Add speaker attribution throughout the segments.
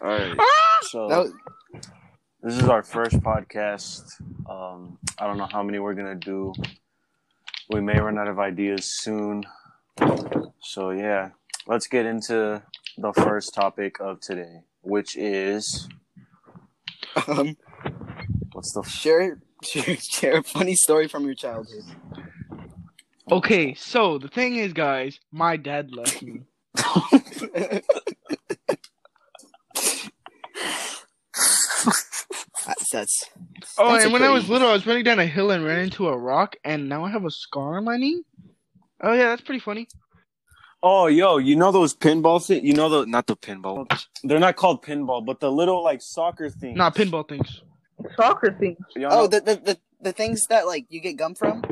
Speaker 1: All right. So
Speaker 2: That was,
Speaker 1: this is our first podcast. Um, I don't know how many we're gonna do. We may run out of ideas soon. So yeah, let's get into the first topic of today, which is
Speaker 2: um,
Speaker 1: what's the f-
Speaker 2: share, share share a funny story from your childhood.
Speaker 3: Okay, so the thing is, guys, my dad left me.
Speaker 2: That's, that's
Speaker 3: Oh,
Speaker 2: That's a
Speaker 3: and when I was
Speaker 2: pretty-
Speaker 3: little, I was running down a hill and ran into a rock, and now I have a scar on my knee. Oh yeah, that's pretty funny.
Speaker 1: Oh, yo, you know those pinball thing? You know the not the pinball. They're not called pinball, but the little like soccer thing.
Speaker 3: Not pinball things.
Speaker 4: Soccer thing.
Speaker 2: oh the, the the the things that like you get gum from.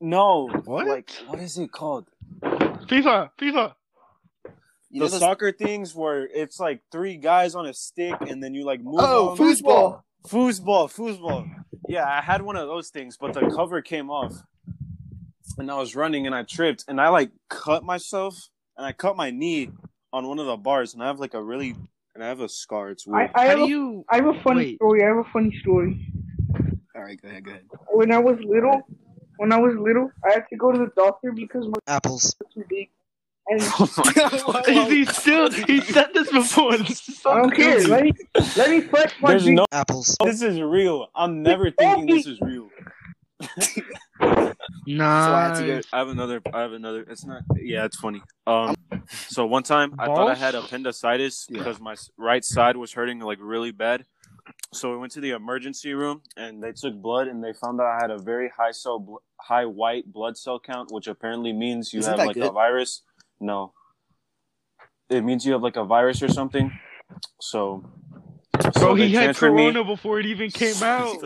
Speaker 1: no.
Speaker 3: What?
Speaker 1: Like what is it called?
Speaker 3: FIFA,
Speaker 2: You
Speaker 3: FIFA.
Speaker 1: the
Speaker 2: know those-
Speaker 1: soccer things where it's like three guys on a stick and then you like move.
Speaker 2: oh,
Speaker 1: on.
Speaker 2: foosball.
Speaker 1: foosball, foosball. Yeah, I had one of those things, but the cover came off, and I was running and I tripped and I like cut myself and I cut my knee on one of the bars and I have like a really and I have a scar. It's
Speaker 4: I,
Speaker 1: weird.
Speaker 4: I,
Speaker 3: How
Speaker 4: have
Speaker 3: do
Speaker 4: a,
Speaker 3: you?
Speaker 4: I have a funny
Speaker 3: Wait.
Speaker 4: story. I have a funny story.
Speaker 2: All right, go ahead, go ahead.
Speaker 4: When I was little, when I was little, I had to go to the doctor because my
Speaker 2: Apples.
Speaker 4: was too big. And
Speaker 3: he still? He said this before. This is so
Speaker 4: I don't care.
Speaker 3: crazy.
Speaker 4: Let me let me flex my
Speaker 1: There's
Speaker 4: big-
Speaker 1: no.
Speaker 2: Apples.
Speaker 1: This is real. I'm never thinking this is real.
Speaker 3: Nah.
Speaker 2: So I had
Speaker 1: I have another. I have another. It's not. Yeah, it's funny. Um, so one time I thought I had appendicitis
Speaker 2: Yeah.
Speaker 1: because my s- right side was hurting like really bad. So we went to the emergency room and they took blood and they found out I had a very high cell, bl- high white blood cell count, which apparently means you
Speaker 2: Isn't
Speaker 1: have
Speaker 2: that
Speaker 1: like a
Speaker 2: good?
Speaker 1: virus. No, it means you have like a virus or something. So, so
Speaker 3: Bro, he
Speaker 1: they
Speaker 3: had
Speaker 1: transferred me-
Speaker 3: corona before it even came out.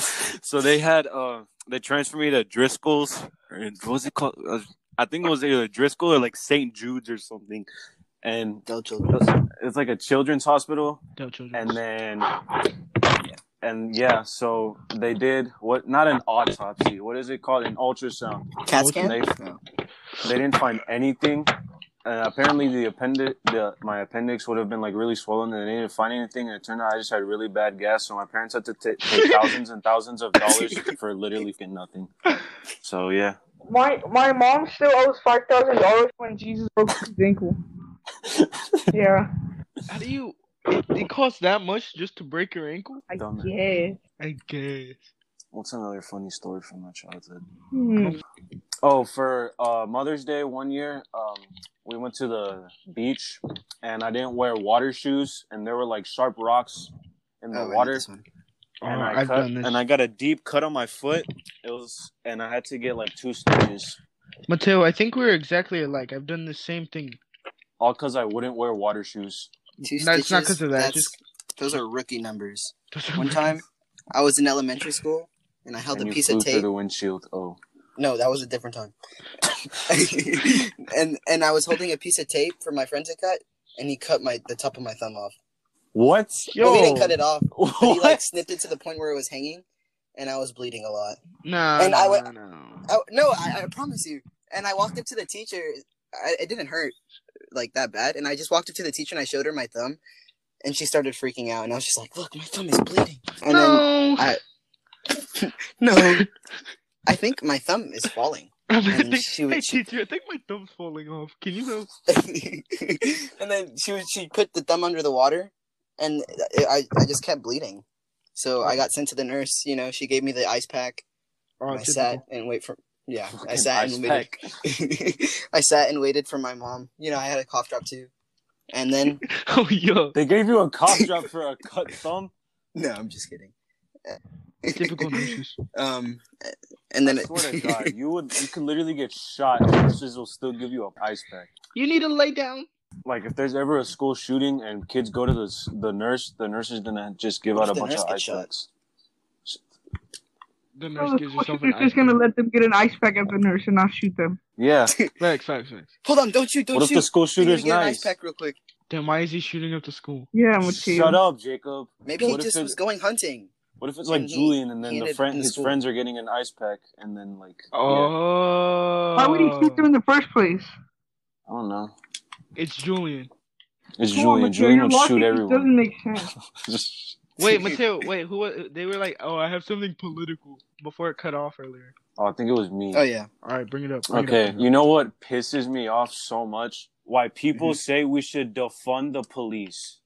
Speaker 1: so they had uh they transferred me to Driscoll's or what was it called? Uh, I think it was either Driscoll or like St. Jude's or something. And
Speaker 2: Del children.
Speaker 1: it's- it's like a children's hospital.
Speaker 3: Don't children.
Speaker 1: And then and yeah, so they did what not an autopsy. What is it called? An ultrasound
Speaker 2: Cat
Speaker 3: What's
Speaker 2: scan.
Speaker 1: the name?
Speaker 2: No.
Speaker 1: they didn't find anything. And apparently, the appendix, the, my appendix would have been like really swollen, and they didn't find anything. And it turned out I just had really bad gas, so my parents had to ta take thousands and thousands of dollars for literally fucking nothing. So yeah,
Speaker 4: my my mom still owes five thousand dollars when Jesus broke his ankle. yeah,
Speaker 3: How do you? It, it costs that much just to break your ankle?
Speaker 4: I
Speaker 1: Dumb.
Speaker 4: guess.
Speaker 3: I guess.
Speaker 1: what's another funny story from my childhood?
Speaker 4: Hmm.
Speaker 1: Oh, for uh, Mother's Day one year, um, we went to the beach, and I didn't wear water shoes, and there were like sharp rocks in the
Speaker 2: Oh, I know
Speaker 1: water.
Speaker 2: this one.
Speaker 1: and
Speaker 3: Oh,
Speaker 1: I
Speaker 3: I've
Speaker 1: cut,
Speaker 3: done this.
Speaker 1: and I got a deep cut on my foot. It was, and I had to get like two stitches,
Speaker 3: Mateo, I think we're exactly alike. I've done the same thing.
Speaker 1: all because I wouldn't wear water shoes.
Speaker 2: Two
Speaker 3: No, it's not 'cause of that,
Speaker 2: that's-
Speaker 3: just-
Speaker 2: Those are rookie numbers. One time, I was in elementary school and I held
Speaker 1: and
Speaker 2: a
Speaker 1: you
Speaker 2: piece
Speaker 1: flew
Speaker 2: of
Speaker 1: through
Speaker 2: tape.
Speaker 1: the windshield. Oh,
Speaker 2: No, that was a different time. and and I was holding a piece of tape for my friend to cut, and he cut my the top of my thumb off.
Speaker 1: what?
Speaker 2: Well, he didn't cut it off, but he like
Speaker 1: what?
Speaker 2: snipped it to the point where it was hanging, and I was bleeding a lot.
Speaker 3: Nah,
Speaker 2: And
Speaker 3: nah,
Speaker 2: I went-
Speaker 3: nah.
Speaker 2: I, no, I, I promise you. And I walked up to the teacher. I, it didn't hurt like that bad, and I just walked up to the teacher and I showed her my thumb, and she started freaking out. And I was just like, "Look, my thumb is bleeding." And
Speaker 3: no.
Speaker 2: I- then no, I think my thumb is falling.
Speaker 3: I
Speaker 2: and
Speaker 3: think,
Speaker 2: she would-
Speaker 3: hey,
Speaker 2: she-
Speaker 3: teacher, I think my thumb's falling off. Can you help?
Speaker 2: and then she was, she put the thumb under the water, and I I just kept bleeding. So I got sent to the nurse. You know, she gave me the ice pack.
Speaker 3: Oh,
Speaker 2: and I
Speaker 3: typical.
Speaker 2: sat and wait for. Yeah, I
Speaker 1: Fucking
Speaker 2: sat
Speaker 1: ice
Speaker 2: and waited. I sat and waited for my mom. You know, I had a cough drop too, and then
Speaker 3: Oh, yo.
Speaker 1: They gave you a cough drop for a cut thumb.
Speaker 2: no, I'm just kidding.
Speaker 3: Typical nurses.
Speaker 2: um, and then
Speaker 1: I swear to God, you would you could literally get shot. and Nurses will still give you an ice pack.
Speaker 3: You need to lay down.
Speaker 1: Like if there's ever a school shooting and kids go to the s- the nurse, the nurse is gonna just give
Speaker 2: What
Speaker 1: out a
Speaker 2: if the
Speaker 1: bunch
Speaker 2: nurse
Speaker 1: of
Speaker 2: gets
Speaker 1: ice
Speaker 2: shot?
Speaker 1: packs.
Speaker 3: The
Speaker 4: So
Speaker 3: nurse
Speaker 4: the
Speaker 3: gives
Speaker 4: school
Speaker 3: herself
Speaker 4: shooter's
Speaker 3: an ice.
Speaker 4: just gonna let them get an ice pack at the nurse and not shoot them.
Speaker 1: Yeah.
Speaker 3: Facts, facts, facts.
Speaker 2: hold on, don't shoot, don't
Speaker 1: what if
Speaker 2: shoot.
Speaker 1: the school
Speaker 2: You need to
Speaker 1: shooter's
Speaker 2: get an ice
Speaker 1: nice?
Speaker 2: pack real quick.
Speaker 3: Then why is he shooting up the school?
Speaker 4: Yeah, I'm with you.
Speaker 1: Shut up, Jacob.
Speaker 2: Maybe
Speaker 1: What
Speaker 2: he
Speaker 1: if
Speaker 2: just
Speaker 1: it-
Speaker 2: was going hunting.
Speaker 1: What if it's like
Speaker 2: And he-
Speaker 1: Julian and then
Speaker 2: he
Speaker 1: the
Speaker 2: ended
Speaker 1: friend
Speaker 2: in
Speaker 1: his
Speaker 2: school.
Speaker 1: friends are getting an ice pack and then like yeah,
Speaker 3: Oh.
Speaker 4: Why would he shoot them in the first place?
Speaker 1: I don't know.
Speaker 3: It's Julian.
Speaker 1: It's
Speaker 4: Come
Speaker 1: Julian.
Speaker 4: on, Mateo,
Speaker 1: Julian
Speaker 4: your
Speaker 1: will shoot
Speaker 4: logic
Speaker 1: everyone.
Speaker 4: Doesn't make sense.
Speaker 1: Just-
Speaker 3: Wait, Mateo, wait, who was, they were like, oh, I have something political before it cut off earlier.
Speaker 1: oh, I think it was me.
Speaker 2: Oh yeah.
Speaker 3: All right, bring it up. bring it up,
Speaker 1: Okay,
Speaker 3: bring it
Speaker 1: you know what pisses me off so much? Why people
Speaker 4: Mm-hmm.
Speaker 1: say we should defund the police.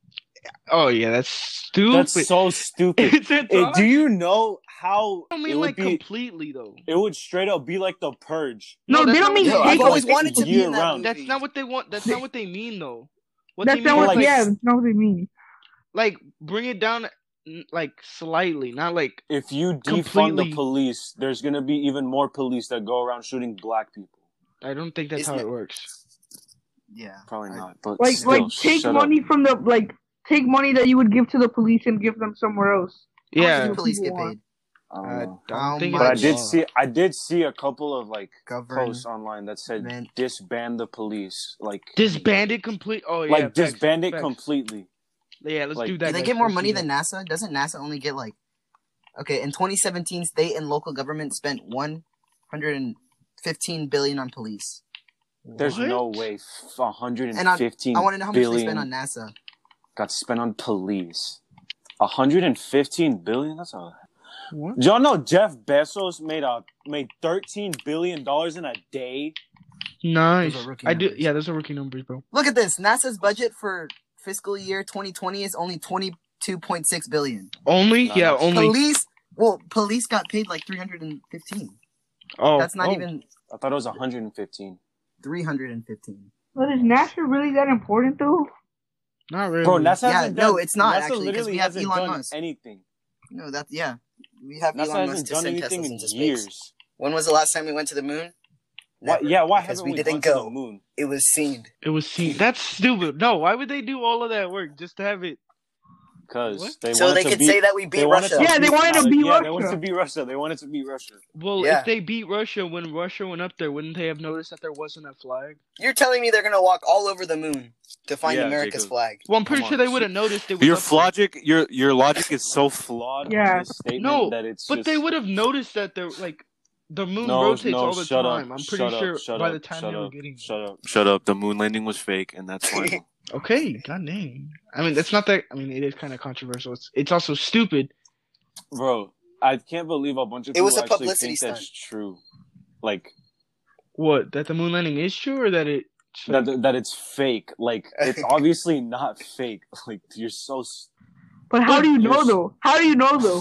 Speaker 3: up. Oh yeah, that's stupid.
Speaker 1: That's so stupid.
Speaker 3: it's a
Speaker 1: Hey,
Speaker 3: dog.
Speaker 1: do you know how
Speaker 3: I don't
Speaker 1: it
Speaker 3: mean
Speaker 1: would
Speaker 3: like
Speaker 1: be?
Speaker 3: completely though.
Speaker 1: it would straight up be like the purge.
Speaker 4: No,
Speaker 3: that's
Speaker 4: they
Speaker 3: not
Speaker 4: don't mean
Speaker 3: what
Speaker 2: Yo,
Speaker 3: they-
Speaker 2: I've
Speaker 4: Jacob.
Speaker 2: always wanted to be in that
Speaker 1: Year-round.
Speaker 2: movie.
Speaker 3: That's not what they want. That's not what they mean though. What
Speaker 4: That's
Speaker 3: they mean,
Speaker 4: not
Speaker 1: mean,
Speaker 4: what.
Speaker 1: like-
Speaker 4: Yeah, that's not what they mean.
Speaker 3: like bring it down n- like slightly, not like
Speaker 1: If you defund
Speaker 3: Completely.
Speaker 1: the police, there's gonna be even more police that go around shooting black people.
Speaker 3: I don't think that's
Speaker 2: Isn't
Speaker 3: how
Speaker 2: it-
Speaker 3: it works.
Speaker 2: Yeah.
Speaker 1: Probably not, but
Speaker 4: Like,
Speaker 1: still,
Speaker 4: like take
Speaker 1: shut
Speaker 4: money from the like take money that you would give to the police and give them somewhere else.
Speaker 2: How much
Speaker 3: Yeah,
Speaker 2: do police get paid?
Speaker 1: Up. I don't
Speaker 2: Uh,
Speaker 3: I
Speaker 1: know.
Speaker 3: don't think
Speaker 2: How
Speaker 1: But I
Speaker 3: it's-
Speaker 1: did see, I did see a couple of like posts
Speaker 2: Government.
Speaker 1: online that said disband the police, like,
Speaker 3: disbanded complete. Oh yeah,
Speaker 1: like
Speaker 3: facts,
Speaker 1: disband it
Speaker 3: facts.
Speaker 1: completely.
Speaker 3: Yeah, let's
Speaker 1: Like-
Speaker 3: do that.
Speaker 2: Do they
Speaker 3: guys.
Speaker 2: get more
Speaker 3: Let's
Speaker 2: money
Speaker 3: do that.
Speaker 2: than NASA? Doesn't NASA only get like okay, in twenty seventeen state and local government spent one hundred and fifteen billion on police.
Speaker 1: There's
Speaker 3: What?
Speaker 1: no way f- 115
Speaker 2: And I- I want to know how much they
Speaker 1: billion
Speaker 2: spend on NASA.
Speaker 1: got spent on police. 115 billion. That's a.
Speaker 3: What?
Speaker 1: Do y'all know Jeff Bezos made a made 13 billion dollars in a day?
Speaker 3: Nice.
Speaker 2: Those are rookie
Speaker 3: I do.
Speaker 2: numbers.
Speaker 3: Yeah, those are rookie numbers, bro.
Speaker 2: Look at this. NASA's budget for fiscal year twenty twenty is only twenty two point six billion.
Speaker 3: Only.
Speaker 1: No,
Speaker 3: yeah,
Speaker 1: that's-
Speaker 3: only.
Speaker 2: Police well, police got paid like three hundred and fifteen.
Speaker 3: oh,
Speaker 2: That's not
Speaker 3: oh.
Speaker 2: even
Speaker 1: I thought it was 115.
Speaker 2: three hundred and fifteen.
Speaker 4: But is NASA really that important though?
Speaker 3: Not really.
Speaker 1: Bro, NASA
Speaker 2: Yeah,
Speaker 1: hasn't
Speaker 2: no,
Speaker 1: done-
Speaker 2: it's not,
Speaker 1: NASA
Speaker 2: actually, 'cause
Speaker 1: literally
Speaker 2: we have
Speaker 1: hasn't
Speaker 2: Elon
Speaker 1: done
Speaker 2: Musk.
Speaker 1: anything.
Speaker 2: No, that yeah. We have
Speaker 1: NASA
Speaker 2: Elon Musk
Speaker 1: hasn't
Speaker 2: to
Speaker 1: done
Speaker 2: send
Speaker 1: anything
Speaker 2: Teslas
Speaker 1: in
Speaker 2: into space.
Speaker 1: years.
Speaker 2: When was the last time we went to the moon?
Speaker 1: Why,
Speaker 2: Never,
Speaker 1: yeah, why
Speaker 2: because
Speaker 1: haven't
Speaker 2: we
Speaker 1: we,
Speaker 2: didn't
Speaker 1: gone
Speaker 2: go?
Speaker 1: to the moon?
Speaker 2: It was seen.
Speaker 3: it was seen. That's stupid. No, why would they do all of that work just to have it?
Speaker 1: Because
Speaker 3: What?
Speaker 1: they
Speaker 2: so
Speaker 1: wanted
Speaker 2: they
Speaker 1: to
Speaker 2: could
Speaker 1: beat,
Speaker 2: say that we beat
Speaker 1: they wanted
Speaker 2: Russia.
Speaker 1: to
Speaker 4: Yeah, they
Speaker 1: beat
Speaker 4: wanted to
Speaker 1: Alec-
Speaker 4: beat
Speaker 1: yeah, They
Speaker 4: Russia.
Speaker 1: wanted to beat Russia. They wanted to beat Russia.
Speaker 3: Well,
Speaker 2: Yeah.
Speaker 3: if they beat Russia when Russia went up there, wouldn't they have noticed that there wasn't a flag?
Speaker 2: You're telling me they're gonna walk all over the moon to find
Speaker 1: Yeah,
Speaker 2: America's
Speaker 1: Jacob.
Speaker 2: flag?
Speaker 3: Well, I'm pretty
Speaker 1: Come
Speaker 3: sure
Speaker 1: on.
Speaker 3: they would have noticed it was
Speaker 1: Your
Speaker 3: up there.
Speaker 1: logic, your your logic is so flawed.
Speaker 4: Yeah.
Speaker 1: in this statement
Speaker 3: No,
Speaker 1: that it's
Speaker 3: But
Speaker 1: just,
Speaker 3: they would have noticed that they're like the moon
Speaker 1: No,
Speaker 3: rotates
Speaker 1: no,
Speaker 3: all the
Speaker 1: shut
Speaker 3: time.
Speaker 1: Up,
Speaker 3: I'm pretty
Speaker 1: shut up,
Speaker 3: sure
Speaker 1: shut
Speaker 3: by
Speaker 1: up,
Speaker 3: the time
Speaker 1: shut
Speaker 3: they were
Speaker 1: up,
Speaker 3: getting
Speaker 1: Shut up. Shut up. The moon landing was fake, and that's why.
Speaker 3: Okay, goddamn. I mean, that's not that. I mean, it is kind of controversial. It's it's also stupid.
Speaker 1: Bro, I can't believe a bunch of
Speaker 2: It
Speaker 1: people
Speaker 2: was a
Speaker 1: actually
Speaker 2: publicity
Speaker 1: think that's true. Like
Speaker 3: What that the moon landing is true or that it
Speaker 1: that that it's fake. Like it's obviously not fake. Like you're so. s-
Speaker 4: But how do you know
Speaker 1: Yes.
Speaker 4: though? How do you know though?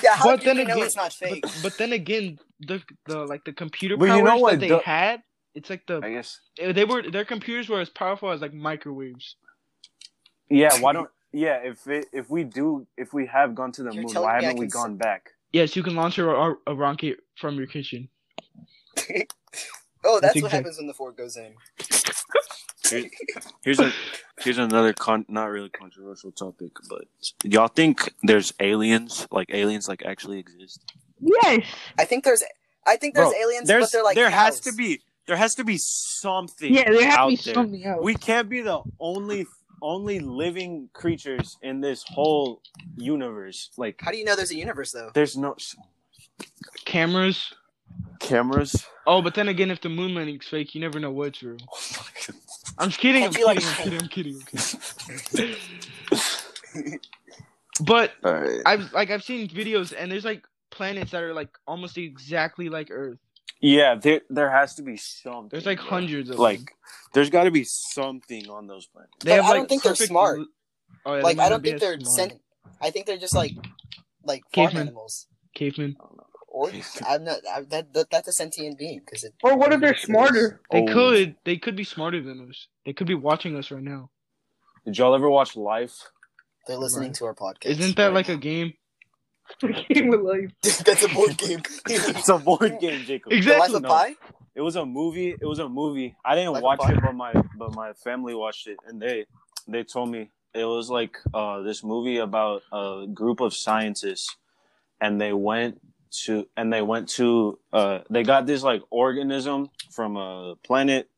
Speaker 2: Yeah, how
Speaker 3: But
Speaker 2: do
Speaker 3: then
Speaker 2: you know
Speaker 3: again-
Speaker 2: it's not fake?
Speaker 3: But, but then again, the the like the computer
Speaker 1: But
Speaker 3: powers
Speaker 1: you know what,
Speaker 3: that they
Speaker 1: the-
Speaker 3: had, it's like the
Speaker 1: I guess.
Speaker 3: they were their computers were as powerful as like microwaves.
Speaker 1: Yeah. Why don't? Yeah. If it, if we do, if we have gone to the
Speaker 2: You're
Speaker 1: moon,
Speaker 2: telling
Speaker 1: why
Speaker 2: me I
Speaker 1: haven't we
Speaker 2: can s-
Speaker 1: gone back?
Speaker 3: Yes, you can launch a, a, a rocket from your kitchen.
Speaker 2: oh, that's
Speaker 3: That's
Speaker 2: what
Speaker 3: exact-
Speaker 2: happens when the Ford goes in.
Speaker 1: Here's a here's another con- not really controversial topic, but y'all think there's aliens? Like aliens like actually exist?
Speaker 4: Yes.
Speaker 2: I think there's, I think there's
Speaker 1: Bro,
Speaker 2: aliens,
Speaker 1: There's
Speaker 2: but they're like
Speaker 1: there has
Speaker 2: cows.
Speaker 1: to be there has to be something.
Speaker 4: Yeah, there has to
Speaker 1: out
Speaker 4: be
Speaker 1: there.
Speaker 4: something else.
Speaker 1: We can't be the only only living creatures in this whole universe. Like
Speaker 2: How do you know there's a universe though?
Speaker 1: there's no s-
Speaker 3: Cameras.
Speaker 1: cameras. Oh
Speaker 3: Oh, but then again, if the moon landing's fake, you never know what's real. I'm just kidding.
Speaker 2: I
Speaker 3: I'm
Speaker 2: feel
Speaker 3: kidding,
Speaker 2: like-
Speaker 3: I'm kidding. I'm kidding. I'm kidding. but
Speaker 1: All right.
Speaker 3: I've like I've seen videos and there's like planets that are like almost exactly like Earth.
Speaker 1: Yeah, there there has to be something.
Speaker 3: There's like
Speaker 1: bro.
Speaker 3: hundreds of them.
Speaker 1: Like there's got to be something on those planets.
Speaker 3: They
Speaker 2: But
Speaker 3: have,
Speaker 2: I don't
Speaker 3: like,
Speaker 2: think they're
Speaker 3: perfect
Speaker 2: smart.
Speaker 3: l- Oh, yeah, they
Speaker 2: like
Speaker 3: might
Speaker 2: I
Speaker 3: not
Speaker 2: don't
Speaker 3: be
Speaker 2: think
Speaker 3: as
Speaker 2: they're
Speaker 3: smart.
Speaker 2: sent. I think they're just like, like farm
Speaker 3: Cavemen.
Speaker 2: animals.
Speaker 3: cavemen.
Speaker 2: Or I'm not. I, that, that that's a sentient being because it.
Speaker 4: Or what if they're smarter?
Speaker 3: They
Speaker 1: Oh.
Speaker 3: could. They could be smarter than us. They could be watching us right now.
Speaker 1: Did y'all ever watch Life?
Speaker 2: They're listening to our podcast.
Speaker 3: Isn't that like a game?
Speaker 4: Game with life.
Speaker 2: that's a board game?
Speaker 1: it's a board game, Jacob.
Speaker 2: The Life
Speaker 3: Exactly.
Speaker 2: of Pi.
Speaker 1: It was a movie. It was a movie. I didn't
Speaker 2: Like a
Speaker 1: watch
Speaker 2: bar-
Speaker 1: it, but my but my family watched it, and they they told me it was like uh, this movie about a group of scientists, and they went to and they went to uh, they got this like organism from a planet,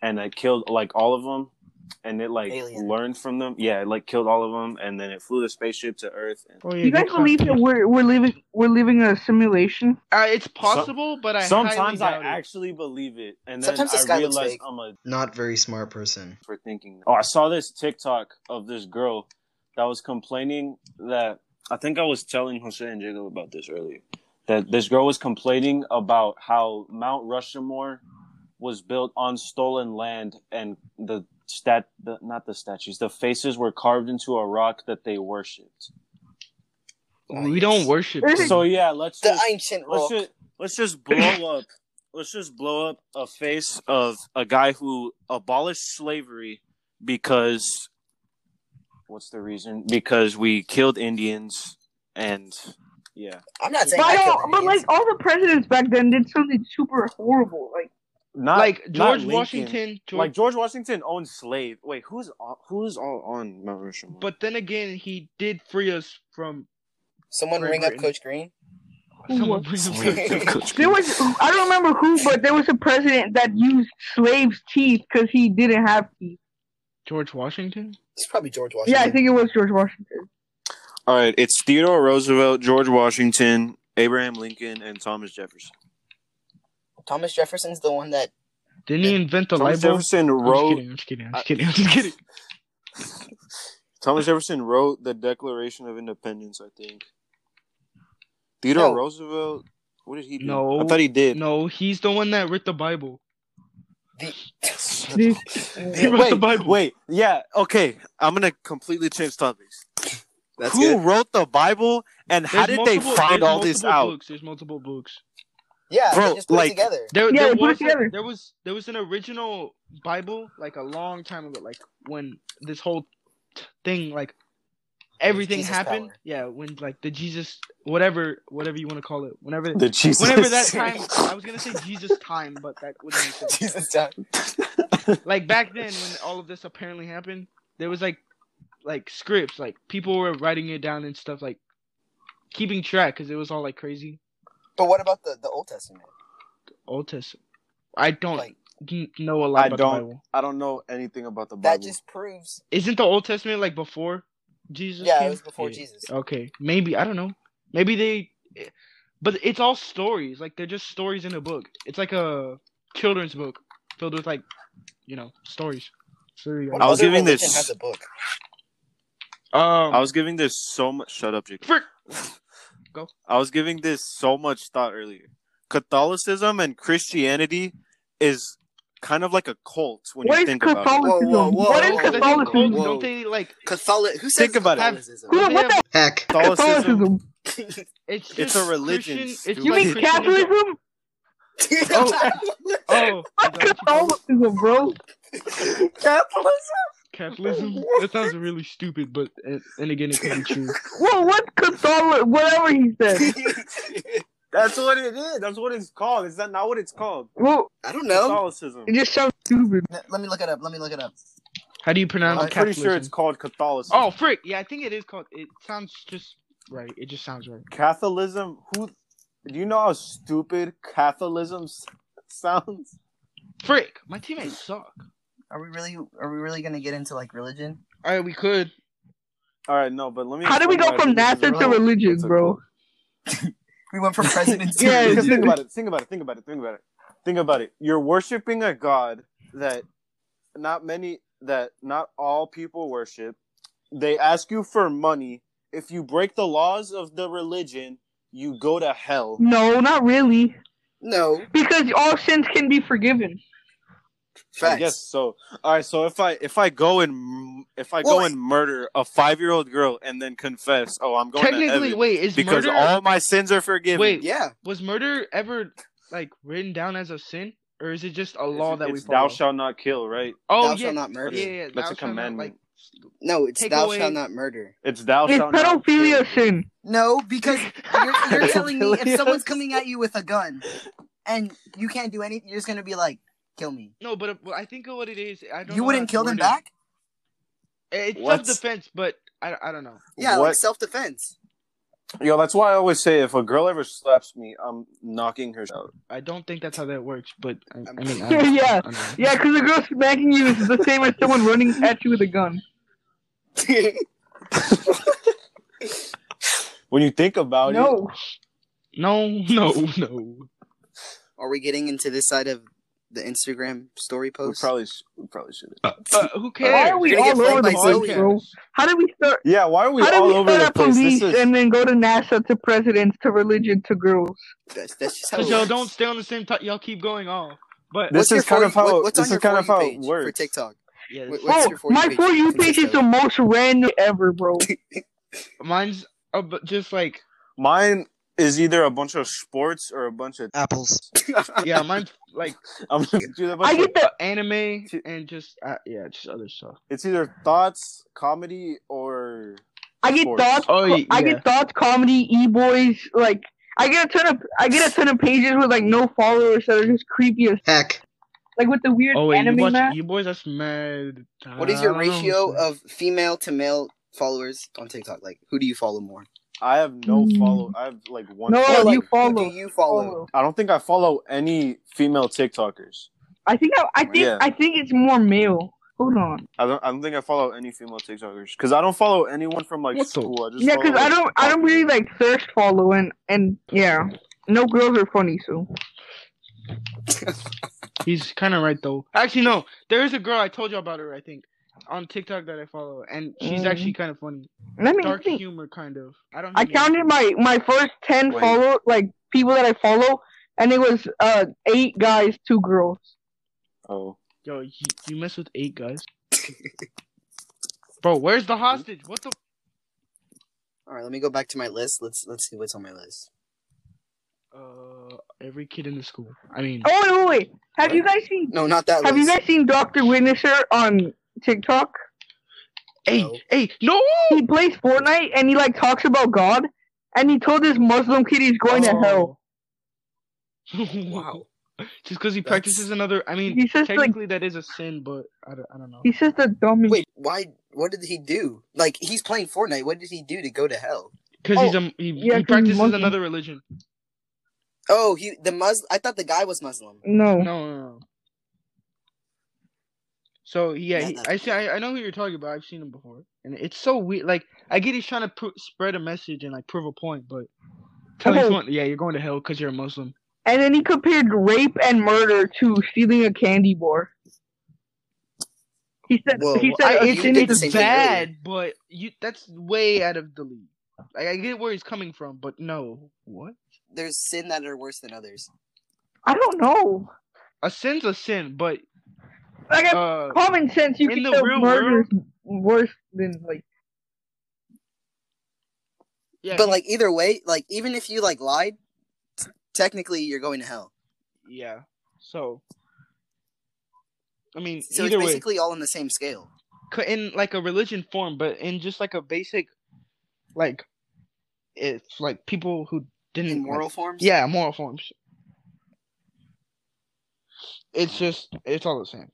Speaker 1: and they killed like all of them, and it like
Speaker 2: Alien.
Speaker 1: learned from them. Yeah, it like killed all of them, and then it flew the spaceship to Earth. And
Speaker 3: Oh, yeah,
Speaker 4: You guys
Speaker 3: good
Speaker 4: believe that
Speaker 3: content.
Speaker 4: we're we're living we're living in a simulation?
Speaker 3: Uh, it's possible, but I
Speaker 1: sometimes I
Speaker 3: highly doubt it.
Speaker 1: actually believe it, and then
Speaker 2: Sometimes the
Speaker 1: I
Speaker 2: sky looks
Speaker 1: realize
Speaker 2: fake.
Speaker 1: I'm a
Speaker 5: Not very smart person.
Speaker 1: for thinking. that. Oh, I saw this TikTok of this girl that was complaining that I think I was telling Jose and Jacob about this earlier. That this girl was complaining about how Mount Rushmore was built on stolen land and the stat the, not the statues the faces were carved into a rock that they worshipped.
Speaker 3: We don't worship.
Speaker 4: There's
Speaker 3: them.
Speaker 1: So yeah, let's
Speaker 2: The
Speaker 1: just,
Speaker 2: ancient rock.
Speaker 1: let's just let's just blow up let's just blow up a face of a guy who abolished slavery because what's the reason because we killed indians and yeah
Speaker 2: I'm not
Speaker 4: But,
Speaker 2: saying I
Speaker 4: I
Speaker 2: killed
Speaker 4: don't- but like
Speaker 2: Indians.
Speaker 4: all the presidents back then did something super horrible. Like
Speaker 1: not
Speaker 3: like
Speaker 1: not
Speaker 3: George
Speaker 1: Lincoln.
Speaker 3: Washington, George,
Speaker 1: like george washington owned slave wait who's all, who's all on mount rushmore
Speaker 3: but then again, he did free us from
Speaker 2: Someone
Speaker 3: Great
Speaker 2: ring up
Speaker 3: Britain.
Speaker 2: Coach Green.
Speaker 4: Who
Speaker 3: someone
Speaker 4: was-
Speaker 3: brings up-
Speaker 4: there was I don't remember who, but there was a president that used slaves' teeth because he didn't have teeth.
Speaker 3: George Washington.
Speaker 2: It's probably George Washington.
Speaker 4: Yeah, I think it was George Washington.
Speaker 1: all right it's theodore roosevelt george washington abraham lincoln and thomas jefferson
Speaker 2: Thomas Jefferson's the one that
Speaker 3: Didn't he invent the
Speaker 1: thomas
Speaker 3: light bulb?
Speaker 1: jefferson
Speaker 3: I'm
Speaker 1: wrote
Speaker 3: just kidding. I'm just kidding. I'm just kidding. I'm just kidding.
Speaker 1: Thomas Jefferson wrote the Declaration of Independence, I think. Theodore
Speaker 2: No.
Speaker 1: Roosevelt, what did he do?
Speaker 3: No.
Speaker 1: I thought he did.
Speaker 3: No, he's the one that read the Bible.
Speaker 2: the
Speaker 4: Dude,
Speaker 3: He wrote the Bible.
Speaker 1: wait, yeah, okay. I'm gonna completely change topics.
Speaker 5: That's
Speaker 1: Who
Speaker 5: good.
Speaker 1: wrote the Bible and how
Speaker 3: There's
Speaker 1: did they
Speaker 3: multiple-
Speaker 1: find
Speaker 3: there's
Speaker 1: all this
Speaker 3: multiple
Speaker 1: out?
Speaker 3: Books. There's multiple books.
Speaker 2: yeah,
Speaker 1: Bro,
Speaker 2: they just put
Speaker 1: like-
Speaker 2: it together.
Speaker 3: There,
Speaker 4: Yeah,
Speaker 3: there
Speaker 4: they put it
Speaker 3: was
Speaker 4: together.
Speaker 3: there was there was an original Bible like a long time ago, like when this whole t- thing like everything
Speaker 2: Jesus
Speaker 3: happened.
Speaker 2: power.
Speaker 3: Yeah, when like the Jesus whatever whatever you want to call it, whenever
Speaker 1: The Jesus.
Speaker 3: whenever that time I was gonna say Jesus time, but that wouldn't make sense.
Speaker 2: Jesus, John.
Speaker 3: Like back then when all of this apparently happened, there was like like scripts, like people were writing it down and stuff, like keeping track because it was all like crazy.
Speaker 2: But what about the, the Old Testament?
Speaker 3: Old Testament. I don't
Speaker 2: Like-
Speaker 3: n- know a
Speaker 1: I
Speaker 3: lot about
Speaker 1: don't-
Speaker 3: the Bible.
Speaker 1: I don't know anything about the Bible.
Speaker 2: That just proves.
Speaker 3: Isn't the Old Testament like before Jesus?
Speaker 2: Yeah,
Speaker 3: came?
Speaker 2: it was before
Speaker 3: Yeah.
Speaker 2: Jesus.
Speaker 3: Okay, maybe I don't know. Maybe they, but it's all stories. Like they're just stories in a book. It's like a children's book filled with like, you know, stories. So there you go.
Speaker 2: What
Speaker 1: I was
Speaker 2: other
Speaker 1: giving
Speaker 2: religion
Speaker 1: this-
Speaker 2: Has a book.
Speaker 3: Um,
Speaker 1: I was giving this so much shut up, Jake.
Speaker 3: frick.
Speaker 1: I was giving this so much thought earlier. Catholicism and Christianity is kind of like a cult when
Speaker 4: What
Speaker 1: you
Speaker 4: is
Speaker 1: think about it.
Speaker 4: Catholicism?
Speaker 2: Whoa, whoa, whoa, whoa,
Speaker 4: What is
Speaker 2: whoa,
Speaker 3: Because I think
Speaker 4: Catholicism?
Speaker 3: cults
Speaker 2: Whoa.
Speaker 3: don't they like?
Speaker 2: Catholic. Who says
Speaker 1: Think about it.
Speaker 2: Catholicism?
Speaker 4: Who-
Speaker 3: they
Speaker 4: what
Speaker 3: have-
Speaker 4: the
Speaker 5: Heck.
Speaker 1: Catholicism.
Speaker 4: Catholicism?
Speaker 3: It's just
Speaker 1: It's a religion,
Speaker 3: Christian- it's
Speaker 1: stupid.
Speaker 4: You
Speaker 3: like
Speaker 4: mean
Speaker 3: Christianism.
Speaker 4: Catholicism?
Speaker 3: Oh, I thought you called
Speaker 4: What's
Speaker 3: it
Speaker 4: Catholicism, bro?
Speaker 2: Capitalism?
Speaker 3: Catholicism. That sounds really stupid, but and, and again, it can be true.
Speaker 4: Well, what's Catholic? Whatever he said.
Speaker 1: That's what it is. That's what it's called. Is that not what it's called?
Speaker 4: Well,
Speaker 2: I don't know.
Speaker 1: Catholicism.
Speaker 4: it just sounds stupid.
Speaker 2: N- Let me look it up. Let me look it up.
Speaker 3: How do you pronounce
Speaker 1: I'm pretty
Speaker 3: Catholicism?
Speaker 1: sure it's called Catholicism.
Speaker 3: Oh, frick. Yeah, I think it is called. It sounds just right. It just sounds right.
Speaker 1: Catholicism. Who? Do you know how stupid Catholicism s- sounds?
Speaker 3: Frick. My teammates suck.
Speaker 2: Are we really? Are we really gonna get into like religion?
Speaker 3: All right, we could.
Speaker 1: All right, no, but let me.
Speaker 4: How do we go
Speaker 1: explain why
Speaker 4: from
Speaker 1: this is
Speaker 4: NASA to
Speaker 1: relevant.
Speaker 4: religion,
Speaker 1: It's a
Speaker 4: bro?
Speaker 1: cult.
Speaker 2: We went from presidents to
Speaker 4: Yeah,
Speaker 2: religion.
Speaker 1: Because think about it. Think about it. Think about it. Think about it. Think about it. You're worshiping a god that not many, that not all people worship. They ask you for money. If you break the laws of the religion, you go to hell.
Speaker 4: No, not really.
Speaker 2: No
Speaker 4: Because all sins can be forgiven.
Speaker 1: I
Speaker 2: facts.
Speaker 1: guess so. All right. So if I if I go and m- if I go
Speaker 2: Well,
Speaker 1: and murder a five year old girl and then confess, oh, I'm going to
Speaker 3: Technically,
Speaker 1: heaven
Speaker 3: wait, is
Speaker 1: because
Speaker 3: murder.
Speaker 1: all my sins are forgiven.
Speaker 3: wait,
Speaker 2: Yeah.
Speaker 3: was murder ever, like, written down as a sin? Or is it just a
Speaker 1: It's-
Speaker 3: law that we
Speaker 1: it's
Speaker 3: follow?
Speaker 1: Thou shalt not kill, right?
Speaker 3: oh,
Speaker 2: thou
Speaker 3: yeah.
Speaker 2: shalt not murder.
Speaker 3: Yeah, yeah, yeah.
Speaker 1: That's
Speaker 3: Thou
Speaker 1: a
Speaker 3: shalt not, like-
Speaker 1: commandment.
Speaker 2: No, it's
Speaker 3: Take
Speaker 2: thou
Speaker 3: away-
Speaker 2: shalt not murder.
Speaker 1: It's thou
Speaker 4: It's
Speaker 1: shalt not
Speaker 4: pedophilia
Speaker 1: kill.
Speaker 4: sin.
Speaker 2: No, because you're, you're telling me if
Speaker 1: Yes.
Speaker 2: someone's coming at you with a gun and you can't do anything, you're just gonna be like, "Kill me."
Speaker 3: no, but uh, well, I think of what it is. I don't know
Speaker 2: You
Speaker 3: how
Speaker 2: wouldn't
Speaker 3: it's
Speaker 2: kill them back?
Speaker 3: worded. It's
Speaker 1: What?
Speaker 3: self defense, Eh, but I, I don't know.
Speaker 2: Yeah, like
Speaker 1: What?
Speaker 2: self defense.
Speaker 1: Yo, that's why I always say if a girl ever slaps me, I'm knocking her out.
Speaker 3: I don't think that's how that works, but I, I mean, I,
Speaker 4: Yeah.
Speaker 3: I know.
Speaker 4: Yeah, because the girl smacking you is the same as someone running at you with a gun.
Speaker 1: When you think about it,
Speaker 4: No.
Speaker 3: No, no, no.
Speaker 2: Are we getting into this side of the Instagram story
Speaker 1: we
Speaker 2: post?
Speaker 1: probably sh- we probably should.
Speaker 3: Uh, who cares?
Speaker 4: Why are we
Speaker 2: You're gonna
Speaker 4: all
Speaker 2: get
Speaker 4: over the
Speaker 2: flagged by
Speaker 4: place, bro? How did we start?
Speaker 1: Yeah, why are we
Speaker 4: How did
Speaker 1: all
Speaker 4: we
Speaker 1: over
Speaker 4: start
Speaker 1: the
Speaker 4: at
Speaker 1: place? This
Speaker 4: police
Speaker 1: is
Speaker 4: and then go to NASA to presidents to religion to girls?
Speaker 2: That's, that's just how.
Speaker 3: Because
Speaker 2: It
Speaker 3: y'all
Speaker 2: works.
Speaker 3: don't stay on the same. T- y'all keep going off. But
Speaker 2: What's
Speaker 1: This
Speaker 2: your
Speaker 1: is kind
Speaker 2: for
Speaker 1: of
Speaker 2: you- what-
Speaker 1: how-
Speaker 2: what's on
Speaker 1: this is
Speaker 2: your
Speaker 1: kind of
Speaker 2: for you
Speaker 1: how it
Speaker 2: page for
Speaker 1: works.
Speaker 2: TikTok?
Speaker 3: yeah,
Speaker 2: Wait, wait. What's
Speaker 4: Oh,
Speaker 2: your For You
Speaker 4: my
Speaker 2: page
Speaker 4: for you page
Speaker 2: consist
Speaker 4: is
Speaker 2: of?
Speaker 4: the most random ever, bro.
Speaker 3: mine's uh, but just like
Speaker 1: mine is either a bunch of sports or a bunch of.
Speaker 5: Apples.
Speaker 3: yeah, mine's like
Speaker 1: I'm gonna do a bunch
Speaker 4: I
Speaker 1: of-
Speaker 4: get that.
Speaker 3: anime and just uh, yeah, just other stuff.
Speaker 1: It's either thoughts, comedy, or
Speaker 4: I get
Speaker 1: Sports.
Speaker 4: thoughts.
Speaker 3: Oh, y-
Speaker 4: I
Speaker 3: yeah.
Speaker 4: get thoughts. Comedy, e boys. Like I get a ton of. I get a ton of pages with like no followers that are just creepy as
Speaker 5: Heck.
Speaker 4: like with the weird
Speaker 3: Oh wait, you
Speaker 4: anime
Speaker 3: watch
Speaker 4: map.
Speaker 3: you boys? That's mad.
Speaker 2: What is your ratio of female to male followers on TikTok? Like, who do you follow more?
Speaker 1: I have no
Speaker 4: Hmm.
Speaker 1: follow. I have like one.
Speaker 4: No,
Speaker 1: follow-
Speaker 2: Who
Speaker 4: you
Speaker 2: do
Speaker 4: follow.
Speaker 2: you follow?
Speaker 4: Oh,
Speaker 1: I don't think I follow any female TikTokers.
Speaker 4: I think I, I think
Speaker 1: Yeah.
Speaker 4: I think it's more male. Hold on.
Speaker 1: I don't. I don't think I follow any female TikTokers because I don't follow anyone from like
Speaker 3: What the-
Speaker 1: school. I just
Speaker 4: Yeah,
Speaker 1: follow,
Speaker 4: because I
Speaker 1: like,
Speaker 4: don't I don't
Speaker 1: popular.
Speaker 4: really like thirst follow and and yeah. No girls are funny, so
Speaker 3: He's kind of right though. Actually, no, there is a girl I told you about her. I think on TikTok that I follow, and she's
Speaker 4: Mm.
Speaker 3: actually kind of funny,
Speaker 4: let me
Speaker 3: dark
Speaker 4: think.
Speaker 3: humor kind of. I don't.
Speaker 4: I
Speaker 2: Mm-hmm.
Speaker 3: humor.
Speaker 4: counted my my first ten
Speaker 1: Wait.
Speaker 4: follow like people that I follow, and it was uh eight guys, two girls.
Speaker 1: Oh,
Speaker 3: Yo, you, you mess with eight guys. Bro, where's
Speaker 4: Mm-hmm.
Speaker 3: the hostage? What the?
Speaker 2: All right, let me go back to my list. Let's let's see what's on my list.
Speaker 3: Uh, every kid in the school. I mean,
Speaker 4: Oh wait, wait, wait. Have you guys seen
Speaker 2: No, not that
Speaker 4: Have you
Speaker 2: list.
Speaker 4: guys seen Doctor Witnesser on TikTok?
Speaker 3: hey,
Speaker 2: No.
Speaker 3: hey, no!
Speaker 4: He plays Fortnite and he like talks about God, and he told this Muslim kid he's going
Speaker 2: Oh.
Speaker 4: to hell.
Speaker 3: Oh. wow. Just because he
Speaker 2: That's-
Speaker 3: practices another, I mean,
Speaker 4: He says, like-
Speaker 3: technically that is a sin, but I don't, I don't know.
Speaker 4: He's just a dummy.
Speaker 2: Wait, why? What did he do? Like, he's playing Fortnite. What did he do to go to hell?
Speaker 3: Because he's
Speaker 4: Oh,
Speaker 3: a he,
Speaker 4: yeah, 'cause
Speaker 3: he
Speaker 4: he's
Speaker 3: practices
Speaker 4: Muslim.
Speaker 3: another religion.
Speaker 2: Oh, he the Mus. I thought the guy was Muslim.
Speaker 4: No.
Speaker 3: No, no, no. So yeah,
Speaker 2: Yeah,
Speaker 3: he,
Speaker 2: that's-
Speaker 3: I see. I, I know who you're talking about. I've seen him before, and it's so weird. Like I get he's trying to pro- spread a message and like prove a point, but tell
Speaker 2: Oh.
Speaker 4: Okay.
Speaker 3: someone, yeah, you're going to hell because you're a Muslim.
Speaker 4: And then he compared rape and murder to stealing a candy bar. He said
Speaker 2: Whoa,
Speaker 4: he
Speaker 3: Well,
Speaker 4: said
Speaker 3: I-
Speaker 4: it's
Speaker 2: you
Speaker 4: in
Speaker 2: did the
Speaker 4: his
Speaker 2: same
Speaker 3: it's
Speaker 2: thing
Speaker 3: bad, but you that's way out of the league. Like I get where he's coming from, but no, what?
Speaker 2: There's sin that are worse than others.
Speaker 4: I don't know.
Speaker 3: A sin's a sin, but
Speaker 4: Like I-
Speaker 3: uh,
Speaker 4: common sense you
Speaker 3: in
Speaker 4: can
Speaker 3: the
Speaker 4: tell
Speaker 3: real
Speaker 4: murder's worse than like
Speaker 3: yeah,
Speaker 2: But
Speaker 3: he-
Speaker 2: like either way, like even if you like lied, t- technically you're going to hell.
Speaker 3: yeah. So, I mean,
Speaker 2: So
Speaker 3: either
Speaker 2: it's
Speaker 3: way,
Speaker 2: basically all on the same scale.
Speaker 3: c- in like a religion form, but in just like a basic, like, it's like people who didn't
Speaker 2: In
Speaker 3: like-
Speaker 2: moral forms.
Speaker 3: yeah, moral forms. It's just, it's all the same.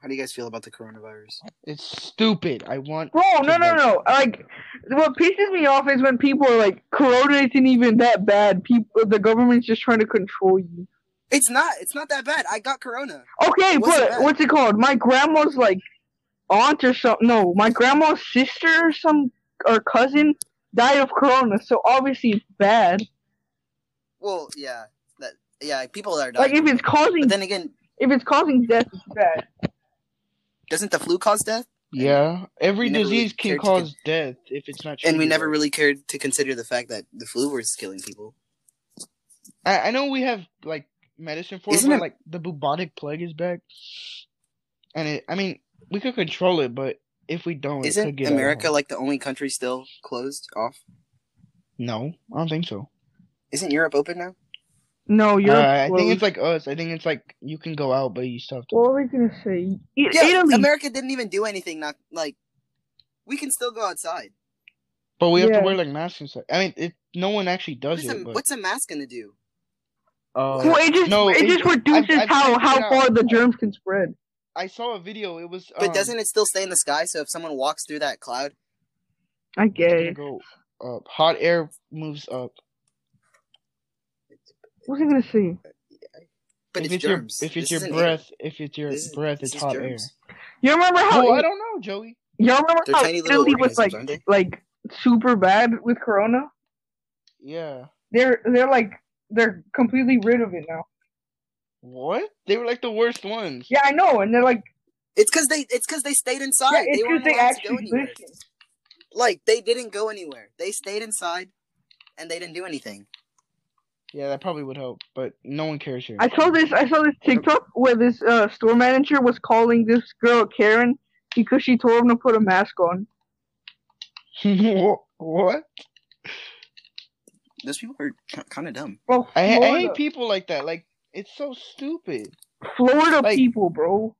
Speaker 2: How do you guys feel about the coronavirus?
Speaker 3: It's stupid. I want.
Speaker 4: Bro, no no no. Like what pisses me off is when people are like corona isn't even that bad. People the government's just trying to control you.
Speaker 2: It's not. It's not that bad. I got corona.
Speaker 4: Okay,
Speaker 2: What's it
Speaker 4: but
Speaker 2: bad?
Speaker 4: what's it called? My grandma's like aunt or something. No, my grandma's sister or some or cousin died of corona, so obviously it's bad.
Speaker 2: Well, yeah. That yeah. People that are dying.
Speaker 4: Like if it's causing
Speaker 2: but then again,
Speaker 4: if it's causing death, it's bad.
Speaker 2: doesn't the flu cause death?
Speaker 3: Yeah, every
Speaker 2: We never really
Speaker 3: disease can
Speaker 2: cared to
Speaker 3: cause death if it's not.
Speaker 2: And we
Speaker 3: treated
Speaker 2: never
Speaker 3: right.
Speaker 2: really cared to consider the fact that the flu was killing people.
Speaker 3: I, I know we have like medicine for
Speaker 2: Isn't
Speaker 3: it, but
Speaker 2: it-
Speaker 3: like the bubonic plague is back, and it. I mean, we could control it, but if we don't, it could
Speaker 2: Isn't
Speaker 3: get out of
Speaker 2: America
Speaker 3: hand.
Speaker 2: like the only country still closed off?
Speaker 3: No, I don't think so.
Speaker 2: Isn't Europe open now?
Speaker 4: No,
Speaker 3: Uh,
Speaker 4: you're.
Speaker 3: I think it's like us. I think it's like you can go out, but you still have to.
Speaker 4: What were we gonna say? I-
Speaker 2: Yeah,
Speaker 4: Italy.
Speaker 2: America didn't even do anything. Not like we can still go outside.
Speaker 3: But we have
Speaker 4: Yeah.
Speaker 3: to wear like masks and stuff. I mean, it, no one actually
Speaker 2: What
Speaker 3: does
Speaker 2: is a,
Speaker 3: it. But
Speaker 2: what's a mask gonna do?
Speaker 3: uh,
Speaker 4: well, it just
Speaker 3: No,
Speaker 4: it,
Speaker 3: it-
Speaker 4: just reduces
Speaker 3: I've- I've
Speaker 4: how
Speaker 3: checked it
Speaker 4: how
Speaker 3: out.
Speaker 4: far the germs can spread.
Speaker 3: I saw a video. It was.
Speaker 2: But
Speaker 3: um,
Speaker 2: doesn't it still stay in the sky? So if someone walks through that cloud,
Speaker 4: I
Speaker 3: I'm gonna
Speaker 4: guess.
Speaker 3: go. up. Hot air moves up.
Speaker 4: What was I gonna say?
Speaker 2: But
Speaker 3: if
Speaker 2: it's,
Speaker 3: it's,
Speaker 2: germs.
Speaker 3: your if it's
Speaker 2: This
Speaker 3: your
Speaker 2: isn't air.
Speaker 3: breath, if it's your
Speaker 2: This is-
Speaker 3: breath,
Speaker 2: this
Speaker 3: it's
Speaker 2: is
Speaker 3: hot air.
Speaker 2: germs.
Speaker 4: You remember how
Speaker 3: Oh, I
Speaker 4: it-
Speaker 3: don't know, Joey.
Speaker 4: you remember
Speaker 2: They're
Speaker 4: how
Speaker 2: tiny little
Speaker 4: Italy was like
Speaker 2: organisms, aren't they?
Speaker 4: like super bad with Corona?
Speaker 3: Yeah.
Speaker 4: They're they're like they're completely rid of it now.
Speaker 3: What? They were like the worst ones.
Speaker 4: Yeah, I know, and they're like
Speaker 2: It's because they it's because they stayed inside.
Speaker 4: yeah,
Speaker 2: they
Speaker 4: it's because
Speaker 2: weren't
Speaker 4: they
Speaker 2: allowed to go
Speaker 4: actually
Speaker 2: anywhere.
Speaker 4: listen.
Speaker 2: Like they didn't go anywhere. They stayed inside, and they didn't do anything.
Speaker 3: Yeah, that probably would help, but no one cares here.
Speaker 4: I saw this. I saw this TikTok where this uh, store manager was calling this girl Karen because she told him to put a mask on.
Speaker 3: Wha- what?
Speaker 2: Those people are kind of dumb.
Speaker 4: Bro,
Speaker 3: I, I
Speaker 4: Florida,
Speaker 3: hate people like that. Like it's so stupid.
Speaker 4: Florida
Speaker 3: like-
Speaker 4: people, bro.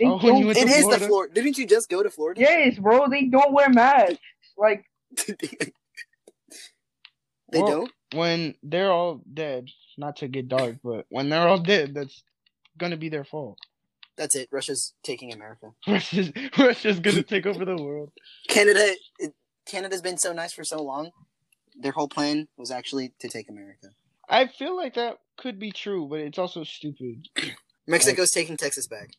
Speaker 4: They
Speaker 3: Oh, when
Speaker 4: don't,
Speaker 3: you went
Speaker 2: It
Speaker 3: to
Speaker 2: is the
Speaker 3: Florida?
Speaker 2: Florida. Didn't you just go to Florida?
Speaker 4: yes, bro. They don't wear masks. Like
Speaker 2: they
Speaker 3: Well,
Speaker 2: don't.
Speaker 3: When they're all dead, not to get dark, but when they're all dead, that's gonna be their fault.
Speaker 2: That's it. Russia's taking America.
Speaker 3: Russia's Russia's gonna take over the world.
Speaker 2: Canada. It, Canada's been so nice for so long. Their whole plan was actually to take America.
Speaker 3: I feel like that could be true, but it's also stupid.
Speaker 2: Mexico's taking Texas back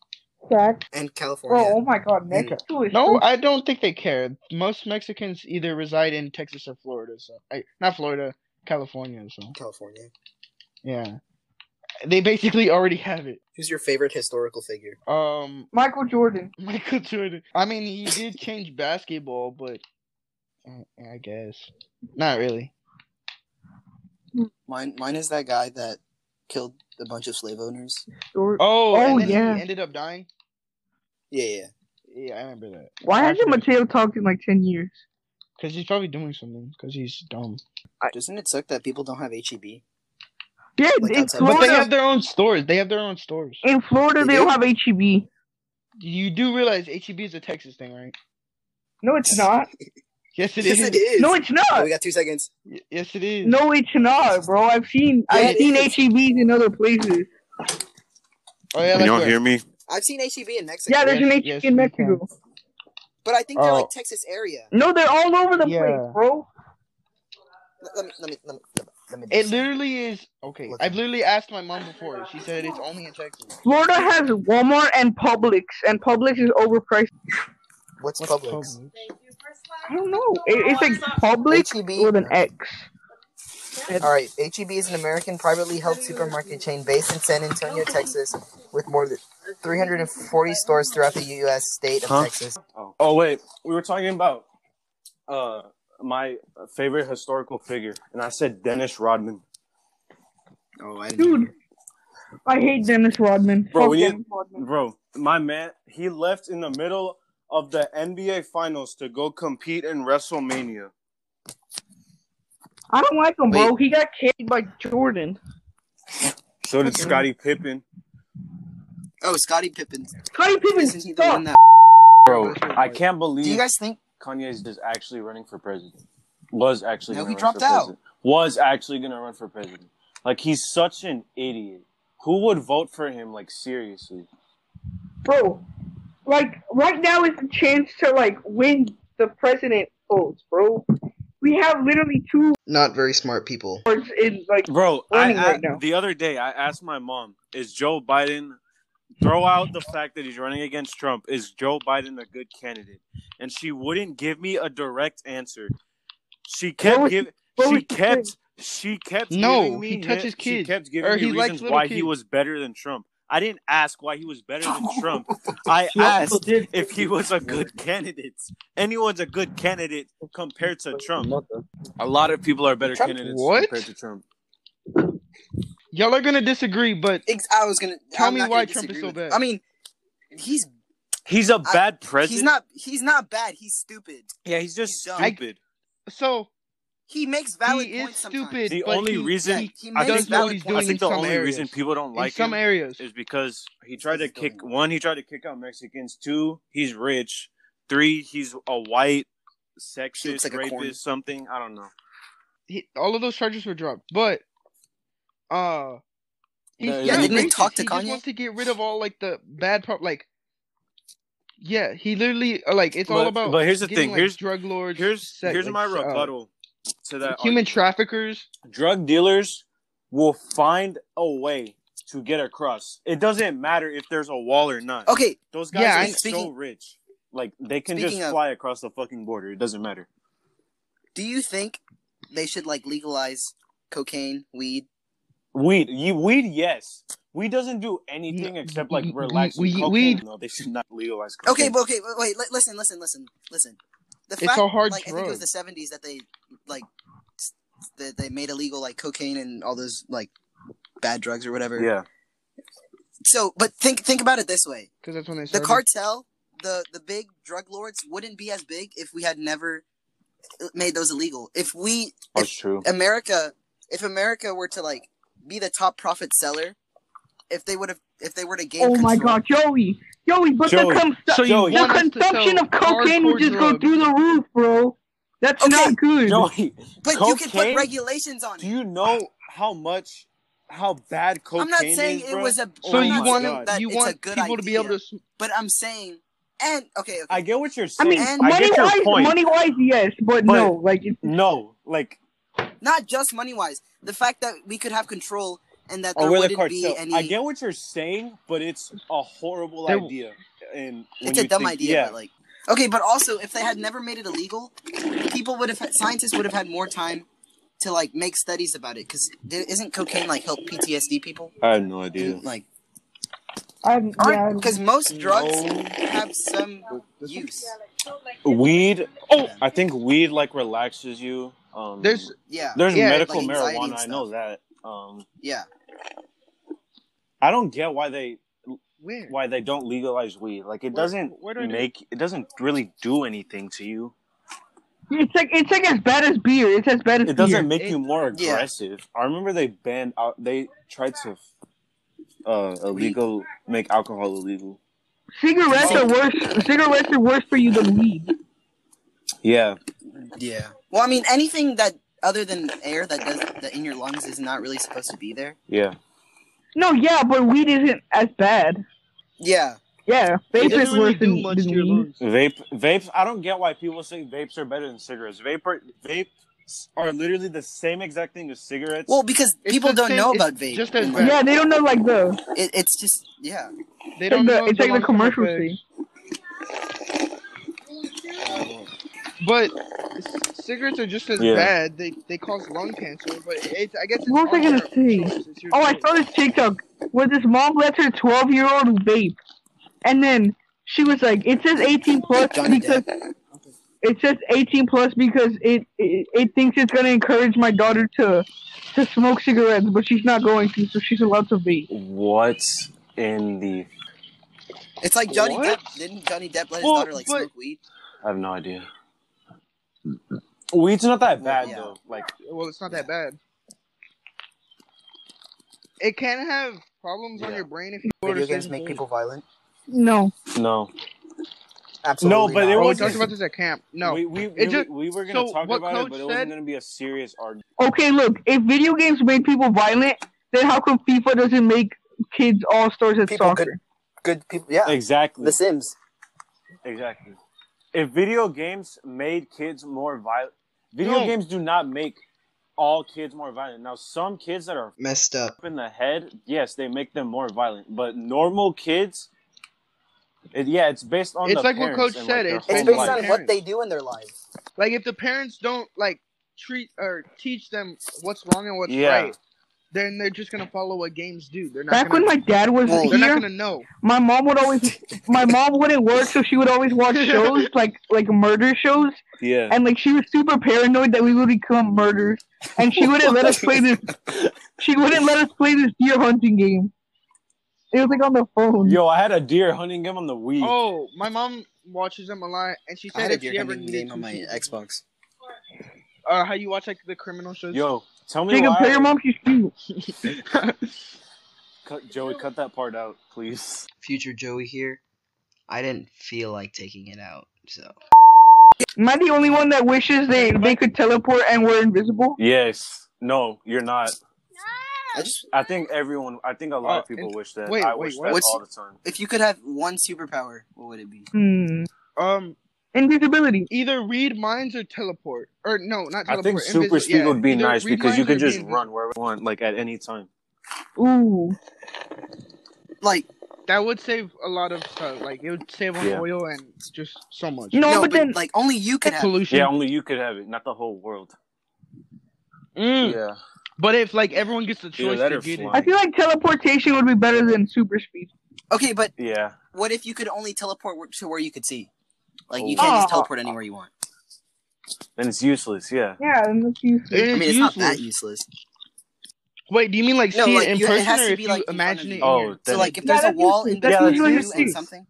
Speaker 4: that,
Speaker 2: and
Speaker 4: bro.
Speaker 2: California.
Speaker 4: Oh my god, Mexico is
Speaker 3: Mm. No,
Speaker 4: so-
Speaker 3: I don't think they care. Most Mexicans either reside in Texas or Florida, so I, not Florida, California. So
Speaker 2: California.
Speaker 3: yeah, they basically already have it.
Speaker 2: Who's your favorite historical figure?
Speaker 3: Um,
Speaker 4: Michael Jordan.
Speaker 3: Michael Jordan. I mean, he did change basketball, but I- I guess not really.
Speaker 2: Mine. Mine is that guy that killed a bunch of slave owners.
Speaker 4: Or-
Speaker 3: Oh,
Speaker 4: Oh,
Speaker 3: and then
Speaker 4: yeah.
Speaker 3: he ended up dying.
Speaker 2: Yeah, yeah.
Speaker 3: Yeah, I remember that.
Speaker 4: Why hasn't Mateo talked in like ten years?
Speaker 3: Because he's probably doing something. Because he's dumb.
Speaker 2: Doesn't it suck that people don't have E HEB?
Speaker 4: Yeah,
Speaker 2: Like
Speaker 4: in
Speaker 2: outside- But
Speaker 4: Florida,
Speaker 3: But they have their own stores. They have their own stores.
Speaker 4: in Florida
Speaker 2: They
Speaker 4: they, don't have E HEB.
Speaker 3: You do realize HEB is a Texas thing, right?
Speaker 4: No, it's not.
Speaker 3: Yes, it
Speaker 2: yes,
Speaker 3: is.
Speaker 2: it is.
Speaker 4: No, it's
Speaker 2: Oh,
Speaker 4: not.
Speaker 2: we got two seconds.
Speaker 3: Y- Yes, it is.
Speaker 4: No, it's not, bro. I've seen
Speaker 2: Yeah,
Speaker 4: I've
Speaker 2: it
Speaker 4: seen
Speaker 2: is.
Speaker 4: HEBs in other places.
Speaker 3: Oh yeah,
Speaker 1: Can
Speaker 3: like
Speaker 1: y'all
Speaker 3: where?
Speaker 1: hear me?
Speaker 2: I've seen HEB in Mexico.
Speaker 4: Yeah, there's an
Speaker 3: Yes,
Speaker 4: HEB
Speaker 3: yes,
Speaker 4: in
Speaker 3: we
Speaker 4: Mexico.
Speaker 2: but I think they're
Speaker 3: Oh.
Speaker 2: like Texas area.
Speaker 4: No, they're all over the
Speaker 3: Yeah.
Speaker 4: place, bro.
Speaker 2: Let, let me, let me, let me, let me, let me do
Speaker 3: It
Speaker 2: this.
Speaker 3: literally is. Okay,
Speaker 2: Look.
Speaker 3: I've literally asked my mom before. She said it's only in Texas.
Speaker 4: Florida has Walmart and Publix, and Publix is overpriced.
Speaker 2: What's,
Speaker 3: What's
Speaker 2: Publix?
Speaker 3: Publix?
Speaker 4: I don't know. It, it's like Publix
Speaker 2: H-E-B.
Speaker 4: with an X.
Speaker 2: All right. HEB E is an American privately held supermarket chain based in San Antonio, Texas, with more than 340 stores throughout the U.S. state of
Speaker 1: Huh?
Speaker 2: Texas.
Speaker 1: Oh. wait, we were talking about uh my favorite historical figure, and I said Dennis Rodman.
Speaker 2: Oh, I
Speaker 4: Dude, I hate Dennis Rodman.
Speaker 1: Bro,
Speaker 4: Fuck
Speaker 1: we need-
Speaker 4: Dennis Rodman.
Speaker 1: Bro, my man, he left in the middle of the NBA Finals to go compete in WrestleMania.
Speaker 4: I don't like him,
Speaker 2: Wait.
Speaker 4: bro. He got carried by Jordan.
Speaker 1: So did Scottie Pippen.
Speaker 2: Oh, Scottie Pippen.
Speaker 4: Scottie Pippen
Speaker 2: Isn't he the one
Speaker 4: sucks.
Speaker 2: that?
Speaker 1: Bro, I can't believe
Speaker 2: Do you guys think?
Speaker 1: Kanye's just actually running for president. Was actually
Speaker 2: No,
Speaker 1: gonna
Speaker 2: he
Speaker 1: run
Speaker 2: dropped
Speaker 1: for
Speaker 2: out.
Speaker 1: president. Was actually gonna run for president. Like he's such an idiot. Who would vote for him? Like seriously.
Speaker 4: Bro, like, right now is the chance to, like, win the president votes, bro. We have literally two
Speaker 5: Not very smart people.
Speaker 4: words in, like,
Speaker 1: Bro, I,
Speaker 4: Running right
Speaker 1: a-
Speaker 4: now.
Speaker 1: the other day I asked my mom, "Is Joe Biden throw out the fact that he's running against Trump? Is Joe Biden a good candidate?" And she wouldn't give me a direct answer. She kept
Speaker 4: was-
Speaker 1: giving.
Speaker 4: what
Speaker 1: She
Speaker 4: was the thing?
Speaker 1: kept. She kept.
Speaker 3: No,
Speaker 1: giving me
Speaker 3: he
Speaker 1: hint-
Speaker 3: touches
Speaker 1: She
Speaker 3: kids,
Speaker 1: kept giving
Speaker 3: or
Speaker 1: me
Speaker 3: he likes
Speaker 1: reasons
Speaker 3: little
Speaker 1: why he
Speaker 3: kids.
Speaker 1: was better than Trump. I didn't ask why he was better than Trump. I
Speaker 2: He also
Speaker 1: asked
Speaker 2: did-
Speaker 1: if he was a good candidate. Anyone's a good candidate compared to Trump. A lot of people are better
Speaker 2: Trump-
Speaker 1: candidates
Speaker 3: What?
Speaker 1: compared to Trump.
Speaker 3: Y'all are gonna disagree, but
Speaker 2: Ex- I was gonna
Speaker 3: Tell
Speaker 2: I'm
Speaker 3: me
Speaker 2: not
Speaker 3: why
Speaker 2: gonna
Speaker 3: Trump is
Speaker 2: disagree
Speaker 3: so
Speaker 2: with-
Speaker 3: bad.
Speaker 2: I mean, he's
Speaker 1: He's a
Speaker 2: I-
Speaker 1: bad president.
Speaker 2: he's not he's not bad. He's stupid.
Speaker 1: Yeah, he's just
Speaker 2: He's dumb.
Speaker 1: stupid.
Speaker 3: so
Speaker 2: He makes valid
Speaker 3: he is
Speaker 2: points sometimes.
Speaker 3: stupid.
Speaker 1: The
Speaker 3: but
Speaker 1: only
Speaker 3: he-
Speaker 1: reason-
Speaker 2: Yeah, he
Speaker 1: I
Speaker 2: makes
Speaker 1: think-
Speaker 3: does know what
Speaker 2: valid
Speaker 3: he's
Speaker 2: points.
Speaker 1: I
Speaker 3: doing
Speaker 1: think
Speaker 3: in
Speaker 1: the
Speaker 3: some
Speaker 1: only
Speaker 3: areas.
Speaker 1: reason people don't
Speaker 3: in
Speaker 1: like
Speaker 3: some
Speaker 1: him
Speaker 3: areas.
Speaker 1: is because he tried to
Speaker 2: He's
Speaker 1: kick
Speaker 2: dumb.
Speaker 1: one, he tried to kick out Mexicans. Two, he's rich. Three, he's a white
Speaker 2: He looks
Speaker 1: sexist
Speaker 2: like a corn.
Speaker 1: rapist. Something I don't know.
Speaker 3: He, all of those charges were dropped, but uh, he's
Speaker 1: No,
Speaker 3: not
Speaker 1: yeah, didn't
Speaker 2: he
Speaker 3: racist.
Speaker 2: talk to
Speaker 3: he just
Speaker 2: Kanye?
Speaker 3: wants to get rid of all like the bad part. Like, yeah, he literally uh, like it's all
Speaker 1: But-
Speaker 3: about.
Speaker 1: but here's the
Speaker 3: getting,
Speaker 1: thing,
Speaker 3: like,
Speaker 1: here's-
Speaker 3: drug lords.
Speaker 1: Here's
Speaker 3: sec-
Speaker 1: here's
Speaker 3: like,
Speaker 1: my
Speaker 3: uh,
Speaker 1: rebuttal to that
Speaker 3: Human traffickers.
Speaker 1: drug dealers will find a way to get across. It doesn't matter if there's a wall or not.
Speaker 2: Okay,
Speaker 1: Those guys
Speaker 3: Yeah,
Speaker 1: are
Speaker 2: and
Speaker 1: so
Speaker 2: speaking-
Speaker 1: rich. Like they can just
Speaker 2: Speaking of-
Speaker 1: fly across the fucking border. It doesn't matter.
Speaker 2: do you think they should like legalize cocaine, weed?
Speaker 1: Weed, you, weed, yes. Weed doesn't do anything except like
Speaker 3: we- we-
Speaker 1: relax.
Speaker 3: we-
Speaker 1: you. Cocaine,
Speaker 3: weed-
Speaker 1: No, they should not legalize cocaine.
Speaker 2: Okay, but okay, but wait, li- listen, listen, listen, listen. The
Speaker 3: It's a hard
Speaker 2: like I think it was
Speaker 3: drug.
Speaker 2: the seventies that they like s- that they made illegal like cocaine and all those like bad drugs or whatever.
Speaker 1: yeah,
Speaker 2: So, but think think about it this way:
Speaker 3: Because that's when they
Speaker 2: the
Speaker 3: started.
Speaker 2: cartel, the the big drug lords, wouldn't be as big if we had never uh, made those illegal. If we
Speaker 1: that's true.
Speaker 2: America, if America were to like be the top profit seller, if they would have, if they were to gain.
Speaker 4: Oh my
Speaker 2: control-
Speaker 4: god, Joey, Joey, but
Speaker 1: Joey,
Speaker 4: the, com-
Speaker 3: So you
Speaker 1: Joey.
Speaker 4: the
Speaker 3: want us to
Speaker 4: consumption
Speaker 3: sell
Speaker 4: of cocaine would
Speaker 3: hardcore
Speaker 4: just go
Speaker 3: drugs.
Speaker 4: through the roof, bro. That's
Speaker 2: Okay.
Speaker 4: not good.
Speaker 1: Joey,
Speaker 2: But you could put
Speaker 1: Cocaine?
Speaker 2: regulations on
Speaker 1: do
Speaker 2: it.
Speaker 1: you know how much, how bad cocaine
Speaker 2: I'm not saying
Speaker 1: is,
Speaker 2: it
Speaker 1: bro?
Speaker 2: was a.
Speaker 3: So
Speaker 1: Oh
Speaker 2: I'm
Speaker 3: you
Speaker 2: not
Speaker 1: my
Speaker 3: want
Speaker 1: God.
Speaker 2: saying that
Speaker 3: you
Speaker 2: it's a
Speaker 3: want
Speaker 2: good
Speaker 3: people to be able to.
Speaker 2: idea,
Speaker 3: s-
Speaker 2: But I'm saying, and okay, okay.
Speaker 1: I get what you're
Speaker 4: I
Speaker 1: saying.
Speaker 4: mean,
Speaker 2: And-
Speaker 1: I
Speaker 4: money
Speaker 1: get your
Speaker 4: wise,
Speaker 1: point.
Speaker 4: money wise, yes, but,
Speaker 1: But-
Speaker 4: no, like it's
Speaker 1: No, like
Speaker 2: not just money wise, the fact that we could have control and that
Speaker 1: or
Speaker 2: there
Speaker 1: with a
Speaker 2: wouldn't
Speaker 1: Oh, cartel.
Speaker 2: be any.
Speaker 1: I get what you're saying, but it's a horrible
Speaker 3: They-
Speaker 1: idea. And when
Speaker 2: it's a
Speaker 1: you
Speaker 2: dumb
Speaker 1: think-
Speaker 2: idea,
Speaker 1: Yeah,
Speaker 2: but like. Okay, but also if they had never made it illegal, people would have had, scientists would have had more time to like make studies about it because isn't cocaine like help PTSD people?
Speaker 1: I have no idea.
Speaker 2: And, like,
Speaker 4: I'm yeah. I'm-
Speaker 2: because most drugs have some use.
Speaker 1: Weed. Oh, I think weed like relaxes you. Um,
Speaker 3: There's
Speaker 2: Yeah,
Speaker 1: there's
Speaker 3: Yeah,
Speaker 1: medical
Speaker 2: like anxiety and
Speaker 1: marijuana. I know that. Um,
Speaker 2: yeah.
Speaker 1: I don't get why they
Speaker 3: where
Speaker 1: why they don't legalize weed. Like it
Speaker 3: Where-
Speaker 1: doesn't
Speaker 3: where do I do-
Speaker 1: make it doesn't really do anything to you.
Speaker 4: It's like it's like as bad as beer. It's as bad as
Speaker 1: It doesn't
Speaker 4: beer.
Speaker 1: make
Speaker 3: It-
Speaker 1: you more
Speaker 2: Yeah.
Speaker 1: aggressive. I remember they banned out. They tried to uh illegal make alcohol illegal.
Speaker 4: Cigarettes are worse. Cigarettes are worse for you than weed.
Speaker 1: Yeah,
Speaker 2: Yeah. Well, I mean, anything that other than air that does that in your lungs is not really supposed to be there.
Speaker 1: yeah.
Speaker 4: No, yeah, but weed isn't as bad.
Speaker 2: Yeah.
Speaker 4: Yeah,
Speaker 3: it
Speaker 4: vape is
Speaker 3: doesn't really
Speaker 4: worse
Speaker 3: do
Speaker 4: than,
Speaker 3: much
Speaker 4: than
Speaker 3: to your
Speaker 4: weed.
Speaker 3: lungs.
Speaker 1: Vape vapes. I don't get why people say vapes are better than cigarettes. Vape are, vapes are literally the same exact thing as cigarettes.
Speaker 2: Well, because
Speaker 3: It's
Speaker 2: people
Speaker 3: the
Speaker 2: don't
Speaker 3: same-
Speaker 2: know
Speaker 3: it's
Speaker 2: about vape.
Speaker 3: just as
Speaker 2: and,
Speaker 3: bad.
Speaker 2: like,
Speaker 4: Yeah, they don't know like the
Speaker 2: it, it's just yeah.
Speaker 3: They
Speaker 4: like
Speaker 3: don't
Speaker 4: the
Speaker 3: know
Speaker 4: it's like the
Speaker 3: long-term
Speaker 4: commercial
Speaker 3: effects.
Speaker 4: thing.
Speaker 3: But c- cigarettes are just as
Speaker 1: Yeah.
Speaker 3: bad. They they cause lung cancer. But it's I guess it's
Speaker 4: What was I
Speaker 3: all
Speaker 4: gonna
Speaker 3: your
Speaker 4: say?
Speaker 3: choice. It's your
Speaker 4: Oh, I
Speaker 3: choice.
Speaker 4: saw this TikTok where this mom lets her 12 year old vape, and then she was like, "It says 18 plus
Speaker 2: Johnny
Speaker 4: because it says 18 plus because it, it it thinks it's gonna encourage my daughter to to smoke cigarettes, but she's not going to, so she's allowed to vape."
Speaker 1: What in the?
Speaker 2: It's like Johnny
Speaker 3: What?
Speaker 2: Depp. Didn't Johnny Depp let his
Speaker 3: Well,
Speaker 2: daughter like
Speaker 3: but-
Speaker 2: smoke weed?
Speaker 1: I have no idea. Weed's not that bad
Speaker 2: Yeah.
Speaker 1: though. Like
Speaker 3: Well, it's not that bad. It can have problems on
Speaker 1: Yeah.
Speaker 3: your brain if you go to certain things.
Speaker 2: violent.
Speaker 4: No,
Speaker 1: no,
Speaker 2: Absolutely.
Speaker 1: but it
Speaker 3: Bro, Oh, we
Speaker 1: was-
Speaker 3: talked about this at camp. No,
Speaker 1: we we we,
Speaker 3: It just-
Speaker 1: we were gonna
Speaker 3: so
Speaker 1: talk
Speaker 3: what
Speaker 1: about
Speaker 3: Coach
Speaker 1: it, but it
Speaker 3: said-
Speaker 1: wasn't gonna be a serious argument.
Speaker 4: okay, look, if video games make people violent, then how come FIFA doesn't make kids all stars at
Speaker 2: People
Speaker 4: soccer?
Speaker 2: could- good people. Yeah.
Speaker 1: Exactly.
Speaker 2: Sims.
Speaker 1: Exactly. If video games made kids more violent, video
Speaker 3: No.
Speaker 1: games do not make all kids more violent. Now, some kids that are
Speaker 5: Messed up.
Speaker 1: up in the head, yes, they make them more violent. But normal kids, it, yeah, it's based on.
Speaker 3: It's
Speaker 1: the
Speaker 3: like what
Speaker 1: parents
Speaker 3: Coach
Speaker 1: and,
Speaker 3: said,
Speaker 1: Like, their
Speaker 3: it's
Speaker 1: whole
Speaker 3: based on
Speaker 1: life.
Speaker 3: what Parents. they
Speaker 2: do in their lives.
Speaker 3: like if the parents don't like treat or teach them what's wrong and what's
Speaker 1: Yeah.
Speaker 3: right, then they're just gonna follow what games do. They're not.
Speaker 4: Back
Speaker 3: gonna,
Speaker 4: when my dad was
Speaker 2: Well,
Speaker 3: they're
Speaker 4: here,
Speaker 3: not gonna know.
Speaker 4: my mom would always my mom wouldn't work so she would always watch shows like like murder shows
Speaker 1: Yeah.
Speaker 4: and like she was super paranoid that we would become murderers and she wouldn't let us play this she wouldn't let us play this deer hunting game it was like on the phone
Speaker 1: Yo, I had a deer hunting game on the Wii.
Speaker 3: Oh, my mom watches them a lot, and she
Speaker 2: I
Speaker 3: said
Speaker 2: had a
Speaker 3: if
Speaker 2: deer
Speaker 3: she ever
Speaker 2: hunting
Speaker 3: needed
Speaker 2: game on
Speaker 3: to
Speaker 2: my
Speaker 3: see-
Speaker 2: Xbox.
Speaker 3: uh, how you watch like the criminal shows.
Speaker 1: Yo, tell me
Speaker 4: jacob
Speaker 1: why.
Speaker 4: play your monkey shoot
Speaker 1: Cut, Joey, cut that part out, please.
Speaker 5: Future Joey here. I didn't feel like taking it out, so.
Speaker 4: am i the only one that wishes they they could teleport and were invisible
Speaker 1: Yes. No, you're not.
Speaker 2: I just
Speaker 1: I think everyone. I think a lot of
Speaker 3: Oh,
Speaker 1: people
Speaker 3: and-
Speaker 1: wish that.
Speaker 3: wait,
Speaker 1: I
Speaker 3: wait,
Speaker 1: wish
Speaker 3: what?
Speaker 1: that
Speaker 2: What's-
Speaker 1: all the time.
Speaker 2: if you could have one superpower, what would it be?
Speaker 4: hmm
Speaker 3: Um,
Speaker 4: Invisibility.
Speaker 3: Either read minds or teleport. Or no, not teleport.
Speaker 1: I think super
Speaker 3: invis-
Speaker 1: speed
Speaker 3: yeah,
Speaker 1: would be
Speaker 3: either
Speaker 1: nice
Speaker 3: read
Speaker 1: because you
Speaker 3: minds
Speaker 1: could
Speaker 3: or be
Speaker 1: just
Speaker 3: invis-
Speaker 1: run wherever you want, like at any time.
Speaker 4: Ooh.
Speaker 2: Like
Speaker 3: That would save a lot of stuff. Like it would save on
Speaker 1: Yeah.
Speaker 3: oil and just so much.
Speaker 4: No,
Speaker 2: no,
Speaker 4: but, then
Speaker 2: like only you could have.
Speaker 3: pollution.
Speaker 1: Yeah, only you could have it, not the whole world.
Speaker 3: Mm.
Speaker 1: Yeah,
Speaker 3: But if like everyone gets the choice
Speaker 1: that
Speaker 3: to
Speaker 1: or
Speaker 3: get
Speaker 1: fly.
Speaker 4: I
Speaker 3: it,
Speaker 4: feel like teleportation would be better than super speed.
Speaker 2: Okay, but
Speaker 1: yeah.
Speaker 2: what if you could only teleport where- to where you could see? Like you
Speaker 1: Oh.
Speaker 2: can't just
Speaker 4: Oh.
Speaker 2: teleport anywhere you want.
Speaker 1: Then it's useless. Yeah.
Speaker 4: Yeah, then that's useless.
Speaker 3: It
Speaker 2: I
Speaker 3: is
Speaker 2: mean, it's
Speaker 3: useless.
Speaker 2: not that useless.
Speaker 3: Wait, do you mean like
Speaker 2: No,
Speaker 3: see
Speaker 2: like,
Speaker 3: it in
Speaker 2: you- it
Speaker 3: person,
Speaker 2: has
Speaker 3: or
Speaker 2: to
Speaker 3: if
Speaker 2: be,
Speaker 3: you
Speaker 2: like, in front
Speaker 3: imagine
Speaker 2: of
Speaker 3: it?
Speaker 2: you.
Speaker 3: in your-
Speaker 1: Oh,
Speaker 2: So
Speaker 1: then
Speaker 2: like, if
Speaker 4: Yeah,
Speaker 2: there's a
Speaker 4: that's
Speaker 2: wall
Speaker 4: useless.
Speaker 2: in
Speaker 4: That's
Speaker 2: between
Speaker 1: usually
Speaker 2: you and
Speaker 4: useless.
Speaker 2: something.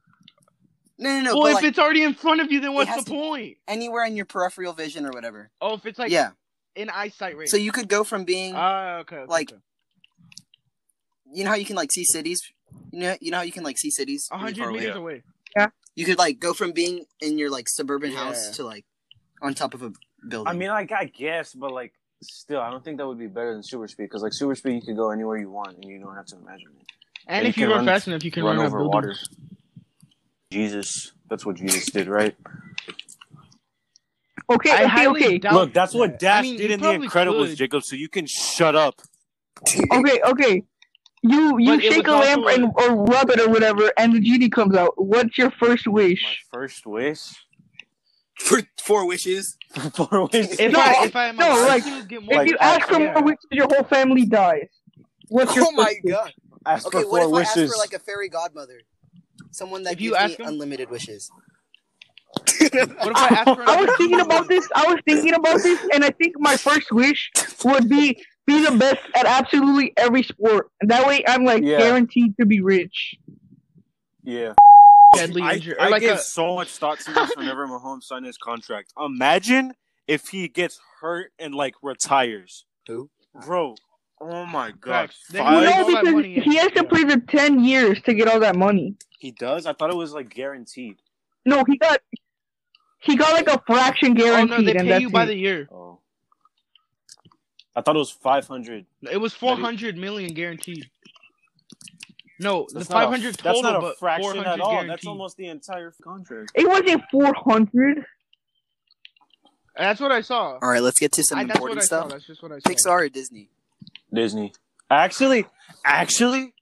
Speaker 2: No, no, no.
Speaker 3: well,
Speaker 2: but
Speaker 3: if
Speaker 2: like
Speaker 3: it's already in front of you, then what's
Speaker 2: has
Speaker 3: the
Speaker 2: to-
Speaker 3: point?
Speaker 2: anywhere in your peripheral vision or whatever.
Speaker 3: Oh, if it's like
Speaker 2: yeah.
Speaker 3: in eyesight range.
Speaker 2: So you could go from being,
Speaker 3: Ah, okay, okay,
Speaker 2: like,
Speaker 3: okay.
Speaker 2: you know how you can like see cities. You know, you know how you can like see cities.
Speaker 3: a
Speaker 2: when you're
Speaker 3: hundred
Speaker 2: far away?
Speaker 3: meters
Speaker 1: Yeah.
Speaker 3: away.
Speaker 2: You could like go from being in your like suburban house
Speaker 3: Yeah.
Speaker 2: to like on top of a building.
Speaker 1: I mean, like I guess, but like still, I don't think that would be better than super speed because like super speed, you could go anywhere you want and you don't have to imagine it.
Speaker 3: And
Speaker 1: you
Speaker 3: if you
Speaker 1: can run-
Speaker 3: run fast enough, you can
Speaker 1: Run
Speaker 3: run, up
Speaker 1: over
Speaker 3: buildings.
Speaker 1: water. Jesus, that's what Jesus did, right?
Speaker 4: Okay,
Speaker 3: I
Speaker 4: okay,
Speaker 3: highly
Speaker 4: okay.
Speaker 3: doubt
Speaker 1: Look, that's what
Speaker 3: that.
Speaker 1: Dash
Speaker 3: I mean,
Speaker 1: did
Speaker 3: you
Speaker 1: in The
Speaker 3: probably
Speaker 1: Incredibles,
Speaker 3: could.
Speaker 1: Jacob. So you can shut up.
Speaker 4: Okay, okay. You you
Speaker 3: But it
Speaker 4: shake a
Speaker 3: was
Speaker 4: lamp
Speaker 3: also a-
Speaker 4: and or rub it or whatever, and the genie comes out. What's your first
Speaker 1: My
Speaker 4: wish?
Speaker 1: first wish.
Speaker 2: for four wishes.
Speaker 1: Four wishes.
Speaker 3: If
Speaker 4: No,
Speaker 3: I if I am
Speaker 4: no,
Speaker 3: allowed
Speaker 4: like,
Speaker 3: to get more
Speaker 4: If
Speaker 1: Like,
Speaker 4: you ask for
Speaker 3: yeah.
Speaker 4: more wishes, your whole family dies. What's your
Speaker 2: oh my
Speaker 4: first wish?
Speaker 2: god.
Speaker 1: ask
Speaker 2: Okay,
Speaker 1: for
Speaker 2: what
Speaker 1: four
Speaker 2: if I
Speaker 1: wishes.
Speaker 2: ask for like a fairy godmother, someone that
Speaker 3: If you
Speaker 2: gives
Speaker 3: ask
Speaker 2: me
Speaker 3: him-
Speaker 2: unlimited wishes?
Speaker 3: What if I ask for
Speaker 4: I was
Speaker 3: another
Speaker 4: thinking
Speaker 3: human?
Speaker 4: about this. I was thinking about this, and I think my first wish would be be the best at absolutely every sport. And that way, I'm like
Speaker 1: Yeah.
Speaker 4: guaranteed to be rich.
Speaker 1: yeah.
Speaker 3: deadly
Speaker 1: I,
Speaker 3: injury, or
Speaker 1: I
Speaker 3: like
Speaker 1: give
Speaker 3: a-
Speaker 1: so much thought to this whenever Mahomes signed his contract. Imagine if he gets hurt and like retires.
Speaker 2: Who?
Speaker 1: Bro, oh my god.
Speaker 3: Facts. Then
Speaker 1: Five?
Speaker 3: he
Speaker 4: no,
Speaker 3: all that
Speaker 4: because
Speaker 3: money
Speaker 4: he has to
Speaker 3: yeah.
Speaker 4: play the ten years to get all that money.
Speaker 1: He does? I thought it was like guaranteed.
Speaker 4: No, he got he got like a fraction
Speaker 3: Oh
Speaker 4: guaranteed,
Speaker 3: no, they
Speaker 4: and
Speaker 3: pay
Speaker 4: that's
Speaker 3: you by
Speaker 4: it.
Speaker 3: the year.
Speaker 1: Oh. I thought it was 500.
Speaker 3: It was four hundred million guaranteed. No,
Speaker 1: That's
Speaker 3: the
Speaker 1: not a-
Speaker 3: five hundred total,
Speaker 1: That's not a
Speaker 3: but
Speaker 1: fraction
Speaker 3: 400
Speaker 1: at all.
Speaker 3: guaranteed.
Speaker 1: That's almost the entire contract.
Speaker 4: It wasn't four hundred.
Speaker 3: That's what I saw.
Speaker 2: All right, let's get to some
Speaker 3: I, that's what
Speaker 2: important
Speaker 3: I saw.
Speaker 2: stuff.
Speaker 3: That's just what I saw.
Speaker 2: Pixar or Disney?
Speaker 1: Disney. Actually, actually,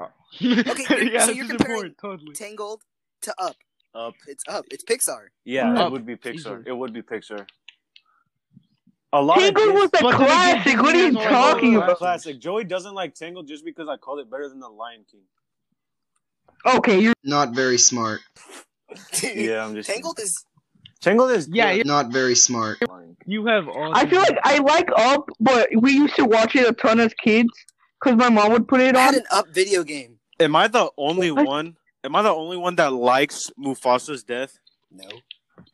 Speaker 3: okay,
Speaker 2: you're-
Speaker 3: yeah,
Speaker 2: so
Speaker 3: this
Speaker 2: you're comparing-
Speaker 3: is important, totally.
Speaker 2: Tangled to Up.
Speaker 1: up.
Speaker 2: It's Up. It's Pixar.
Speaker 1: Yeah,
Speaker 3: Up.
Speaker 1: it would be Pixar.
Speaker 3: Easily.
Speaker 1: It would be Pixar. A lot of
Speaker 4: Tingle
Speaker 1: Dis-
Speaker 4: was a
Speaker 3: But then again,
Speaker 4: classic. What are you
Speaker 3: Disney has all those
Speaker 4: talking about?
Speaker 1: Classic. Joey doesn't like Tangled just because I called it better than The Lion King.
Speaker 4: Okay, you're
Speaker 5: Not very smart.
Speaker 1: Yeah, I'm just
Speaker 2: Tangled is
Speaker 1: Tangled is
Speaker 3: Yeah,
Speaker 1: good.
Speaker 5: Not very smart.
Speaker 1: Lion King.
Speaker 3: You have all.
Speaker 4: I feel like I like Up, but we used to watch it a ton as kids because my mom would put it
Speaker 2: I
Speaker 4: on.
Speaker 2: had an Up video game.
Speaker 1: Am I the only
Speaker 4: What?
Speaker 1: one? Am I the only one that likes Mufasa's death?
Speaker 2: No.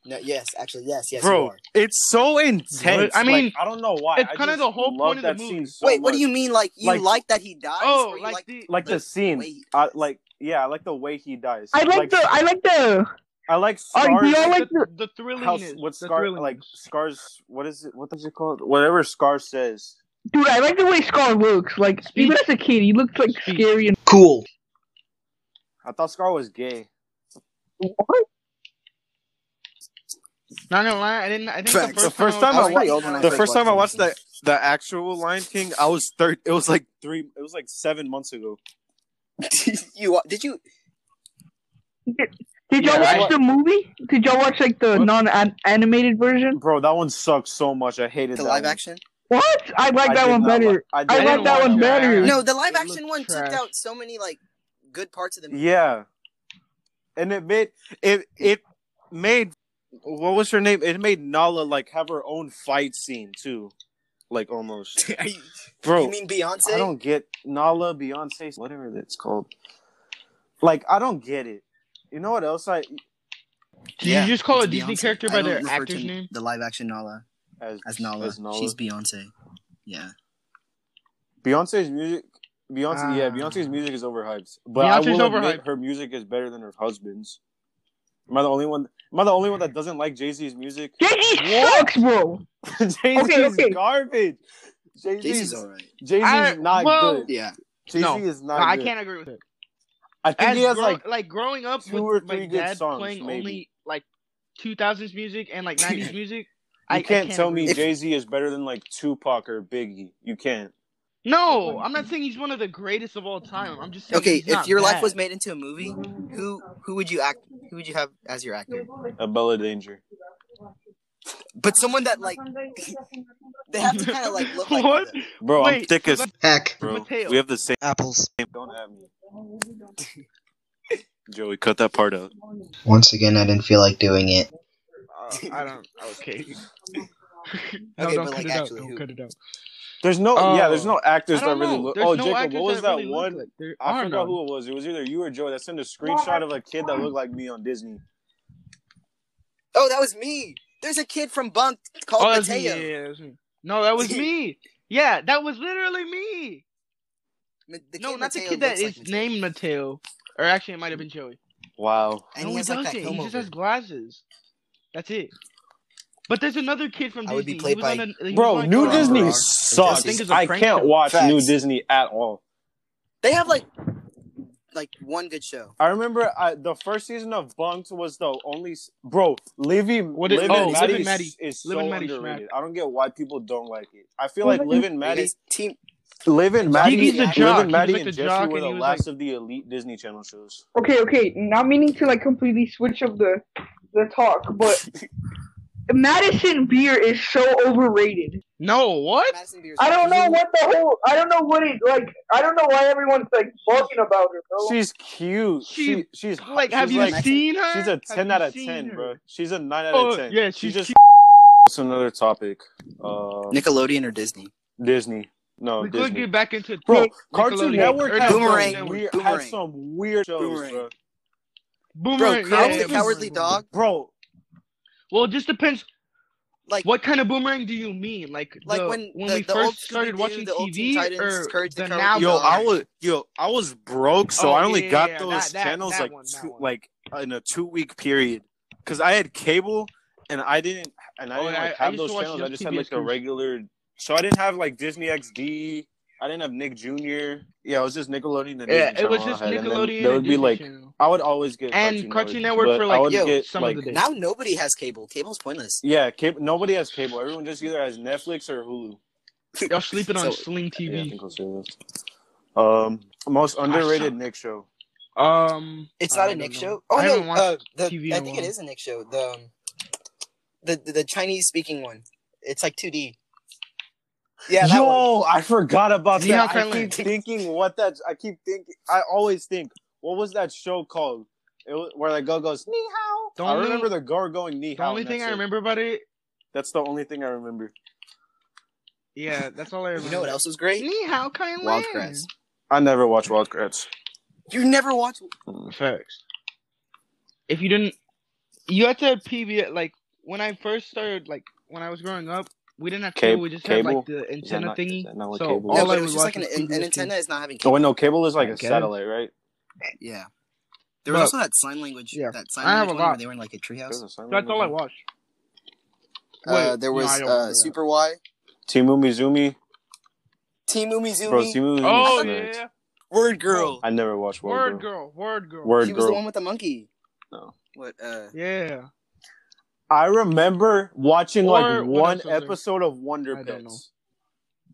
Speaker 2: No. Yes, actually, yes, yes, you
Speaker 1: Bro,
Speaker 2: are.
Speaker 1: it's so intense.
Speaker 3: I mean,
Speaker 1: Like, I don't know why.
Speaker 3: it's
Speaker 1: I
Speaker 3: kinda
Speaker 1: just
Speaker 3: the whole
Speaker 1: love
Speaker 3: point of the
Speaker 1: that
Speaker 3: movie.
Speaker 1: scene so
Speaker 2: Wait, what do
Speaker 1: much.
Speaker 2: you mean? Like you
Speaker 1: Like-
Speaker 2: like, that he dies?
Speaker 3: oh,
Speaker 2: or you
Speaker 3: like,
Speaker 2: like
Speaker 3: the
Speaker 1: Like the
Speaker 2: the
Speaker 1: scene,
Speaker 2: way he
Speaker 1: I
Speaker 2: dies?
Speaker 1: like. Yeah, I like the way he dies.
Speaker 4: I like the I like the
Speaker 1: I like
Speaker 4: Alright, do
Speaker 1: Scar's.
Speaker 4: y'all like
Speaker 3: the, the thrillingness.
Speaker 1: how, what
Speaker 3: the
Speaker 1: Scar
Speaker 3: thrillingness.
Speaker 1: like Scar's? What is it? What is it called? Whatever Scar says.
Speaker 4: dude. I like the way Scar looks. Like
Speaker 3: Speak.
Speaker 4: even as a kid, he looks like
Speaker 3: Speak.
Speaker 4: scary and
Speaker 5: Cool.
Speaker 1: I thought Scar was gay.
Speaker 4: what?
Speaker 3: Not gonna lie, I didn't. I think
Speaker 2: Facts.
Speaker 1: The
Speaker 3: the first,
Speaker 1: first
Speaker 3: time,
Speaker 1: time I
Speaker 3: I
Speaker 1: watched-
Speaker 3: watched,
Speaker 2: the
Speaker 1: The
Speaker 2: Like
Speaker 1: first time I watched
Speaker 2: watching
Speaker 1: the the actual Lion King, I was third. It was like three. It was like seven months ago.
Speaker 2: you are- did you?
Speaker 4: Did y'all
Speaker 3: Yeah,
Speaker 4: watch
Speaker 3: I-
Speaker 4: the movie? Did y'all watch like the
Speaker 3: What?
Speaker 4: non animated version?
Speaker 1: Bro, that one sucks so much. I hated
Speaker 2: The
Speaker 1: that
Speaker 2: live
Speaker 1: one.
Speaker 2: action?
Speaker 4: What? I like
Speaker 1: I
Speaker 4: that
Speaker 1: did
Speaker 4: one
Speaker 1: not like-
Speaker 4: better.
Speaker 1: did
Speaker 4: I
Speaker 1: not
Speaker 4: like that
Speaker 1: like
Speaker 4: one
Speaker 3: it.
Speaker 4: better.
Speaker 3: Yeah.
Speaker 2: No, the live
Speaker 3: It
Speaker 2: action
Speaker 3: looked
Speaker 2: one
Speaker 3: trash.
Speaker 2: took out so many like good parts of the movie.
Speaker 1: Yeah, and it made it it made what was her name? It made Nala like have her own fight scene too, like almost.
Speaker 2: Are you, you
Speaker 1: Bro,
Speaker 2: mean Beyonce?
Speaker 1: I don't get Nala Beyonce whatever that's called. Like I don't get it. You know what else I
Speaker 3: Did
Speaker 2: Yeah,
Speaker 3: you just call a
Speaker 2: it's
Speaker 3: Oh, Disney
Speaker 2: Beyonce.
Speaker 3: character
Speaker 2: I
Speaker 3: by
Speaker 2: don't
Speaker 3: their
Speaker 2: refer
Speaker 3: actor's
Speaker 2: to
Speaker 3: name?
Speaker 2: The live action Nala
Speaker 1: as,
Speaker 2: as Nala.
Speaker 1: as Nala.
Speaker 2: She's Beyonce. Yeah.
Speaker 1: Beyonce's music. Beyonce, yeah,
Speaker 3: Ah.
Speaker 1: Beyonce's music is overhyped. But I
Speaker 3: Beyonce's
Speaker 1: will admit
Speaker 3: overhyped.
Speaker 1: her music is better than her husband's. Am I the only one? Am I the only one that doesn't like Jay Z's music?
Speaker 4: Jay-Z
Speaker 1: What?
Speaker 4: sucks, bro.
Speaker 1: Jay Z's
Speaker 4: okay.
Speaker 1: garbage. Jay
Speaker 2: Jay-Z's
Speaker 1: Z's
Speaker 2: alright.
Speaker 1: Jay
Speaker 3: I-
Speaker 1: Z's not
Speaker 3: well-
Speaker 1: good.
Speaker 2: Yeah.
Speaker 1: Jay Z
Speaker 3: No.
Speaker 1: is
Speaker 3: No,
Speaker 1: not.
Speaker 3: I
Speaker 1: good.
Speaker 3: can't agree with it.
Speaker 1: I think
Speaker 3: As
Speaker 1: he has
Speaker 3: grow-
Speaker 1: like
Speaker 3: like growing up
Speaker 1: two
Speaker 3: with
Speaker 1: or
Speaker 3: my
Speaker 1: three good
Speaker 3: dad
Speaker 1: songs,
Speaker 3: playing
Speaker 1: maybe.
Speaker 3: only like 2000s music and like 90s music.
Speaker 1: You
Speaker 3: I I
Speaker 1: can't tell me
Speaker 3: agree.
Speaker 2: If-
Speaker 1: Jay Z is better than like Tupac or Biggie. You can't.
Speaker 3: No, I'm not saying he's one of the greatest of all time. I'm just saying.
Speaker 2: Okay,
Speaker 3: he's
Speaker 2: if
Speaker 3: not
Speaker 2: your life
Speaker 3: bad.
Speaker 2: was made into a movie, who who would you act? Who would you have as your actor?
Speaker 1: A Bella Danger.
Speaker 2: But someone that like they have to kind of like look like you,
Speaker 3: what?
Speaker 2: though.
Speaker 1: Bro, I'm
Speaker 3: Wait,
Speaker 1: thick as
Speaker 3: let-
Speaker 5: Heck,
Speaker 1: bro.
Speaker 3: Mateo.
Speaker 1: We have the same.
Speaker 5: apples.
Speaker 1: Don't at me. Joey, cut that part out.
Speaker 5: Once again, I didn't feel like doing it.
Speaker 3: Uh, I don't. Okay. no,
Speaker 2: Okay,
Speaker 3: don't
Speaker 2: but,
Speaker 3: cut
Speaker 2: like,
Speaker 3: it
Speaker 2: actually,
Speaker 3: out. Don't
Speaker 2: who?
Speaker 3: cut it out.
Speaker 1: There's no, yeah, there's no
Speaker 3: Oh. I
Speaker 1: actors that
Speaker 3: don't
Speaker 1: really
Speaker 3: know.
Speaker 1: look.
Speaker 3: There's
Speaker 1: oh,
Speaker 3: no
Speaker 1: Jacob,
Speaker 3: actors
Speaker 1: what was
Speaker 3: that,
Speaker 1: that
Speaker 3: really look
Speaker 1: one?
Speaker 3: Like. There
Speaker 1: I
Speaker 3: are
Speaker 1: forgot
Speaker 3: none.
Speaker 1: who it was. It was either you or Joey that sent a screenshot of a kid that looked like me on Disney.
Speaker 2: Oh, that was me. There's a kid from Bunk called
Speaker 3: Oh, that was me. Yeah,
Speaker 2: Mateo.
Speaker 3: yeah, that was me. No, that was me. Yeah, that was literally me.
Speaker 2: Ma- the
Speaker 3: no,
Speaker 2: kid
Speaker 3: not the
Speaker 2: Mateo
Speaker 3: kid that
Speaker 2: looks
Speaker 3: is
Speaker 2: like Mateo.
Speaker 3: named Mateo. Or actually, it might have been Joey.
Speaker 1: Wow.
Speaker 2: And
Speaker 3: no,
Speaker 2: he
Speaker 3: he
Speaker 2: has like
Speaker 3: doesn't.
Speaker 2: that
Speaker 3: he
Speaker 2: comb
Speaker 3: just has
Speaker 2: over.
Speaker 3: glasses. That's it. But there's another kid from
Speaker 2: I
Speaker 3: Disney.
Speaker 2: would be
Speaker 3: He
Speaker 2: played
Speaker 3: was
Speaker 2: by-
Speaker 3: on a- he
Speaker 1: Bro,
Speaker 3: was on,
Speaker 1: New
Speaker 3: like, a-
Speaker 1: Disney
Speaker 2: Ferraro.
Speaker 1: sucks.
Speaker 2: I think
Speaker 3: it's a
Speaker 1: I
Speaker 3: prank
Speaker 1: can't
Speaker 3: show.
Speaker 1: watch New
Speaker 2: Facts.
Speaker 1: Disney at all.
Speaker 2: They have like like one good show.
Speaker 1: I remember I, the first season of Bunked was the only s- bro. Livy,
Speaker 3: What is-
Speaker 1: Liv
Speaker 3: oh,
Speaker 1: and Maddie,
Speaker 3: Liv and
Speaker 1: is- is
Speaker 3: Liv
Speaker 1: so
Speaker 3: and Maddie
Speaker 1: underrated. I don't get why people don't like it. I feel
Speaker 4: Liv
Speaker 1: like
Speaker 4: and-
Speaker 1: Liv and
Speaker 2: Are you
Speaker 1: Maddie,
Speaker 2: guys team
Speaker 1: Liv and Maddie,
Speaker 3: He's the
Speaker 1: Liv
Speaker 3: jock. He was
Speaker 1: and Maddie
Speaker 3: like the
Speaker 1: and Jesse
Speaker 3: jock
Speaker 1: were
Speaker 3: and
Speaker 1: the
Speaker 3: he was
Speaker 1: last of the elite Disney Channel shows.
Speaker 4: Okay, okay. Not meaning to like completely switch up the the talk, but Madison Beer is so overrated.
Speaker 3: No, what?
Speaker 2: Madison Beer's
Speaker 4: I don't know
Speaker 2: really-
Speaker 4: what the whole. I don't know what it like. I don't know why everyone's like talking about her, bro.
Speaker 1: She's cute. She,
Speaker 3: She-
Speaker 1: she's
Speaker 3: Like,
Speaker 1: she's
Speaker 3: have you
Speaker 1: like,
Speaker 3: seen her?
Speaker 1: She's a
Speaker 3: Have
Speaker 1: ten
Speaker 3: you
Speaker 1: out of
Speaker 3: seen
Speaker 1: ten,
Speaker 3: her?
Speaker 1: bro. She's a nine out
Speaker 3: Oh,
Speaker 1: of ten.
Speaker 3: yeah,
Speaker 1: she
Speaker 3: she's
Speaker 1: just.
Speaker 3: cute.
Speaker 1: What's another topic? Uh,
Speaker 2: Nickelodeon or Disney.
Speaker 1: Disney. No,
Speaker 3: we could
Speaker 1: Disney.
Speaker 3: get back into
Speaker 1: Bro,
Speaker 3: Nick-
Speaker 1: Cartoon
Speaker 3: Nickelodeon.
Speaker 1: Network
Speaker 3: Or
Speaker 1: had some,
Speaker 2: Boomerang.
Speaker 1: Weird, had
Speaker 2: Boomerang.
Speaker 1: some weird shows,
Speaker 2: Boomerang.
Speaker 1: bro.
Speaker 2: Bro,
Speaker 3: Boomerang.
Speaker 2: Cow
Speaker 3: yeah,
Speaker 2: the Cowardly
Speaker 3: Boomerang.
Speaker 2: Dog.
Speaker 1: Bro,
Speaker 3: Well, it just depends.
Speaker 2: Like
Speaker 3: What kind of boomerang do you mean? Like,
Speaker 2: Like
Speaker 3: the,
Speaker 2: when
Speaker 3: when,
Speaker 2: the-
Speaker 3: we
Speaker 2: the old
Speaker 3: first started
Speaker 2: Scooby-Doo,
Speaker 3: watching
Speaker 2: the old Teen
Speaker 3: TV,
Speaker 2: Titans,
Speaker 3: or
Speaker 2: Courage the
Speaker 3: the
Speaker 2: Cowardly
Speaker 3: now
Speaker 2: Dog.
Speaker 1: yo, I
Speaker 3: Dog?
Speaker 1: was yo, I was broke, so
Speaker 3: Oh,
Speaker 1: I only
Speaker 3: yeah,
Speaker 1: got
Speaker 3: yeah,
Speaker 1: those
Speaker 3: that- that-
Speaker 1: channels
Speaker 3: that
Speaker 1: like
Speaker 3: one, that
Speaker 1: two,
Speaker 3: one.
Speaker 1: like in a two week period, because I had cable and I didn't and I
Speaker 3: Oh,
Speaker 1: didn't
Speaker 3: yeah,
Speaker 1: like,
Speaker 3: I- I
Speaker 1: have
Speaker 3: used
Speaker 1: those
Speaker 3: to watch
Speaker 1: channels. I
Speaker 3: those
Speaker 1: just had
Speaker 3: PBS
Speaker 1: like the
Speaker 3: groups.
Speaker 1: regular, so I didn't have like Disney XD. I didn't have Nick Jr. Yeah, it was just Nickelodeon and
Speaker 3: Yeah,
Speaker 1: Disney
Speaker 3: it
Speaker 1: Channel
Speaker 3: was
Speaker 1: I
Speaker 3: just
Speaker 1: had, and then
Speaker 3: Nickelodeon
Speaker 1: there would
Speaker 3: and
Speaker 1: be
Speaker 3: Disney
Speaker 1: like
Speaker 3: Channel.
Speaker 1: I would always get
Speaker 3: And Cartoon Network
Speaker 1: but
Speaker 3: for,
Speaker 1: I
Speaker 3: like,
Speaker 1: would
Speaker 2: yo,
Speaker 1: get
Speaker 3: some of
Speaker 1: like
Speaker 3: the days.
Speaker 2: now nobody has cable. Cable's pointless.
Speaker 1: yeah, cable, nobody has cable. Everyone just either has Netflix or Hulu.
Speaker 3: Y'all sleeping on
Speaker 2: So-
Speaker 3: Sling
Speaker 1: Yeah, I
Speaker 3: TV.
Speaker 1: think I'll say this. Um, most underrated Nick show.
Speaker 3: Um,
Speaker 2: It's
Speaker 3: I
Speaker 2: not a
Speaker 3: don't
Speaker 2: Nick
Speaker 3: know.
Speaker 2: show. Oh
Speaker 3: I haven't
Speaker 2: no,
Speaker 3: watched
Speaker 2: uh, the,
Speaker 3: TV in
Speaker 2: I
Speaker 3: a
Speaker 2: think it
Speaker 3: while.
Speaker 2: is a Nick show. The um, the the, the Chinese speaking one. It's like 2D. Yeah, that one.
Speaker 1: Yo, I forgot about
Speaker 3: Ni
Speaker 1: that.
Speaker 3: Hao Kai
Speaker 1: I keep
Speaker 3: Lan.
Speaker 1: thinking what that. I keep thinking. I always think what was that show called? It was, where the girl goes ni hao.
Speaker 3: The
Speaker 1: I
Speaker 3: only-
Speaker 1: remember the girl going ni
Speaker 3: The
Speaker 1: hao.
Speaker 3: only
Speaker 1: and
Speaker 3: thing
Speaker 1: that's
Speaker 3: I
Speaker 1: it.
Speaker 3: remember about it,
Speaker 1: That's the only thing I remember.
Speaker 3: yeah, that's all I remember.
Speaker 2: You know what else was great?
Speaker 3: Ni hao, Kai Lan.
Speaker 2: Wildcrafts.
Speaker 1: I never watched Wildcats.
Speaker 2: You never watch.
Speaker 3: Facts. If you didn't, you had to have PBS. Like when I first started, like when I was growing up, we didn't have
Speaker 1: Cab-
Speaker 3: cable. We just had
Speaker 1: cable?
Speaker 3: like the antenna
Speaker 1: not- is
Speaker 3: thingy.
Speaker 1: that not what
Speaker 3: so
Speaker 1: cable
Speaker 3: all
Speaker 1: is?
Speaker 2: No,
Speaker 3: I
Speaker 2: but it was
Speaker 3: would
Speaker 2: just
Speaker 3: watch
Speaker 2: like an,
Speaker 3: was
Speaker 2: an,
Speaker 3: PBS
Speaker 2: an
Speaker 3: kids.
Speaker 2: antenna is not having
Speaker 1: Oh
Speaker 2: cable.
Speaker 1: wait, no, cable is like
Speaker 3: I
Speaker 1: a
Speaker 3: guess.
Speaker 1: satellite, right?
Speaker 2: Yeah. There was
Speaker 3: But-
Speaker 2: also that sign language.
Speaker 3: Yeah.
Speaker 2: That sign
Speaker 3: I have
Speaker 2: language
Speaker 3: a
Speaker 2: one where
Speaker 3: lot.
Speaker 2: they were in like a
Speaker 1: There's
Speaker 2: treehouse.
Speaker 1: a sign
Speaker 3: That's all I
Speaker 1: language.
Speaker 3: watched.
Speaker 2: Uh,
Speaker 3: Wait,
Speaker 2: there
Speaker 3: no,
Speaker 2: was
Speaker 3: I don't remember
Speaker 2: uh,
Speaker 3: that.
Speaker 2: Super Y,
Speaker 1: Timu Mizumi,
Speaker 2: Timu Mizumi,
Speaker 1: bro. Timu Mizumi.
Speaker 3: Oh
Speaker 1: snacked.
Speaker 3: yeah,
Speaker 2: Word Girl.
Speaker 1: I never watched World
Speaker 3: word
Speaker 1: Girl.
Speaker 3: girl, word girl.
Speaker 1: Word
Speaker 2: she was the
Speaker 1: Girl.
Speaker 2: one with the monkey.
Speaker 1: No.
Speaker 2: What? Uh,
Speaker 3: Yeah.
Speaker 1: I remember watching
Speaker 3: Or
Speaker 1: like
Speaker 3: what
Speaker 1: one
Speaker 3: else was there?
Speaker 1: episode of Wonder
Speaker 3: I
Speaker 1: Pets,
Speaker 3: don't know.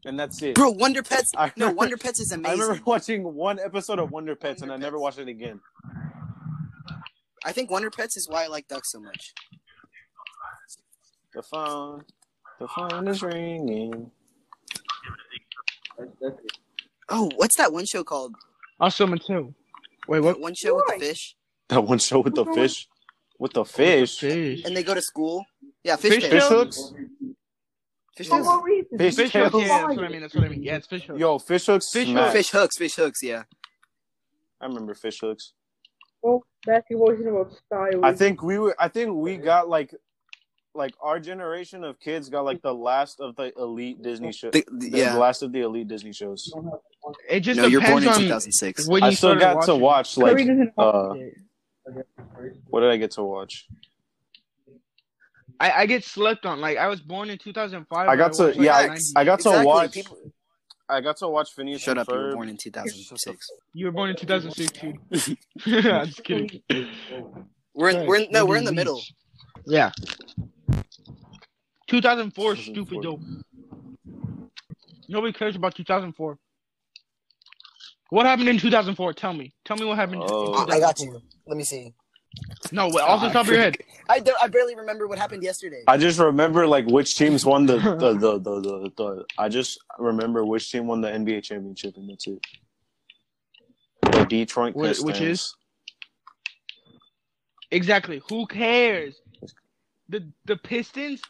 Speaker 1: and that's it.
Speaker 2: bro, Wonder Pets.
Speaker 1: I
Speaker 2: No,
Speaker 1: remember-
Speaker 2: Wonder Pets is
Speaker 1: I
Speaker 2: amazing. I,
Speaker 1: remember watching one episode of Wonder Pets, and
Speaker 2: Wonder
Speaker 1: I never
Speaker 2: Pets.
Speaker 1: watched it again.
Speaker 2: think Wonder Pets is why I like ducks so much.
Speaker 1: The phone, the phone is ringing.
Speaker 2: Oh, what's that one show called?
Speaker 3: Also, Mateo. Wait, what?
Speaker 2: That one show with the fish,
Speaker 1: That one show with the fish, with the fish,
Speaker 3: Fish.
Speaker 2: and they go to school. Yeah, fish.
Speaker 3: Fish
Speaker 2: Fish.
Speaker 1: fish
Speaker 3: tail?
Speaker 1: hooks.
Speaker 2: Fish,
Speaker 4: For
Speaker 2: tails.
Speaker 4: what reason?
Speaker 1: Fish
Speaker 3: Fish
Speaker 1: tails.
Speaker 3: hook. Yeah, that's what I mean. That's what I mean. Yeah, it's fish hook.
Speaker 1: Yo, fish hooks.
Speaker 3: Fish
Speaker 1: smack.
Speaker 2: fish hooks. Fish hooks. Yeah.
Speaker 1: I remember fish hooks.
Speaker 4: Well, basketball isn't about style.
Speaker 1: I
Speaker 4: is it?
Speaker 1: think we were. I think we got like, like our generation of kids got like the last of the elite Disney shows.
Speaker 2: The-
Speaker 1: The,
Speaker 2: yeah.
Speaker 1: last of the elite Disney shows.
Speaker 3: It just
Speaker 2: No, you're born
Speaker 3: depends
Speaker 2: in
Speaker 3: on
Speaker 2: 2006.
Speaker 3: when you
Speaker 1: I still
Speaker 3: started
Speaker 1: got
Speaker 3: watching.
Speaker 1: to watch
Speaker 4: Curry
Speaker 1: like
Speaker 4: doesn't.
Speaker 1: uh
Speaker 3: Yeah.
Speaker 1: what did I get to watch?
Speaker 3: I, I get slept on. Like I was born in 2005.
Speaker 1: I got
Speaker 3: but
Speaker 1: to-
Speaker 3: watched, like,
Speaker 1: yeah, I-
Speaker 3: 90s.
Speaker 1: I got to
Speaker 2: exactly.
Speaker 1: watch
Speaker 2: People.
Speaker 1: I got to watch Phineas
Speaker 2: Shut
Speaker 1: and
Speaker 2: up. You were
Speaker 1: Ferb.
Speaker 2: born in 2006.
Speaker 3: You were born in 2006, dude. I'm just kidding.
Speaker 2: We're in, we're in, no, we're in the
Speaker 3: Leech.
Speaker 2: middle.
Speaker 3: Yeah. 2004 is stupid
Speaker 1: 2004.
Speaker 3: dope. Nobody cares about 2004. What happened in 2004? Tell me. Tell me what happened. in
Speaker 1: Oh.
Speaker 2: I,
Speaker 3: 2004.
Speaker 2: I got you. Let me see.
Speaker 3: No, wait, off the top of your head.
Speaker 2: I, don't- I barely remember what happened yesterday.
Speaker 1: I just remember like which teams won the the, the, the, the, the I just remember which team won the NBA championship and that's it. The Detroit
Speaker 3: Wh-
Speaker 1: Pistons.
Speaker 3: which is? Exactly. Who cares? The the Pistons?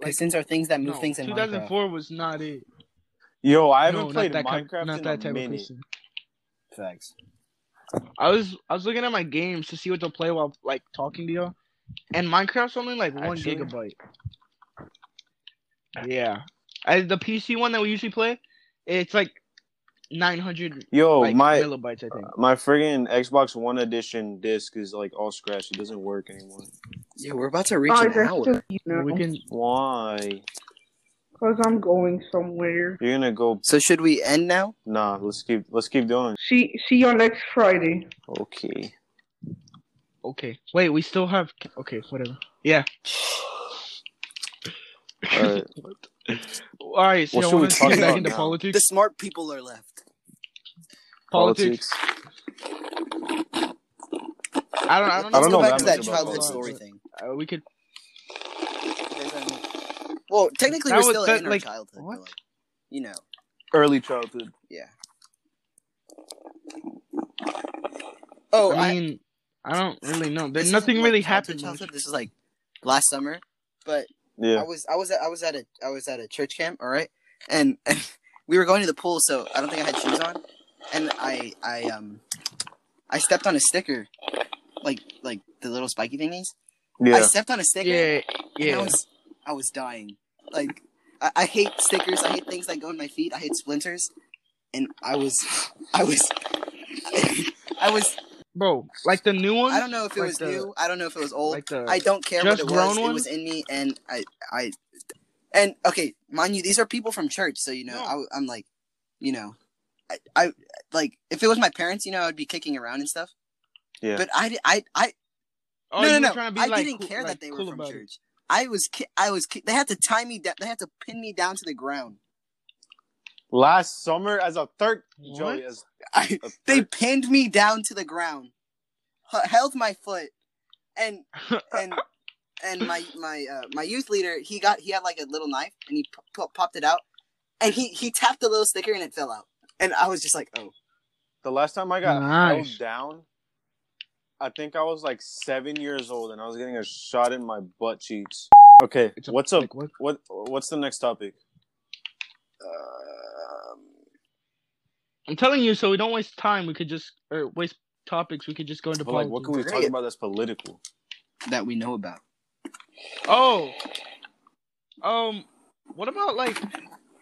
Speaker 2: Pistons are things that move
Speaker 3: No,
Speaker 2: things in 2004.
Speaker 3: 2004 was not it.
Speaker 1: Yo, I haven't
Speaker 3: No, not
Speaker 1: played
Speaker 3: that kind-
Speaker 1: Minecraft in a minute.
Speaker 3: Piston.
Speaker 2: Facts.
Speaker 3: I was I was looking at my games to see what to play while like talking to y'all, and Minecraft's only like one
Speaker 1: Actually?
Speaker 3: gigabyte. Yeah, I, the PC one that we usually play, it's like nine hundred
Speaker 1: Yo,
Speaker 3: like,
Speaker 1: Oh, my
Speaker 3: millibytes. I think.
Speaker 1: my friggin' Xbox One edition disc is like all scratched. It doesn't work anymore.
Speaker 2: Yeah, we're about to
Speaker 4: Oh,
Speaker 2: reach an hour. Uh,
Speaker 3: we can.
Speaker 1: Why?
Speaker 4: Because I'm going somewhere.
Speaker 1: You're gonna go?
Speaker 2: So should we end now?
Speaker 1: Nah. Let's keep. Let's keep doing.
Speaker 4: See, see you next Friday.
Speaker 1: Okay.
Speaker 3: Okay, wait, we still have. Okay, whatever. Yeah.
Speaker 1: All right.
Speaker 3: All right. So
Speaker 1: What
Speaker 3: y'all
Speaker 1: should we
Speaker 3: wanna
Speaker 1: talk
Speaker 3: get back
Speaker 1: about
Speaker 3: into
Speaker 1: now?
Speaker 3: politics?
Speaker 2: The smart people are left.
Speaker 3: politics. I don't. I
Speaker 2: Let's
Speaker 1: I don't
Speaker 3: don't know.
Speaker 2: go
Speaker 1: know
Speaker 2: back
Speaker 1: that
Speaker 2: to
Speaker 1: much
Speaker 2: that
Speaker 1: about
Speaker 2: childhood
Speaker 1: politics.
Speaker 2: story thing.
Speaker 3: Uh, we could.
Speaker 2: Well, technically,
Speaker 3: That
Speaker 2: we're still
Speaker 3: was- that,
Speaker 2: in
Speaker 3: like,
Speaker 2: our childhood.
Speaker 3: what?
Speaker 2: But, like, you know,
Speaker 1: Early childhood.
Speaker 2: yeah. Oh,
Speaker 3: I mean, I, don't really know. There, nothing really happened.
Speaker 2: Childhood,
Speaker 3: much.
Speaker 2: childhood. This is like last summer, but I
Speaker 1: Yeah.
Speaker 2: was I was at, I was at a I was at a church camp, all right, and, and we were going to the pool, so I don't think I had shoes on, and I I um I stepped on a sticker, like like the little spiky thingies. I
Speaker 1: Yeah.
Speaker 2: stepped on a sticker.
Speaker 3: Yeah,
Speaker 2: and I
Speaker 3: yeah.
Speaker 2: was I was dying. Like I, I hate stickers. I hate things that go in my feet. I hate splinters, and I was I was I was
Speaker 3: Bro, like the new one.
Speaker 2: I don't know if it
Speaker 3: Like
Speaker 2: was
Speaker 3: the-
Speaker 2: new. I don't know if it was old.
Speaker 3: Like the
Speaker 2: I don't care what
Speaker 3: Just
Speaker 2: it was.
Speaker 3: grown
Speaker 2: It was
Speaker 3: ones?
Speaker 2: in me, and I, I, and okay, mind you, these are people from church, so you know,
Speaker 3: No.
Speaker 2: I, I'm like, you know, I, I, like, if it was my parents, you know, I'd be kicking around and stuff.
Speaker 1: Yeah.
Speaker 2: But I, di- I, I,
Speaker 3: oh,
Speaker 2: no,
Speaker 3: you
Speaker 2: no, no,
Speaker 3: were trying to be,
Speaker 2: I
Speaker 3: like,
Speaker 2: didn't
Speaker 3: cool-
Speaker 2: care
Speaker 3: like,
Speaker 2: that they
Speaker 3: cool
Speaker 2: were from
Speaker 3: about it.
Speaker 2: church. I was, ki- I was, ki- they had to tie me down. They had to pin me down to the ground.
Speaker 1: Last summer, as a third,
Speaker 3: What?
Speaker 1: Joey, as
Speaker 2: I,
Speaker 1: a
Speaker 2: they
Speaker 1: third-
Speaker 2: pinned me down to the ground, h- held my foot, and and and my my uh, my youth leader he got he had like a little knife and he p- p- popped it out and he he tapped the little sticker and it fell out and I was just like oh
Speaker 1: the last time I got
Speaker 3: Nice.
Speaker 1: held down, I think I was like seven years old, and I was getting a shot in my butt cheeks. Okay.
Speaker 3: It's a-
Speaker 1: What's up?
Speaker 3: like, what?
Speaker 1: What What's the next topic?
Speaker 2: um,
Speaker 3: I'm telling you, so we don't waste time. We could just or waste topics. We could just go into
Speaker 1: But like, what can we
Speaker 3: politics.
Speaker 1: talk about that's political?
Speaker 2: that we know about
Speaker 3: Oh, um, what about like?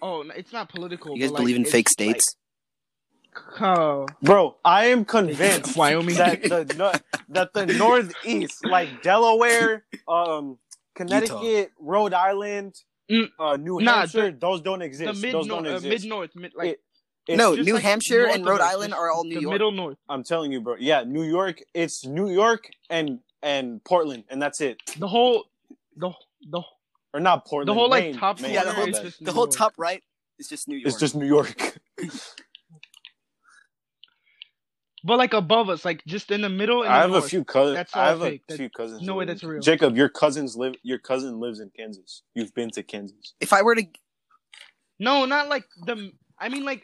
Speaker 3: Oh, n- it's not political.
Speaker 2: you guys
Speaker 3: but, like,
Speaker 2: believe in
Speaker 3: it's,
Speaker 2: fake states
Speaker 3: Like, oh,
Speaker 1: Bro, I am convinced
Speaker 3: Wyoming.
Speaker 1: that the no- that the Northeast, like Delaware, um, Connecticut, Rhode Island,
Speaker 3: Mm,
Speaker 1: uh, New
Speaker 3: nah,
Speaker 1: Hampshire, those don't exist.
Speaker 3: the mid
Speaker 1: those don't
Speaker 3: north, uh, mid
Speaker 1: exist.
Speaker 3: north, mid like
Speaker 1: It- it's
Speaker 2: no
Speaker 3: just
Speaker 2: New
Speaker 3: like
Speaker 2: Hampshire
Speaker 3: north
Speaker 2: and
Speaker 3: of
Speaker 2: Rhode
Speaker 3: us,
Speaker 2: Island
Speaker 3: just
Speaker 2: are all New
Speaker 3: the
Speaker 2: York
Speaker 3: middle north.
Speaker 1: I'm telling you, bro. Yeah, New York. It's New York and and Portland, and that's it.
Speaker 3: The whole, the the
Speaker 1: Or not Portland.
Speaker 3: the whole like
Speaker 1: Maine,
Speaker 3: top
Speaker 1: Maine,
Speaker 2: yeah the
Speaker 1: my
Speaker 3: corner
Speaker 2: whole,
Speaker 3: is
Speaker 1: bad.
Speaker 3: just
Speaker 2: the
Speaker 3: New
Speaker 2: whole
Speaker 3: York.
Speaker 2: top right is just New York
Speaker 1: it's just New York.
Speaker 3: But like above us, like just in the middle. And
Speaker 1: I
Speaker 3: the
Speaker 1: have a
Speaker 3: north.
Speaker 1: few cousins.
Speaker 3: That's all
Speaker 1: I have
Speaker 3: fake.
Speaker 1: a
Speaker 3: That-
Speaker 1: few cousins.
Speaker 3: no
Speaker 1: who
Speaker 3: way
Speaker 1: live in
Speaker 3: that's real.
Speaker 1: Jacob, your cousins live. Your cousin lives in Kansas. You've been to Kansas.
Speaker 2: if I were to
Speaker 3: No, not like the. I mean, like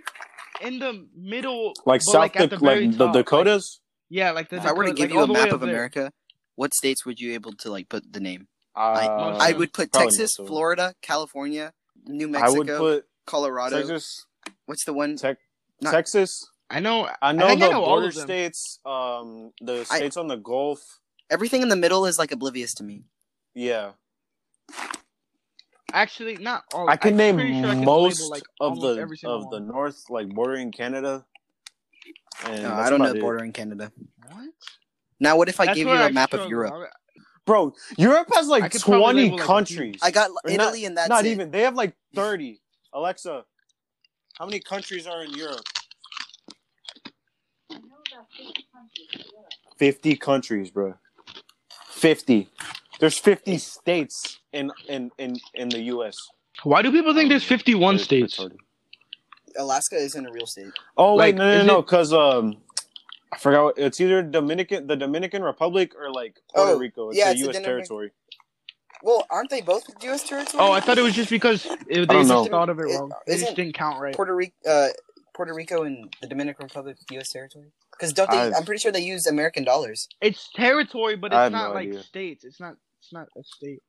Speaker 3: in the middle,
Speaker 1: Like
Speaker 3: but,
Speaker 1: South
Speaker 3: like, at
Speaker 1: Dac-
Speaker 3: the very
Speaker 1: like
Speaker 3: top,
Speaker 1: the
Speaker 3: like-
Speaker 1: Dakotas.
Speaker 3: yeah, like the.
Speaker 2: if I were to
Speaker 3: Dakota-
Speaker 2: give
Speaker 3: like,
Speaker 2: you
Speaker 3: all
Speaker 2: a
Speaker 3: the way
Speaker 2: map
Speaker 3: up
Speaker 2: of
Speaker 3: there.
Speaker 2: America what states would you able to like put the name
Speaker 1: Uh,
Speaker 2: I would put
Speaker 1: probably
Speaker 2: Texas
Speaker 1: most of them.
Speaker 2: Florida California New
Speaker 1: I would
Speaker 2: Mexico
Speaker 1: put
Speaker 2: Colorado
Speaker 1: Texas.
Speaker 2: what's the one
Speaker 1: Tec-
Speaker 2: Not-
Speaker 1: Texas.
Speaker 3: I know.
Speaker 1: I know
Speaker 3: think
Speaker 1: the
Speaker 3: I know all
Speaker 1: border
Speaker 3: of them.
Speaker 1: states. Um, the states on the Gulf.
Speaker 2: everything in the middle is like oblivious to me
Speaker 1: Yeah,
Speaker 3: Actually, not all.
Speaker 1: I can
Speaker 3: Oh, I'm
Speaker 1: name
Speaker 3: pretty sure I can
Speaker 1: most
Speaker 3: label, like,
Speaker 1: of
Speaker 3: almost
Speaker 1: the
Speaker 3: every single
Speaker 1: of the
Speaker 3: one.
Speaker 1: north, like bordering Canada. And
Speaker 2: no,
Speaker 1: that's
Speaker 2: I don't know
Speaker 1: about it.
Speaker 2: bordering Canada
Speaker 3: What?
Speaker 2: Now, what if I
Speaker 3: That's
Speaker 2: give you
Speaker 3: where
Speaker 2: a
Speaker 3: I
Speaker 2: map of
Speaker 3: struggle.
Speaker 2: Europe?
Speaker 3: I-
Speaker 1: Bro, Europe has
Speaker 3: I
Speaker 1: like
Speaker 3: could probably
Speaker 1: twenty
Speaker 3: label, like, a few.
Speaker 1: countries.
Speaker 2: I got
Speaker 1: Or not-
Speaker 2: Italy, and that's
Speaker 1: Not
Speaker 2: it.
Speaker 1: even. They have like thirty. Alexa, how many countries are in Europe? Fifty countries, bro. Fifty. There's 50 states in in in in the U.S.
Speaker 3: Why do people think there's 51
Speaker 1: It's
Speaker 3: states?
Speaker 1: retarded.
Speaker 2: Alaska isn't a real state.
Speaker 1: Oh wait,
Speaker 3: Like,
Speaker 1: no, no,
Speaker 3: is
Speaker 1: no,
Speaker 3: it-
Speaker 1: because um, I forgot. What, it's either Dominican, the Dominican Republic, or like Puerto
Speaker 2: Oh,
Speaker 1: Rico. It's
Speaker 2: yeah,
Speaker 1: a
Speaker 2: it's a
Speaker 1: U.S.
Speaker 2: Dominican-
Speaker 1: territory.
Speaker 2: Well, aren't they both U.S. territory?
Speaker 3: Oh, I thought it was just because if they
Speaker 1: don't
Speaker 3: just
Speaker 1: know.
Speaker 3: thought of it
Speaker 2: It-
Speaker 3: wrong. They just
Speaker 2: isn't-
Speaker 3: didn't count right.
Speaker 2: Puerto Rico, uh, Puerto Rico and the Dominican Republic U.S. territory. Because don't they?
Speaker 1: I've-
Speaker 2: I'm pretty sure they use American dollars.
Speaker 3: It's territory, but
Speaker 1: I
Speaker 3: it's
Speaker 1: have
Speaker 3: not
Speaker 1: no
Speaker 3: like
Speaker 1: idea.
Speaker 3: states. It's not. It's not a state.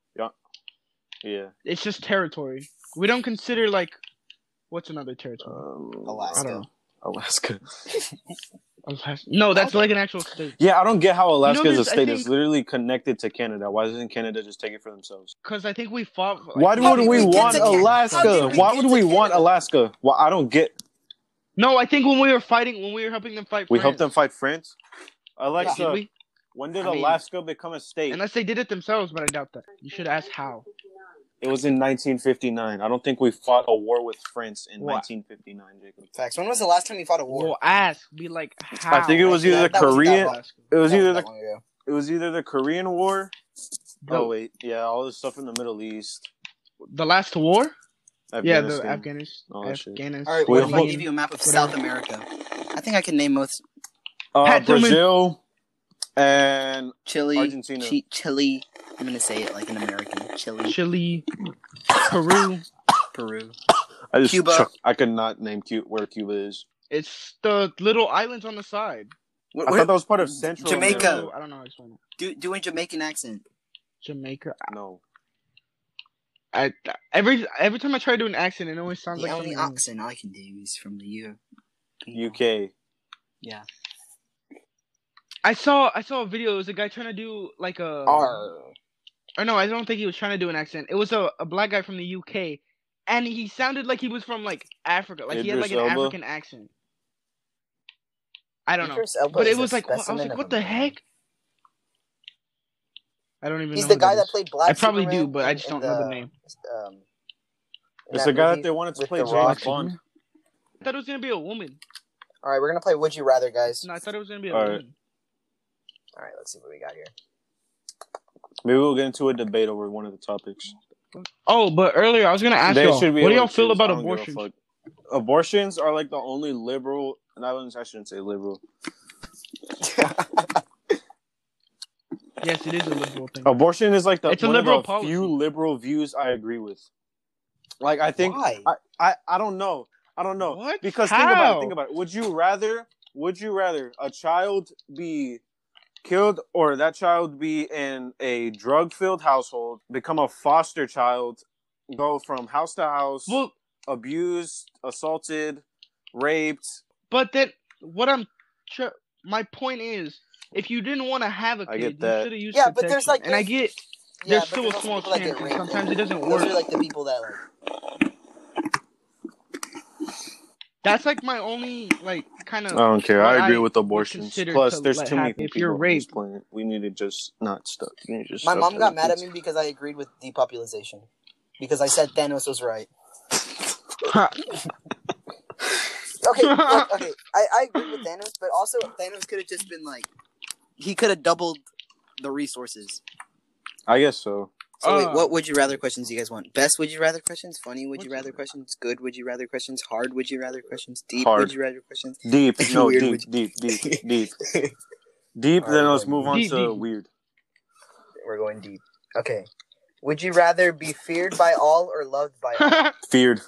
Speaker 1: Yeah,
Speaker 3: It's just territory. We don't consider like what's another territory?
Speaker 1: um,
Speaker 2: Alaska.
Speaker 3: I don't know.
Speaker 1: Alaska.
Speaker 2: Uh,
Speaker 3: Alaska. No, that's like an actual state.
Speaker 1: Yeah, I don't get how Alaska is a
Speaker 3: there's- I
Speaker 1: state that's
Speaker 3: think-
Speaker 1: literally connected to Canada. Why doesn't Canada just take it for themselves?
Speaker 3: Because I think we fought. like-
Speaker 1: Why
Speaker 2: How
Speaker 1: would
Speaker 2: did
Speaker 1: we
Speaker 2: we get
Speaker 1: want
Speaker 2: to Can- how
Speaker 1: Alaska?
Speaker 2: did we
Speaker 1: Why
Speaker 2: get
Speaker 1: would
Speaker 2: to
Speaker 1: we want
Speaker 2: Canada?
Speaker 1: Alaska? Well, I don't get.
Speaker 3: No, I think when we were fighting, when we were helping them fight,
Speaker 1: We
Speaker 3: France,
Speaker 1: helped them fight France.
Speaker 3: Like,
Speaker 1: Alexa,
Speaker 3: did we?
Speaker 1: when did
Speaker 3: I mean-
Speaker 1: Alaska become a state?
Speaker 3: Unless they did it themselves, but I doubt that. You should ask how.
Speaker 1: It was in 1959. I don't think we fought a war with France in
Speaker 3: What?
Speaker 1: 1959, Jacob.
Speaker 2: Facts. When was the last time you fought a war?
Speaker 3: Well, ask. Be like how.
Speaker 1: I think it was
Speaker 2: Actually,
Speaker 1: either the
Speaker 2: that- that wasn't that
Speaker 1: Korean.
Speaker 2: long.
Speaker 1: It was
Speaker 2: That
Speaker 1: either
Speaker 2: wasn't
Speaker 1: the
Speaker 2: that long ago.
Speaker 1: it was either the Korean War.
Speaker 3: No.
Speaker 1: Oh wait, yeah, all this stuff in the Middle East.
Speaker 3: The last war? Yeah, the
Speaker 1: Afghanistan.
Speaker 3: Afghanistan.
Speaker 1: All that shit.
Speaker 3: Afghanistan.
Speaker 2: All right,
Speaker 1: We
Speaker 2: well,
Speaker 1: have
Speaker 2: if I
Speaker 1: one-
Speaker 2: give you a map of
Speaker 3: Whatever.
Speaker 2: South America, I think I can name most
Speaker 1: uh,
Speaker 3: Pat Tillman.
Speaker 1: Brazil and
Speaker 2: Chile,
Speaker 1: Argentina.
Speaker 2: Chi- Chile. I'm gonna say it like an American. Chile,
Speaker 3: Chile, Peru.
Speaker 2: Peru.
Speaker 1: I just
Speaker 2: Cuba.
Speaker 1: chuck- I could not name Cu- where Cuba is.
Speaker 3: It's the little islands on the side.
Speaker 1: I thought that was part of Central
Speaker 2: Jamaica.
Speaker 1: America.
Speaker 3: I don't know how to explain it.
Speaker 2: do do a Jamaican accent.
Speaker 3: Jamaica.
Speaker 1: No,
Speaker 3: I, every every time I try to do an accent, it always sounds
Speaker 2: The
Speaker 3: like
Speaker 2: only
Speaker 3: something. else.
Speaker 2: accent I can do is from the U.
Speaker 1: UK.
Speaker 2: Yeah.
Speaker 3: I saw I saw a video. It was a guy trying to do like a. Or no, I don't think he was trying to do an accent. It was a, a black guy from the UK, and he sounded like he was from like Africa. Like he had like an
Speaker 1: Idris Elba?
Speaker 3: African accent. I don't know, but it was like what, I was like, what the heck? I don't even.
Speaker 2: He's
Speaker 3: know
Speaker 2: the
Speaker 3: who
Speaker 2: guy that
Speaker 3: is.
Speaker 2: played Black.
Speaker 3: I probably do,
Speaker 2: Superman
Speaker 3: but I
Speaker 2: in-
Speaker 3: just
Speaker 2: in
Speaker 3: don't know
Speaker 1: uh,
Speaker 3: the name.
Speaker 2: Um, in
Speaker 1: It's the guy that
Speaker 2: movie.
Speaker 1: they wanted to
Speaker 2: with
Speaker 1: play
Speaker 2: The
Speaker 1: James
Speaker 2: Rock.
Speaker 1: Bond.
Speaker 3: I thought it was gonna be a woman.
Speaker 2: All right, we're gonna play Would You Rather, guys.
Speaker 3: No, I thought it was gonna be a
Speaker 1: All right.
Speaker 3: woman.
Speaker 2: All right, let's see what we got here.
Speaker 1: Maybe we'll get into a debate over one of the topics.
Speaker 3: Oh, but earlier I was gonna ask y'all,
Speaker 1: should be
Speaker 3: what do
Speaker 1: able
Speaker 3: y'all
Speaker 1: to
Speaker 3: feel
Speaker 1: choose.
Speaker 3: about
Speaker 1: I don't give a
Speaker 3: abortion?
Speaker 1: fuck. Abortions are like the only liberal, and I, wouldn't- I shouldn't say liberal.
Speaker 3: Yes, it is a liberal thing.
Speaker 1: Abortion is like the
Speaker 3: It's a
Speaker 1: one of
Speaker 3: liberal
Speaker 1: the
Speaker 3: policy.
Speaker 1: few liberal views I agree with. Like I think
Speaker 2: Why?
Speaker 1: I, I don't know. I don't know.
Speaker 3: What?
Speaker 1: Because think about
Speaker 3: How?
Speaker 1: it, think about it. Would you rather would you rather a child be killed or that child be in a drug filled household, become a foster child, go from house to house,
Speaker 3: Well,
Speaker 1: abused, assaulted, raped?
Speaker 3: But then, what I'm, tr- my point is, if you didn't want to have a kid,
Speaker 1: I get
Speaker 3: you
Speaker 1: that.
Speaker 3: should have used
Speaker 2: Yeah,
Speaker 3: protection.
Speaker 2: but there's, like,
Speaker 3: and I get
Speaker 2: Yeah,
Speaker 3: there's
Speaker 2: but
Speaker 3: still a
Speaker 2: also
Speaker 3: small
Speaker 2: people that get
Speaker 3: chance, and
Speaker 2: raped.
Speaker 3: sometimes it doesn't
Speaker 2: Those
Speaker 3: work.
Speaker 2: are like the people that like.
Speaker 3: That's like my only like kind
Speaker 1: I
Speaker 3: of.
Speaker 1: don't care.
Speaker 3: What
Speaker 1: I agree
Speaker 3: I
Speaker 1: with abortions.
Speaker 3: consider
Speaker 1: Plus,
Speaker 3: to
Speaker 1: there's
Speaker 3: let
Speaker 1: too many
Speaker 3: happen. If
Speaker 1: people
Speaker 3: you're
Speaker 1: on this
Speaker 3: raped-
Speaker 1: planet. We need to just not stop. We need to just
Speaker 2: My
Speaker 1: stop
Speaker 2: mom got
Speaker 1: having
Speaker 2: mad at
Speaker 1: kids.
Speaker 2: me because I agreed with depopulation, because I said Thanos was right. Okay, look, okay, I, I agree with Thanos, but also Thanos could have just been like, he could have doubled the resources.
Speaker 1: I guess so.
Speaker 2: So
Speaker 3: Uh.
Speaker 2: wait, what would you rather questions do you guys want? Best would you rather questions, funny would you
Speaker 3: What's-
Speaker 2: rather questions, good would you rather questions, hard would you rather questions, deep
Speaker 1: Hard.
Speaker 2: would you rather questions.
Speaker 1: Deep, no,
Speaker 2: Weird,
Speaker 1: deep,
Speaker 2: would
Speaker 1: deep, deep, deep, deep.
Speaker 2: All
Speaker 1: Then
Speaker 2: right,
Speaker 1: let's
Speaker 2: then.
Speaker 1: move on
Speaker 3: Deep,
Speaker 1: to
Speaker 3: deep.
Speaker 1: weird.
Speaker 2: We're going deep. Okay. Would you rather be feared by all or loved by all?
Speaker 1: Oh. Feared.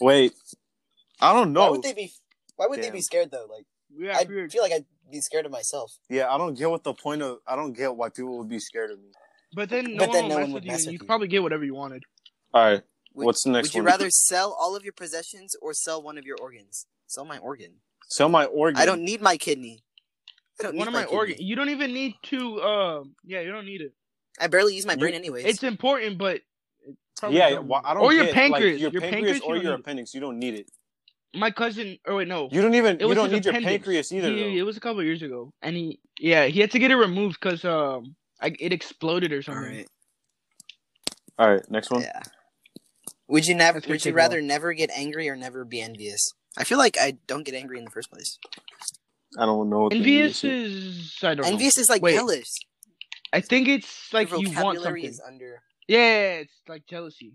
Speaker 1: Wait. I don't
Speaker 2: Why
Speaker 1: know.
Speaker 2: would they be? Why would they
Speaker 1: Damn.
Speaker 2: be scared though? Like
Speaker 3: yeah,
Speaker 2: I
Speaker 3: weird.
Speaker 2: feel like I'd be scared of myself.
Speaker 1: Yeah, I don't get what the point of. I don't get why people would be scared of me.
Speaker 3: But then no
Speaker 2: But
Speaker 3: one
Speaker 2: then
Speaker 3: will
Speaker 2: no
Speaker 3: mess
Speaker 2: one would
Speaker 3: with you.
Speaker 2: mess
Speaker 3: and
Speaker 2: with
Speaker 3: you
Speaker 2: you.
Speaker 3: probably get whatever you wanted.
Speaker 1: All right.
Speaker 2: Would,
Speaker 1: What's the next
Speaker 2: Would you
Speaker 1: one?
Speaker 2: rather sell all of your possessions or sell one of your organs? Sell my organ.
Speaker 1: Sell my organ.
Speaker 2: I don't need my kidney. I don't need
Speaker 3: One of my
Speaker 2: kidney.
Speaker 3: organ. You don't even need to. Um. Yeah, you don't need it.
Speaker 2: I barely use my
Speaker 1: You-
Speaker 2: brain anyways.
Speaker 3: It's important, but. it probably
Speaker 1: Yeah,
Speaker 3: don't
Speaker 1: why-
Speaker 3: need it.
Speaker 1: I don't.
Speaker 3: Or your
Speaker 1: get, like,
Speaker 3: pancreas.
Speaker 1: your, pancreas,
Speaker 3: you
Speaker 1: or
Speaker 3: don't
Speaker 1: your
Speaker 3: need it.
Speaker 1: appendix. You don't need it.
Speaker 3: My cousin. Or wait, no.
Speaker 1: You don't even.
Speaker 3: It
Speaker 1: You
Speaker 3: was
Speaker 1: don't
Speaker 3: his
Speaker 1: need your
Speaker 3: appendix.
Speaker 1: pancreas either.
Speaker 3: He-
Speaker 1: though.
Speaker 3: it was a couple years ago, and he yeah he had to get it removed because um I, it exploded or
Speaker 2: all
Speaker 3: something.
Speaker 2: right.
Speaker 1: All right. Next one.
Speaker 2: Yeah. Would you never?
Speaker 3: That's gonna
Speaker 2: Would you
Speaker 3: take a
Speaker 2: rather never get angry or never be envious? I feel like I don't get angry in the first place.
Speaker 1: I don't know. What the
Speaker 3: Envious
Speaker 1: is.
Speaker 3: is I don't
Speaker 2: Envious is like
Speaker 3: Wait.
Speaker 2: jealous.
Speaker 3: I think it's like
Speaker 2: Your
Speaker 3: you want
Speaker 2: vocabulary
Speaker 3: something.
Speaker 2: is under.
Speaker 3: Yeah, yeah, it's like jealousy.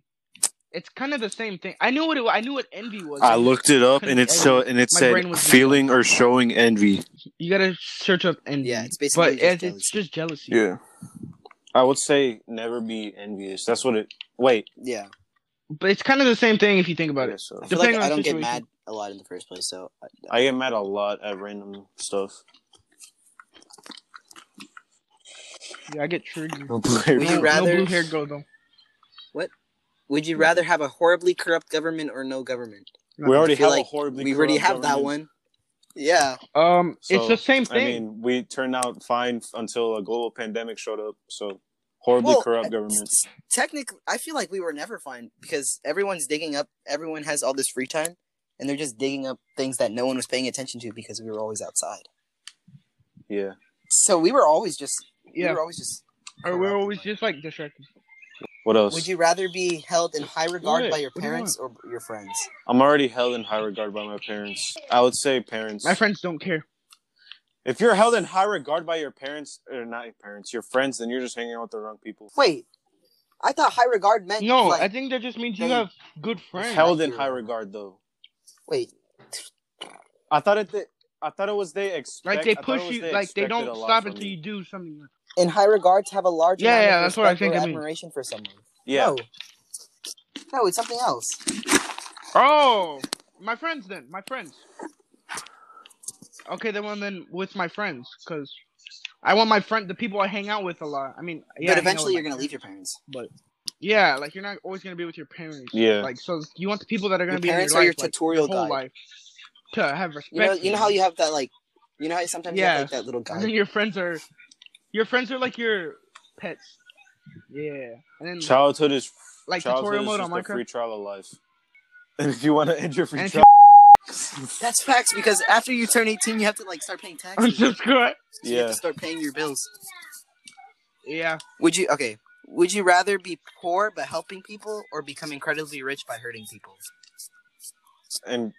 Speaker 3: It's kind of the same thing. I knew what it. wa- I knew what envy was.
Speaker 1: I looked it up and it so and it
Speaker 3: My brain
Speaker 1: said
Speaker 3: was
Speaker 1: feeling or showing envy.
Speaker 3: You gotta search up envy.
Speaker 2: Yeah, it's basically
Speaker 3: but
Speaker 2: just
Speaker 3: it's, it's
Speaker 2: jealousy.
Speaker 3: just jealousy.
Speaker 1: Yeah. I would say never be envious. That's what it. Wait.
Speaker 2: Yeah,
Speaker 3: But it's kind of the same thing if you think
Speaker 1: I
Speaker 3: about it.
Speaker 1: guess so.
Speaker 2: I feel like
Speaker 3: Depending
Speaker 2: I
Speaker 3: on the
Speaker 2: don't get
Speaker 3: situation.
Speaker 2: mad a lot in the first place, so I,
Speaker 1: I get mad a lot at random stuff.
Speaker 3: Yeah, I get triggered.
Speaker 2: Would you
Speaker 3: No,
Speaker 2: rather-
Speaker 3: no blue haired girl though.
Speaker 2: Would you rather have a horribly corrupt government or no government?
Speaker 1: We already
Speaker 2: I feel
Speaker 1: have a
Speaker 2: like
Speaker 1: horribly.
Speaker 2: we already
Speaker 1: corrupt
Speaker 2: have that
Speaker 1: government.
Speaker 2: one. Yeah,
Speaker 3: Um, it's
Speaker 1: So,
Speaker 3: the same
Speaker 1: I
Speaker 3: thing.
Speaker 1: mean, we turned out fine until a global pandemic showed up. So horribly
Speaker 2: Well,
Speaker 1: corrupt
Speaker 2: I-
Speaker 1: government.
Speaker 2: technically, I feel like we were never fine because everyone's digging up. Everyone has all this free time, and they're just digging up things that no one was paying attention to because we were always outside.
Speaker 1: Yeah.
Speaker 2: So we were always just. We
Speaker 3: yeah,
Speaker 2: were always just.
Speaker 3: or we're
Speaker 2: corrupt,
Speaker 3: always
Speaker 2: like-
Speaker 3: just like distracted.
Speaker 1: What else?
Speaker 2: Would you rather be held in high regard
Speaker 3: Wait,
Speaker 2: by your
Speaker 3: what do you
Speaker 2: parents or your friends?
Speaker 1: I'm already held in high regard by my parents. I would say parents.
Speaker 3: My friends don't care.
Speaker 1: if you're held in high regard by your parents, or not your parents, your friends, then you're just hanging out with the wrong people.
Speaker 2: Wait, I thought high regard meant
Speaker 3: No,
Speaker 2: like-
Speaker 3: I think that just means you
Speaker 2: they-
Speaker 3: have good friends.
Speaker 1: held in
Speaker 2: I
Speaker 1: high
Speaker 2: hear.
Speaker 1: regard, though.
Speaker 2: wait,
Speaker 1: I thought it. Th- I thought it was they expect.
Speaker 3: Like they
Speaker 1: I thought it
Speaker 3: push
Speaker 1: was
Speaker 3: you, like they
Speaker 1: expected a
Speaker 3: don't
Speaker 1: lot
Speaker 3: stop
Speaker 1: from
Speaker 3: until you do something.
Speaker 2: in high regard to have a large
Speaker 3: Yeah,
Speaker 2: amount
Speaker 3: yeah,
Speaker 2: of
Speaker 3: that's what I
Speaker 2: respect
Speaker 3: think
Speaker 2: or
Speaker 3: I mean.
Speaker 2: admiration for someone.
Speaker 1: Yeah.
Speaker 2: No. No, it's something else.
Speaker 3: Oh, my friends then, my friends. Okay, then one then with my friends, cause I want my friend, the people I hang out with a lot. I mean, yeah,
Speaker 2: but eventually you're gonna leave your parents.
Speaker 3: Yeah, like you're not always gonna be with your parents.
Speaker 1: Yeah.
Speaker 3: Like so, you want the people that are gonna
Speaker 2: Your
Speaker 3: be in
Speaker 2: parents
Speaker 3: your
Speaker 2: are
Speaker 3: life,
Speaker 2: your
Speaker 3: like,
Speaker 2: tutorial
Speaker 3: whole
Speaker 2: guide.
Speaker 3: life, to have respect.
Speaker 2: You know,
Speaker 3: for
Speaker 2: you know how you have that like, you know how sometimes you
Speaker 3: Yeah.
Speaker 2: have like that little
Speaker 3: And then
Speaker 2: guide.
Speaker 3: your friends are, your friends are like your pets. Yeah, and then
Speaker 1: Childhood is
Speaker 3: like
Speaker 1: childhood
Speaker 3: tutorial
Speaker 1: is
Speaker 3: mode
Speaker 1: just
Speaker 3: on
Speaker 1: a
Speaker 3: Minecraft.
Speaker 1: free trial of life. And if you want to end your free
Speaker 3: And if
Speaker 1: trial,
Speaker 2: That's facts because after you turn 18, you have to like start paying
Speaker 3: I'm
Speaker 2: taxes. so
Speaker 3: just good.
Speaker 2: You have
Speaker 1: yeah,
Speaker 2: to start paying your bills.
Speaker 3: Yeah.
Speaker 2: Would you okay? Would you rather be poor but helping people or become incredibly rich by hurting people?
Speaker 1: and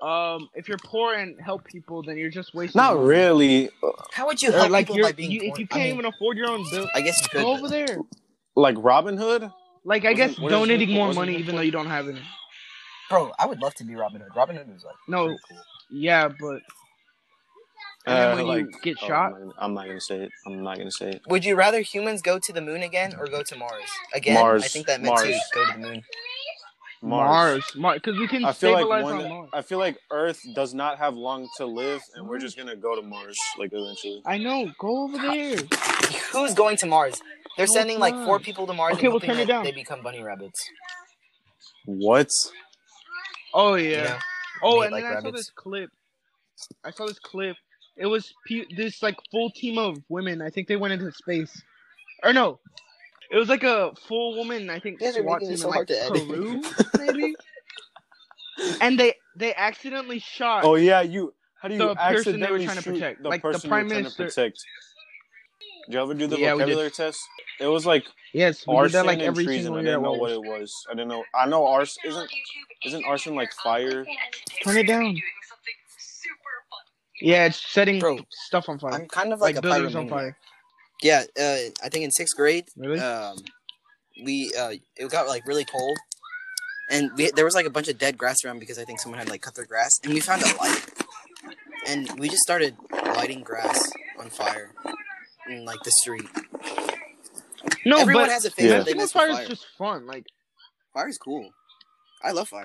Speaker 3: Um, if you're poor and help people, then you're just wasting.
Speaker 1: not
Speaker 3: money.
Speaker 1: really.
Speaker 2: How would you
Speaker 3: Or
Speaker 2: help
Speaker 3: like
Speaker 2: people
Speaker 3: you're,
Speaker 2: by being
Speaker 3: you,
Speaker 2: poor?
Speaker 3: if you
Speaker 2: I
Speaker 3: can't
Speaker 2: mean, oh
Speaker 3: even afford your own bill,
Speaker 2: I guess you could.
Speaker 3: go
Speaker 2: but-
Speaker 3: over there.
Speaker 1: Like Robin Hood.
Speaker 3: Like I guess
Speaker 1: Wasn't- where's
Speaker 3: donating
Speaker 1: Nickel-
Speaker 3: more
Speaker 1: wasn't
Speaker 3: money,
Speaker 1: Nickel-
Speaker 3: even though you don't have any.
Speaker 2: Bro, I would love to be Robin Hood. Robin Hood was like
Speaker 3: No.
Speaker 2: pretty cool.
Speaker 3: Yeah, but And then when you get
Speaker 1: oh,
Speaker 3: shot?
Speaker 1: I'm not, gonna, I'm not gonna say it. I'm not gonna say it.
Speaker 2: Would you rather humans go to the moon again or go to Mars? Again?
Speaker 1: Mars.
Speaker 2: I think that meant to
Speaker 1: Mars.
Speaker 2: go to the moon.
Speaker 3: Mars, Mars, because we can
Speaker 1: I feel like
Speaker 3: stabilize
Speaker 1: one.
Speaker 3: on Mars.
Speaker 1: I feel like Earth does not have long to live, and we're just gonna go to Mars like eventually.
Speaker 3: I know. Go over there.
Speaker 2: Who's going to Mars? They're
Speaker 3: No,
Speaker 2: sending
Speaker 3: it's
Speaker 2: like
Speaker 3: not.
Speaker 2: four people to Mars
Speaker 3: Okay,
Speaker 2: and
Speaker 3: we'll
Speaker 2: hoping
Speaker 3: turn it
Speaker 2: that
Speaker 3: down.
Speaker 2: they become bunny rabbits.
Speaker 1: What?
Speaker 3: Oh
Speaker 2: you
Speaker 3: yeah.
Speaker 2: know?
Speaker 3: Oh,
Speaker 2: Made
Speaker 3: and
Speaker 2: like
Speaker 3: then I saw
Speaker 2: rabbits.
Speaker 3: this clip. I saw this clip. It was pu- this like full team of women. I think they went into space, or no, it was like a full woman. I think
Speaker 2: You guys are making
Speaker 3: SWAT team
Speaker 2: this
Speaker 3: in
Speaker 2: so
Speaker 3: like
Speaker 2: hard to edit.
Speaker 3: Peru, maybe. and they they accidentally shot.
Speaker 1: Oh yeah, you. How do you
Speaker 3: The person they were
Speaker 1: accidentally
Speaker 3: trying to
Speaker 1: shoot
Speaker 3: protect,
Speaker 1: the
Speaker 3: like the
Speaker 1: person
Speaker 3: Prime
Speaker 1: you're
Speaker 3: Minister.
Speaker 1: trying to protect? Did you ever do the
Speaker 3: Yeah, we did.
Speaker 1: vocabulary test? It was like
Speaker 3: yes, we did
Speaker 1: arson
Speaker 3: that like
Speaker 1: and
Speaker 3: every
Speaker 1: treason.
Speaker 3: single
Speaker 1: I
Speaker 3: year.
Speaker 1: didn't know
Speaker 3: at
Speaker 1: what
Speaker 3: Walmart.
Speaker 1: it was. I didn't know. I know arson isn't isn't arson like fire?
Speaker 3: Turn it down. Yeah, it's setting
Speaker 2: Bro,
Speaker 3: stuff on fire,
Speaker 2: I'm kind of
Speaker 3: like,
Speaker 2: like, a
Speaker 3: buildings on
Speaker 2: pyromaniac.
Speaker 3: fire.
Speaker 2: Yeah, uh, I think in sixth grade,
Speaker 3: Really?
Speaker 2: um, we uh, it got like really cold, and we, there was like a bunch of dead grass around because I think someone had like cut their grass, and we found a light, and we just started lighting grass on fire in like the street.
Speaker 3: no,
Speaker 2: Everyone
Speaker 3: but
Speaker 2: has a
Speaker 1: Yeah.
Speaker 2: thing yeah. they
Speaker 3: messing with
Speaker 2: mess
Speaker 3: fire
Speaker 2: with
Speaker 3: is
Speaker 2: fire.
Speaker 3: just fun. Like
Speaker 2: Fire is cool. I love fire.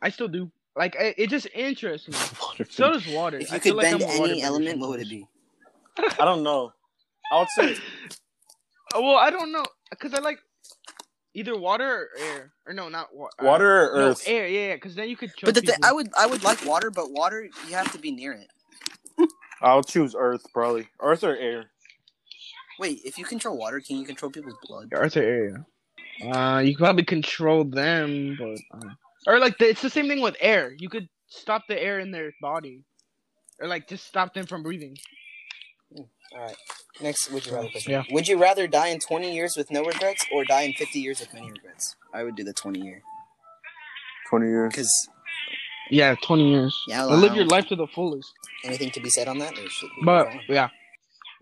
Speaker 3: I still do. Like I, it just interests me. So does water.
Speaker 2: If
Speaker 3: I
Speaker 2: you
Speaker 3: feel
Speaker 2: could
Speaker 3: like
Speaker 2: bend
Speaker 3: I'm a water
Speaker 2: any
Speaker 3: bender
Speaker 2: element, what would it
Speaker 3: sometimes.
Speaker 2: be?
Speaker 1: I don't know. I would say
Speaker 3: Oh, Well, I don't know, cause I like either water or air, or no, not water.
Speaker 1: water or
Speaker 3: no,
Speaker 1: earth.
Speaker 3: air. Yeah, yeah, cause then you could. Choke
Speaker 2: But the thing,
Speaker 3: people.
Speaker 2: I would, I would like water, but water you have to be near it.
Speaker 1: I'll choose earth probably. Earth or air.
Speaker 2: Wait, if you control water, can you control people's blood?
Speaker 3: Earth or air. yeah. Uh, you could probably control them, but uh, or like the, it's the same thing with air. You could stop the air in their body, or like just stop them from breathing.
Speaker 2: All right. Next, would you rather question?
Speaker 3: Yeah.
Speaker 2: Would you rather die in 20 years with no regrets or die in 50 years with many regrets? I would do the 20 year.
Speaker 1: Twenty years.
Speaker 2: Because,
Speaker 3: Yeah, twenty years.
Speaker 2: yeah,
Speaker 3: Live your
Speaker 2: wow.
Speaker 3: life to the fullest.
Speaker 2: anything to be said on that? Or should we
Speaker 3: But
Speaker 2: move on?
Speaker 3: yeah,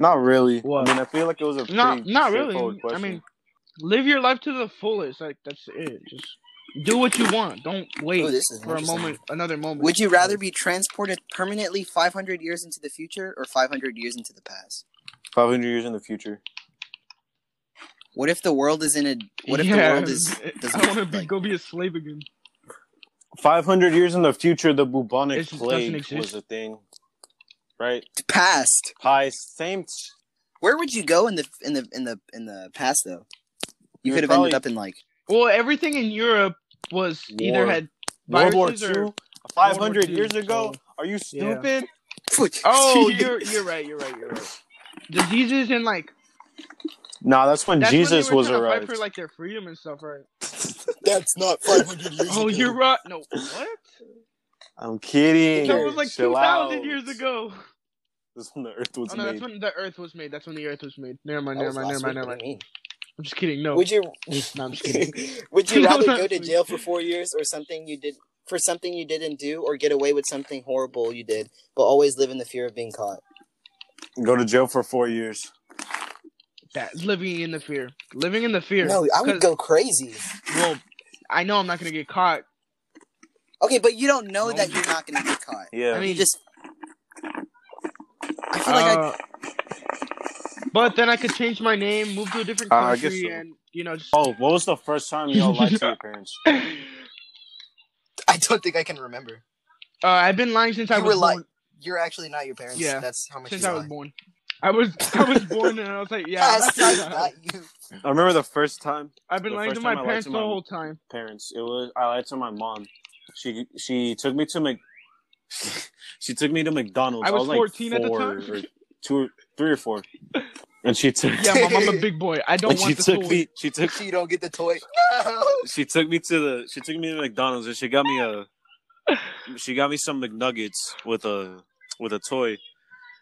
Speaker 1: Not really.
Speaker 3: What?
Speaker 1: I mean, I feel like it was a pretty
Speaker 3: Not not
Speaker 1: straightforward
Speaker 3: really. I
Speaker 1: question.
Speaker 3: mean, live your life to the fullest. Like that's it. Just do what you want. Don't wait
Speaker 2: Oh, this is
Speaker 3: for a
Speaker 2: interesting.
Speaker 3: moment, another moment.
Speaker 2: Would you rather be transported permanently 500 years into the future or 500 years into the past?
Speaker 1: 500 years in the future.
Speaker 2: What if the world is in a What if the world is does
Speaker 3: I want to be, go be a slave again.
Speaker 1: 500 years in the future, the bubonic
Speaker 3: It just doesn't
Speaker 1: plague
Speaker 3: exist.
Speaker 1: was a thing. Right?
Speaker 2: past?
Speaker 1: Hi, same. t-
Speaker 2: Where would you go in the in the in the in the past though? You
Speaker 1: You're
Speaker 2: could have
Speaker 1: probably-
Speaker 2: ended up in like
Speaker 3: Well, everything in Europe was either
Speaker 1: War.
Speaker 3: had
Speaker 1: World War
Speaker 3: Viruses or-
Speaker 1: II? 500
Speaker 3: World War
Speaker 1: years
Speaker 3: II,
Speaker 1: ago?
Speaker 3: so-
Speaker 1: Are you stupid?
Speaker 3: oh, you're you're right, you're right, you're right. Diseases and like
Speaker 1: Nah, that's when
Speaker 3: that's
Speaker 1: Jesus
Speaker 3: when they were
Speaker 1: was
Speaker 3: trying to
Speaker 1: around.
Speaker 3: fight for like their freedom and stuff, right?
Speaker 2: that's not 500 years.
Speaker 3: Oh, you're right. No, what?
Speaker 1: I'm kidding.
Speaker 3: That was like two
Speaker 1: Chill
Speaker 3: thousand
Speaker 1: out.
Speaker 3: years ago.
Speaker 1: That's when the earth was
Speaker 3: Oh no, that's
Speaker 1: made.
Speaker 3: when the Earth was made. That's when the Earth was made. Never mind, never mind, never mind, never mind.
Speaker 2: mind.
Speaker 3: I'm just kidding. No,
Speaker 2: Would you
Speaker 3: no, I'm just kidding.
Speaker 2: Would you rather go to jail for four years or something you did for something you didn't do, or get away with something horrible you did, but always live in the fear of being caught?
Speaker 1: Go to jail for four years.
Speaker 3: That living in the fear, living in the fear.
Speaker 2: No, I would
Speaker 3: 'Cause-
Speaker 2: go crazy.
Speaker 3: Well, I know I'm not gonna get caught.
Speaker 2: Okay, but you don't know
Speaker 3: No.
Speaker 2: that you're not gonna get caught.
Speaker 1: Yeah.
Speaker 3: I mean,
Speaker 2: You just. I feel like I.
Speaker 3: Uh, But then I could change my name, move to a different
Speaker 1: Uh, I guess
Speaker 3: country,
Speaker 1: so.
Speaker 3: and you know, just
Speaker 1: oh, what was the first time y'all lied to your parents?
Speaker 3: uh,
Speaker 2: I don't think I can remember.
Speaker 3: I've been lying since I
Speaker 2: You
Speaker 3: was
Speaker 2: were lying.
Speaker 3: born.
Speaker 2: You're actually not your parents.
Speaker 3: Yeah.
Speaker 2: That's how much
Speaker 3: Since
Speaker 2: you
Speaker 3: I was
Speaker 2: lie.
Speaker 3: born, I was I was born, and I was like, yeah,
Speaker 2: That's not, not you.
Speaker 1: I remember the first time
Speaker 3: I've been
Speaker 1: The
Speaker 3: lying to
Speaker 1: first
Speaker 3: my
Speaker 1: time I lied
Speaker 3: parents
Speaker 1: to
Speaker 3: the
Speaker 1: my-
Speaker 3: whole time.
Speaker 1: parents. It was I lied to my mom. She she took me to Mc. she took me to McDonald's.
Speaker 3: I was 14
Speaker 1: like
Speaker 3: at the
Speaker 1: four
Speaker 3: time.
Speaker 1: or two, or three or four, and she took.
Speaker 3: Yeah, mom, I'm a big boy. I don't
Speaker 1: and she
Speaker 3: want the
Speaker 1: took
Speaker 3: toy.
Speaker 1: me. She took.
Speaker 2: She don't get the toy. No.
Speaker 1: She took me to the. She took me to McDonald's and she got me a. She got me some McNuggets with a with a toy,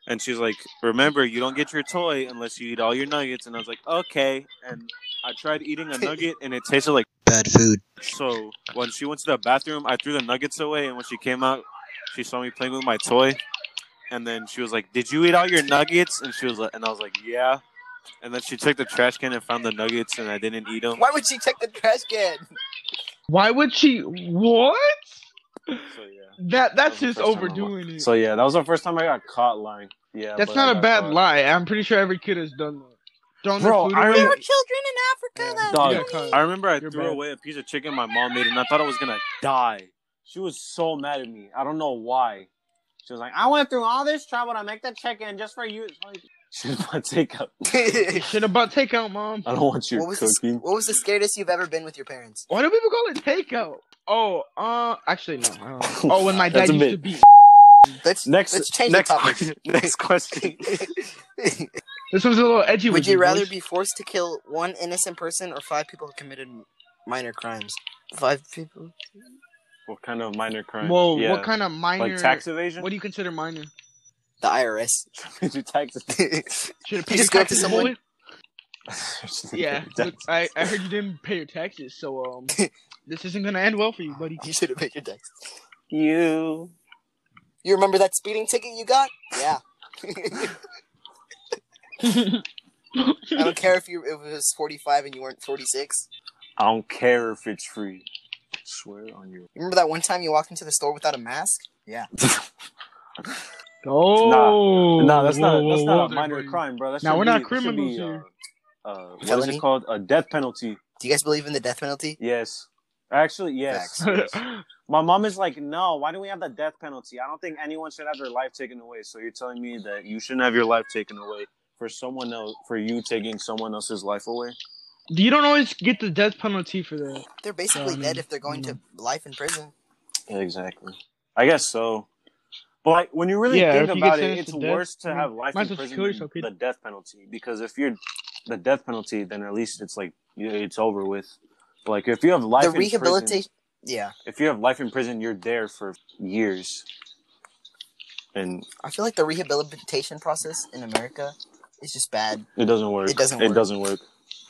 Speaker 1: and she's like, "Remember, you don't get your toy unless you eat all your nuggets." And I was like, "Okay." And I tried eating a nugget and it tasted like.
Speaker 5: Bad food.
Speaker 1: So when she went to the bathroom, I threw the nuggets away, and when she came out, she saw me playing with my toy, and then she was like, "Did you eat all your nuggets?" And she was, like, and I was like, "Yeah." And then she took the trash can and found the nuggets, and I didn't eat them.
Speaker 2: Why would she check the trash can?
Speaker 3: Why would she? What?
Speaker 1: So yeah.
Speaker 3: That that's
Speaker 1: That was the first
Speaker 3: just
Speaker 1: time I lied.
Speaker 3: overdoing it.
Speaker 1: So yeah, that was the first time I got caught lying. Yeah,
Speaker 3: that's
Speaker 1: but I
Speaker 3: not a
Speaker 1: got
Speaker 3: bad
Speaker 1: caught.
Speaker 3: lie. I'm pretty sure every kid has done that. Throwing their
Speaker 1: Bro,
Speaker 3: food
Speaker 1: I
Speaker 3: away.
Speaker 1: remember-
Speaker 2: children
Speaker 3: Yeah.
Speaker 1: Dog,
Speaker 3: You got caught.
Speaker 1: I remember I
Speaker 3: You're
Speaker 1: threw
Speaker 3: bad.
Speaker 1: away a piece of chicken my mom made, and I thought I was gonna die. She was so mad at me. I don't know why. She was like, "I went through all this trouble to make the chicken just for you." It's Like, She's my takeout.
Speaker 2: in
Speaker 3: Shit about takeout, mom.
Speaker 1: I don't want your
Speaker 2: What was, the, what was the scariest you've ever been with your parents?
Speaker 3: Why do people call it takeout? Oh, uh, actually no. I don't know. Oh, when my dad
Speaker 1: That's a
Speaker 3: used
Speaker 1: bit-
Speaker 3: to be.
Speaker 2: Let's
Speaker 1: Next,
Speaker 2: Let's change
Speaker 1: next,
Speaker 2: the topic.
Speaker 1: question- next question.
Speaker 3: This was a little edgy.
Speaker 2: Would
Speaker 3: with
Speaker 2: you
Speaker 3: your
Speaker 2: rather
Speaker 3: voice.
Speaker 2: be forced to kill one innocent person or five people who committed minor crimes? Five people.
Speaker 1: What kind of minor crime?
Speaker 3: Whoa,
Speaker 1: yeah.
Speaker 3: what kind of minor?
Speaker 1: like tax evasion?
Speaker 3: What do you consider minor?
Speaker 2: The IRS.
Speaker 1: you do tax?
Speaker 3: Should have
Speaker 2: You
Speaker 3: paid
Speaker 2: just go
Speaker 3: your
Speaker 2: up to
Speaker 3: taxes,
Speaker 2: someone-
Speaker 3: boy? Yeah. look, I, I heard you didn't pay your taxes, so um, this isn't gonna end well for you, buddy.
Speaker 2: you should have paid your tax.
Speaker 1: you.
Speaker 2: You remember that speeding ticket you got? Yeah. I don't care if you if it was forty five and you weren't forty six.
Speaker 1: I don't care if it's free. swear on you.
Speaker 2: Remember that one time you walked into the store without a mask? Yeah.
Speaker 3: oh,
Speaker 1: no, that's not.
Speaker 3: whoa,
Speaker 1: that's
Speaker 3: whoa,
Speaker 1: not
Speaker 3: whoa
Speaker 1: a
Speaker 3: there,
Speaker 1: minor
Speaker 3: buddy.
Speaker 1: crime, bro. That
Speaker 3: Now,
Speaker 1: should
Speaker 3: we're not
Speaker 1: be- that should
Speaker 3: criminals
Speaker 1: be,
Speaker 3: here.
Speaker 1: Uh, uh, what is
Speaker 2: Felony?
Speaker 1: it called? A death penalty.
Speaker 2: Do you guys believe in the death penalty?
Speaker 1: Yes. Actually, yes. yes. My mom is like, no. Why do we have the death penalty? I don't think anyone should have their life taken away. So you're telling me that you shouldn't have your life taken away for someone else, for you taking someone else's life away?
Speaker 3: you don't always get the death penalty for that.
Speaker 2: They're basically
Speaker 3: I mean,
Speaker 2: dead if they're going
Speaker 3: you
Speaker 2: to life in prison.
Speaker 1: Exactly. I guess so. But like, when you really
Speaker 3: Yeah,
Speaker 1: think
Speaker 3: if you
Speaker 1: about
Speaker 3: get
Speaker 1: it,
Speaker 3: sentenced
Speaker 1: it's
Speaker 3: to death,
Speaker 1: worse to
Speaker 3: you
Speaker 1: have life
Speaker 3: might
Speaker 1: in
Speaker 3: as well just
Speaker 1: prison
Speaker 3: kill
Speaker 1: than
Speaker 3: yourself, kid.
Speaker 1: the death penalty. Because if you're the death penalty, then at least it's like yeah, it's over with. But like if you have life
Speaker 2: the
Speaker 1: in prison,
Speaker 2: rehabilitation. Yeah,
Speaker 1: if you have life in prison, you're there for years. And
Speaker 2: I feel like the rehabilitation process in America is just bad.
Speaker 1: it doesn't work.
Speaker 2: It doesn't
Speaker 1: It
Speaker 2: work.
Speaker 1: doesn't work.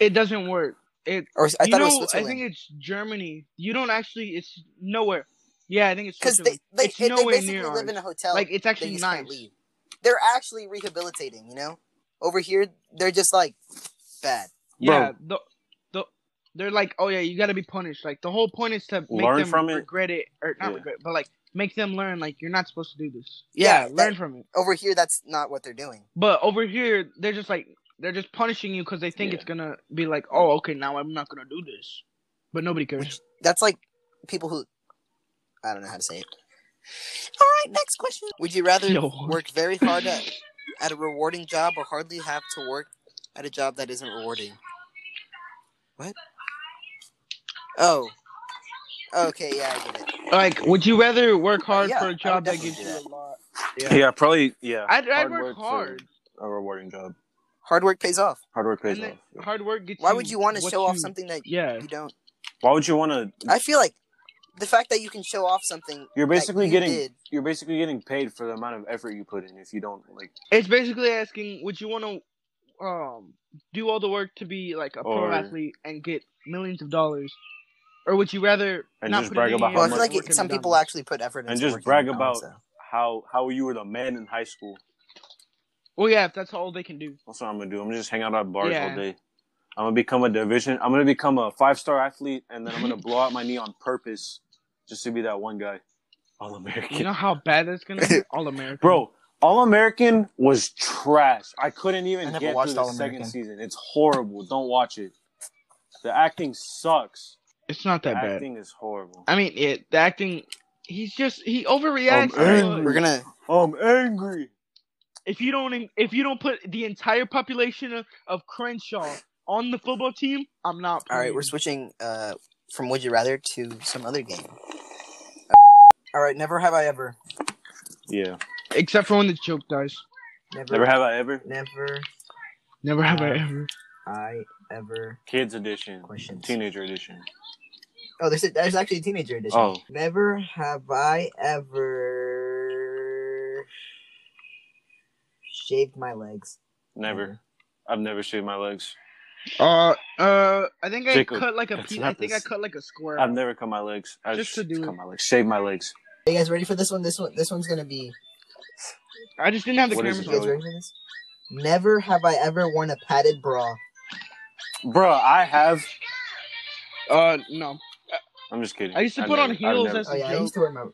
Speaker 3: It doesn't work. It.
Speaker 2: Or I
Speaker 3: you
Speaker 2: thought it
Speaker 3: know,
Speaker 2: was
Speaker 3: I
Speaker 2: Switzerland.
Speaker 3: think it's Germany. You don't actually. It's nowhere. Yeah, I think it's
Speaker 2: because
Speaker 3: Switzerland.
Speaker 2: they they,
Speaker 3: it's
Speaker 2: it- they
Speaker 3: nowhere
Speaker 2: basically
Speaker 3: near
Speaker 2: live
Speaker 3: ours.
Speaker 2: in a hotel.
Speaker 3: like it's
Speaker 2: they
Speaker 3: actually
Speaker 2: just
Speaker 3: nice.
Speaker 2: can't leave. They're actually rehabilitating, you know. Over here, they're just like bad.
Speaker 3: Yeah, the, the they're like, oh yeah, you gotta be punished. Like the whole point is to make
Speaker 1: Learn
Speaker 3: them
Speaker 1: from it.
Speaker 3: regret it. or not
Speaker 1: Yeah.
Speaker 3: regret, but like make them learn. Like you're not supposed to do this.
Speaker 2: Yeah,
Speaker 3: learn
Speaker 2: that-
Speaker 3: from it.
Speaker 2: Over here, that's not what they're doing.
Speaker 3: But over here, they're just like they're just punishing you because they think
Speaker 1: Yeah.
Speaker 3: it's gonna be like, oh, okay, now I'm not gonna do this. But nobody cares.
Speaker 2: That's like people who I don't know how to say it. All right, next question. Would you rather
Speaker 3: No.
Speaker 2: work very hard at, at a rewarding job or hardly have to work at a job that isn't rewarding? What? Oh. Okay, yeah, I get it.
Speaker 3: Like, would you rather work hard
Speaker 2: Yeah,
Speaker 3: for
Speaker 2: I
Speaker 3: a
Speaker 2: would
Speaker 3: job that
Speaker 2: definitely
Speaker 3: gives
Speaker 2: do
Speaker 3: you
Speaker 2: that.
Speaker 3: a lot?
Speaker 1: Yeah, probably. Yeah,
Speaker 3: I'd, I'd
Speaker 1: Hard
Speaker 3: work,
Speaker 1: work for-
Speaker 3: hard,
Speaker 1: a rewarding job.
Speaker 2: Hard work pays off.
Speaker 1: Hard work pays
Speaker 3: and
Speaker 1: off.
Speaker 3: then hard work gets.
Speaker 2: Why would you want to
Speaker 3: what
Speaker 2: show off
Speaker 3: you-
Speaker 2: something that
Speaker 3: Yeah,
Speaker 2: you don't?
Speaker 1: Why would you want to?
Speaker 2: I feel like the fact that you can show off something
Speaker 1: You're
Speaker 2: that
Speaker 1: basically
Speaker 2: you
Speaker 1: getting.
Speaker 2: did-
Speaker 1: You're basically getting paid for the amount of effort you put in. If you don't like,
Speaker 3: it's basically asking, would you want to, um, do all the work to be like a
Speaker 1: Or-
Speaker 3: pro athlete and get millions of dollars, or would you rather
Speaker 1: And
Speaker 3: not
Speaker 1: just
Speaker 3: put
Speaker 1: brag
Speaker 3: in any
Speaker 1: about how
Speaker 2: Well, I
Speaker 3: effort
Speaker 2: feel
Speaker 1: much
Speaker 3: and
Speaker 2: like
Speaker 3: work
Speaker 2: it, some
Speaker 3: and be
Speaker 2: people
Speaker 3: done?
Speaker 2: actually put effort into
Speaker 1: And just
Speaker 2: working
Speaker 1: brag
Speaker 2: out,
Speaker 1: about-
Speaker 2: so.
Speaker 1: how how you were the man in high school.
Speaker 3: Well, yeah, if that's all they can do.
Speaker 1: That's what I'm gonna do. I'm gonna just hang out at bars
Speaker 3: Yeah.
Speaker 1: all day. I'm gonna become a division. I'm gonna become a five star athlete, and then I'm gonna blow out my knee on purpose just to be that one guy, all American.
Speaker 3: You know how bad that's gonna be. All American,
Speaker 1: Bro, All American was trash. I couldn't even
Speaker 2: I never
Speaker 1: get
Speaker 2: watched
Speaker 1: through
Speaker 2: All
Speaker 1: the second
Speaker 2: American.
Speaker 1: season. It's horrible. Don't watch it. The acting sucks.
Speaker 3: It's not
Speaker 1: The
Speaker 3: that bad.
Speaker 1: acting is horrible.
Speaker 3: I mean, yeah, the acting. He's just he overreacts.
Speaker 1: Um,
Speaker 3: to
Speaker 1: angry.
Speaker 2: We're
Speaker 3: what-
Speaker 2: gonna
Speaker 1: I'm angry.
Speaker 3: if you don't if you don't put the entire population of, of Crenshaw on the football team, I'm not.
Speaker 2: All right,
Speaker 3: playing.
Speaker 2: we're switching uh, from Would You Rather to some other game. All right, never have I ever.
Speaker 1: Yeah.
Speaker 3: except for when the joke dies.
Speaker 2: Never,
Speaker 1: Never have I ever.
Speaker 2: never
Speaker 3: Never have I ever.
Speaker 2: I ever.
Speaker 1: Kids edition.
Speaker 2: Questions.
Speaker 1: Teenager edition.
Speaker 2: Oh, there's, a, there's actually a teenager edition.
Speaker 1: Oh.
Speaker 2: Never have I ever shaved my legs.
Speaker 1: Never.
Speaker 2: Mm-hmm.
Speaker 1: I've never shaved my legs.
Speaker 3: Uh, uh, I think I
Speaker 1: Jacob,
Speaker 3: cut like a
Speaker 1: that's
Speaker 3: piece.
Speaker 1: not
Speaker 3: I think
Speaker 1: this.
Speaker 3: I cut like a square.
Speaker 1: I've never cut my legs. I
Speaker 3: Just
Speaker 1: just
Speaker 3: to do
Speaker 1: cut
Speaker 3: it.
Speaker 1: my legs. Shave my legs.
Speaker 2: Are you guys ready for this one? This one. This one's gonna be.
Speaker 3: I just didn't have the
Speaker 1: What is
Speaker 3: cameras
Speaker 1: it,
Speaker 2: You guys
Speaker 1: Joey?
Speaker 3: on.
Speaker 2: ready for this? Never have I ever worn a padded bra. Oh,
Speaker 1: Bro, I have.
Speaker 3: Uh, no.
Speaker 1: I'm just kidding.
Speaker 3: I used to put on
Speaker 1: never- I've
Speaker 3: heels
Speaker 1: never-
Speaker 3: as-
Speaker 2: Oh yeah, I used to wear my.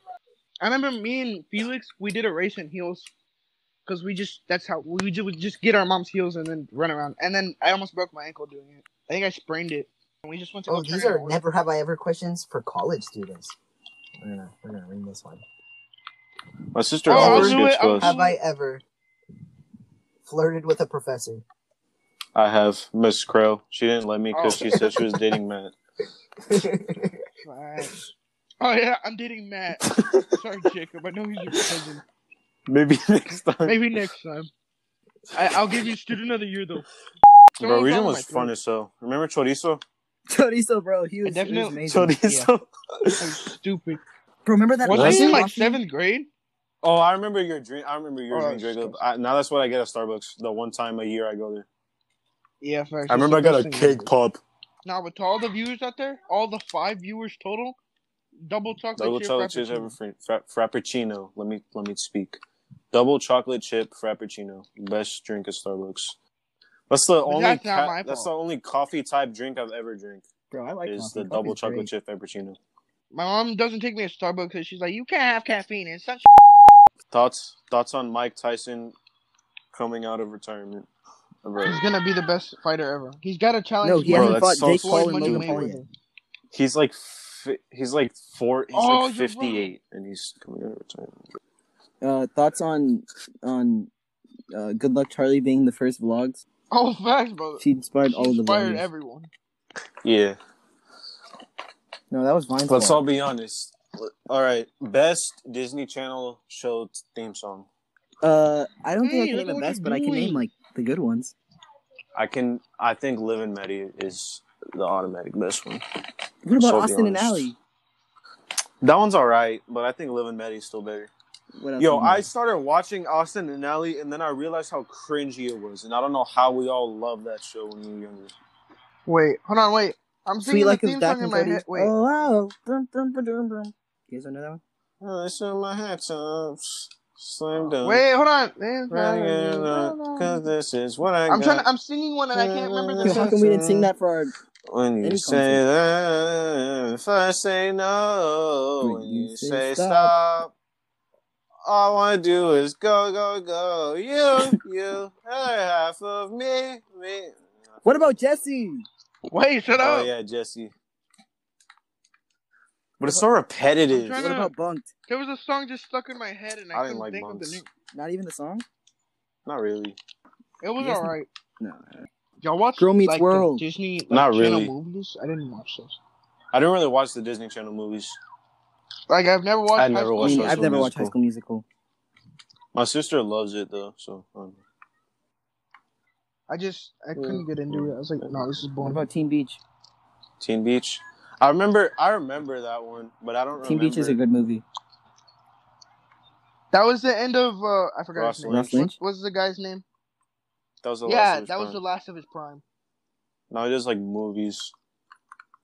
Speaker 3: I remember me and Felix we did a race in heels, cause we just that's how we just would just get our mom's heels and then run around. And then I almost broke my ankle doing it. I think I sprained it. And we just went to.
Speaker 2: Oh,
Speaker 3: go turn
Speaker 2: these
Speaker 3: it
Speaker 2: are
Speaker 3: on.
Speaker 2: never have I ever questions for college students. We're gonna we're gonna read this one.
Speaker 1: My sister
Speaker 3: Oh,
Speaker 2: I'll
Speaker 1: always
Speaker 3: do
Speaker 1: gets
Speaker 3: it. I'll
Speaker 1: close.
Speaker 2: Have I ever flirted with a professor?
Speaker 1: I have Miss Crow. She didn't let me because
Speaker 3: Oh.
Speaker 1: she said she was dating Matt.
Speaker 3: Right. Oh yeah, I'm dating Matt. Sorry, Jacob. I know he's your cousin.
Speaker 1: Maybe next time.
Speaker 3: Maybe next time. I, I'll give you student another year though.
Speaker 1: Bro,
Speaker 3: Someone
Speaker 1: Region
Speaker 3: follow
Speaker 1: was
Speaker 3: my
Speaker 1: fun as hell. Remember Chorizo?
Speaker 2: Chorizo, bro, he
Speaker 3: was- he was Definitely-
Speaker 2: amazing.
Speaker 1: Chorizo.
Speaker 3: tweet. I'm stupid.
Speaker 2: Bro, remember that?
Speaker 3: Was
Speaker 1: Was
Speaker 3: I
Speaker 1: he?
Speaker 3: in like seventh grade?
Speaker 1: Oh, I remember your dream. I remember your
Speaker 3: Oh,
Speaker 1: dream,
Speaker 3: it's
Speaker 1: Jacob. I, now that's what I get at Starbucks. The one time a year I go there.
Speaker 3: Yeah, facts.
Speaker 1: I remember I
Speaker 3: That's
Speaker 1: got
Speaker 3: the
Speaker 1: a
Speaker 3: best thing
Speaker 1: cake pop.
Speaker 3: Now with all the viewers out there, all the five viewers total, double chocolate
Speaker 1: Double
Speaker 3: chip
Speaker 1: chocolate chip
Speaker 3: frappuccino.
Speaker 1: fra- fra- frappuccino. Let me let me speak. Double chocolate chip frappuccino. Best drink at Starbucks. That's the
Speaker 3: But
Speaker 1: only
Speaker 3: that's not
Speaker 1: ca-
Speaker 3: my
Speaker 1: that's the
Speaker 3: fault.
Speaker 1: only coffee type drink I've ever drank.
Speaker 2: Bro, I like
Speaker 1: is the double chocolate chip frappuccino.
Speaker 3: My mom doesn't take me to Starbucks because she's like, you can't have caffeine. It's such.
Speaker 1: Thoughts thoughts on Mike Tyson coming out of retirement? Bro,
Speaker 3: He's gonna be the best fighter ever. He's got a challenge.
Speaker 2: No, he
Speaker 1: Bro,
Speaker 2: hasn't
Speaker 1: that's
Speaker 2: fought
Speaker 1: so
Speaker 2: Jake
Speaker 3: Floyd
Speaker 2: Paul and
Speaker 1: stupid.
Speaker 3: Money
Speaker 2: Logan
Speaker 1: Logan
Speaker 2: Paul
Speaker 3: Mayweather.
Speaker 2: yet.
Speaker 1: he's like fi- he's like four. He's
Speaker 3: Oh,
Speaker 1: like
Speaker 3: you're right.
Speaker 1: fifty eight, and he's coming out of retirement.
Speaker 2: Uh, thoughts on on uh, Good Luck Charlie being the first vlogs?
Speaker 3: Oh, facts, brother.
Speaker 2: She inspired
Speaker 3: She inspired everyone.
Speaker 1: Yeah,
Speaker 2: No, that was Vine's
Speaker 1: let's all be honest. All right, best Disney Channel show theme song.
Speaker 2: Uh, I don't
Speaker 3: think I Hey, can look name it what best, you're but I can name, doing.
Speaker 2: like the good ones.
Speaker 1: I can. I think Livin' Meddy is the automatic best one.
Speaker 2: What
Speaker 1: about So be Austin and honest. Ally? That one's all right, but I think Livin' Meddy's still better.
Speaker 2: What
Speaker 1: Yo, I started watching Austin and Alley, and then I realized how cringy it was, and I don't know how we all loved that show when we were younger.
Speaker 3: Wait, hold on, wait. I'm singing
Speaker 2: Sweet Life
Speaker 3: the
Speaker 2: of
Speaker 3: theme
Speaker 2: Zack and
Speaker 3: song in my
Speaker 2: Cody.
Speaker 3: head. Wait,
Speaker 2: Oh, wow. Dum, dum, ba, dum, dum. You guys don't know that one?
Speaker 1: I saw my hat tops. Slam dunk.
Speaker 3: Wait, hold on.
Speaker 1: Running in the- Cause this is what I
Speaker 3: I'm
Speaker 1: got
Speaker 3: trying. To, I'm singing one and I can't remember
Speaker 1: Yeah, how
Speaker 3: the.
Speaker 2: how
Speaker 1: come
Speaker 2: come we didn't sing that for our?
Speaker 1: when you
Speaker 2: any
Speaker 1: say that. If I say no, when you say stop. All I want to do is go, go, go. You, you, other half of me, me.
Speaker 2: What about Jesse?
Speaker 6: Wait, shut
Speaker 1: Oh
Speaker 6: up.
Speaker 1: yeah, Jesse. But it's so repetitive.
Speaker 3: I'm
Speaker 2: What
Speaker 3: trying to-
Speaker 2: about Bunked?
Speaker 3: There was a song just stuck in my head and I,
Speaker 1: I didn't
Speaker 3: couldn't
Speaker 1: like
Speaker 3: think of
Speaker 1: Monks.
Speaker 3: the name.
Speaker 2: Not even the song.
Speaker 1: Not really.
Speaker 3: It was
Speaker 2: Yes.
Speaker 3: alright.
Speaker 2: No.
Speaker 3: Y'all watch
Speaker 2: Girl Meets
Speaker 3: like,
Speaker 2: World.
Speaker 3: The Disney like,
Speaker 1: Not
Speaker 3: Channel
Speaker 1: really.
Speaker 3: movies. I didn't watch those.
Speaker 1: I didn't really watch the Disney Channel movies.
Speaker 3: Like I've never watched.
Speaker 1: I've
Speaker 3: High
Speaker 1: never
Speaker 3: School
Speaker 1: watched
Speaker 2: Me-
Speaker 1: High
Speaker 2: I've
Speaker 1: School
Speaker 2: never watched High
Speaker 1: Musical.
Speaker 2: School Musical.
Speaker 1: My sister loves it though, so um,
Speaker 3: I just I couldn't get into it. I was like, no, this is
Speaker 2: What
Speaker 3: boring.
Speaker 2: about Teen Beach?
Speaker 1: Teen Beach. I remember. I remember that one, but I don't
Speaker 2: Teen
Speaker 1: remember.
Speaker 2: Beach is a good movie.
Speaker 3: That was the end of. uh I forgot
Speaker 1: Ross
Speaker 3: his name.
Speaker 1: Lynch.
Speaker 2: Ross Lynch?
Speaker 3: What was the guy's name?
Speaker 1: That was the last.
Speaker 3: yeah,
Speaker 1: of his
Speaker 3: that was
Speaker 1: prime.
Speaker 3: the last of his prime.
Speaker 1: Now he does like movies.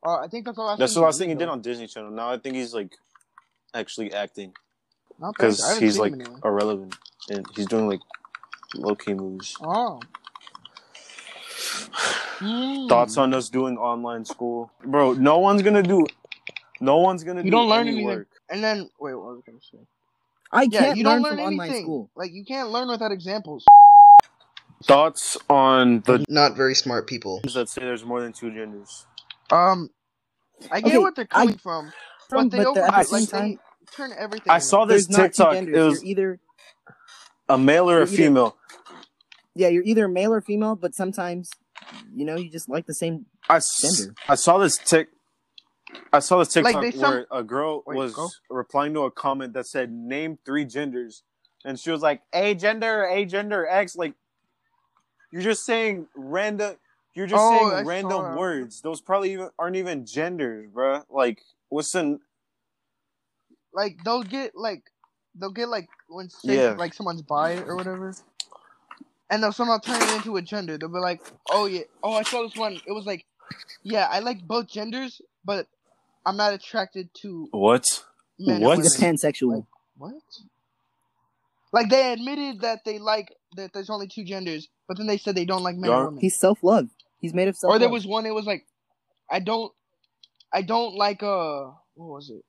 Speaker 3: Uh, I think that's the last.
Speaker 1: That's the
Speaker 3: thing
Speaker 1: last thing he
Speaker 3: though.
Speaker 1: did on Disney Channel. Now I think he's like actually acting
Speaker 3: Not that- I
Speaker 1: because
Speaker 3: haven't
Speaker 1: he's
Speaker 3: seen
Speaker 1: like
Speaker 3: him in a while.
Speaker 1: irrelevant and he's doing like low key movies.
Speaker 3: Oh. Mm.
Speaker 1: Thoughts on us doing online school, bro? No one's gonna do. No one's gonna.
Speaker 3: You
Speaker 1: do
Speaker 3: don't learn
Speaker 1: any
Speaker 3: anything.
Speaker 1: work.
Speaker 3: And then wait, what was I gonna say?
Speaker 2: I
Speaker 3: Yeah,
Speaker 2: can't
Speaker 3: you
Speaker 2: learn,
Speaker 3: don't learn
Speaker 2: from
Speaker 3: anything.
Speaker 2: online school.
Speaker 3: Like you can't learn without examples.
Speaker 1: Thoughts on the
Speaker 5: Not very smart people.
Speaker 1: that say there's more than two genders.
Speaker 3: Um, I get
Speaker 2: Okay,
Speaker 3: what they're
Speaker 2: I-
Speaker 3: coming from,
Speaker 2: From-
Speaker 3: but they over
Speaker 1: the
Speaker 2: at the
Speaker 1: same
Speaker 3: like
Speaker 2: same time,
Speaker 3: they turn everything.
Speaker 1: I saw
Speaker 3: around.
Speaker 1: this
Speaker 2: there's not two
Speaker 1: Oh, TikTok.
Speaker 2: genders.
Speaker 1: It was
Speaker 2: You're either
Speaker 1: a male or
Speaker 2: you're
Speaker 1: a
Speaker 2: either-
Speaker 1: female.
Speaker 2: yeah, you're either male or female, but sometimes, you know, you just like the same
Speaker 1: I, s-
Speaker 2: Gender.
Speaker 1: I saw this tick. I saw this
Speaker 3: Like,
Speaker 1: TikTok
Speaker 3: they some-
Speaker 1: where a girl
Speaker 3: Wait,
Speaker 1: was
Speaker 3: go.
Speaker 1: replying to a comment that said, "Name three genders," and she was like, "A gender, A gender, X." Like, you're just saying random. You're just
Speaker 3: Oh, I
Speaker 1: saying
Speaker 3: saw
Speaker 1: random
Speaker 3: that.
Speaker 1: words. Those probably even aren't even genders, bruh. Like, what's an
Speaker 3: Like they'll get like they'll get like when say
Speaker 1: Yeah.
Speaker 3: like someone's bi or whatever, and they'll somehow turn it into a gender. They'll be like, oh yeah, oh I saw this one. It was like, yeah, I like both genders, but I'm not attracted to
Speaker 1: what?
Speaker 3: men. and
Speaker 1: What?
Speaker 2: He's a
Speaker 3: women."
Speaker 2: pansexual.
Speaker 3: What? Like they admitted that they like that there's only two genders, but then they said they don't like men
Speaker 1: Y'all-
Speaker 3: and women.
Speaker 2: He's self love. He's made of self.
Speaker 3: Or there was one. It was like, I don't, I don't like uh, what was it?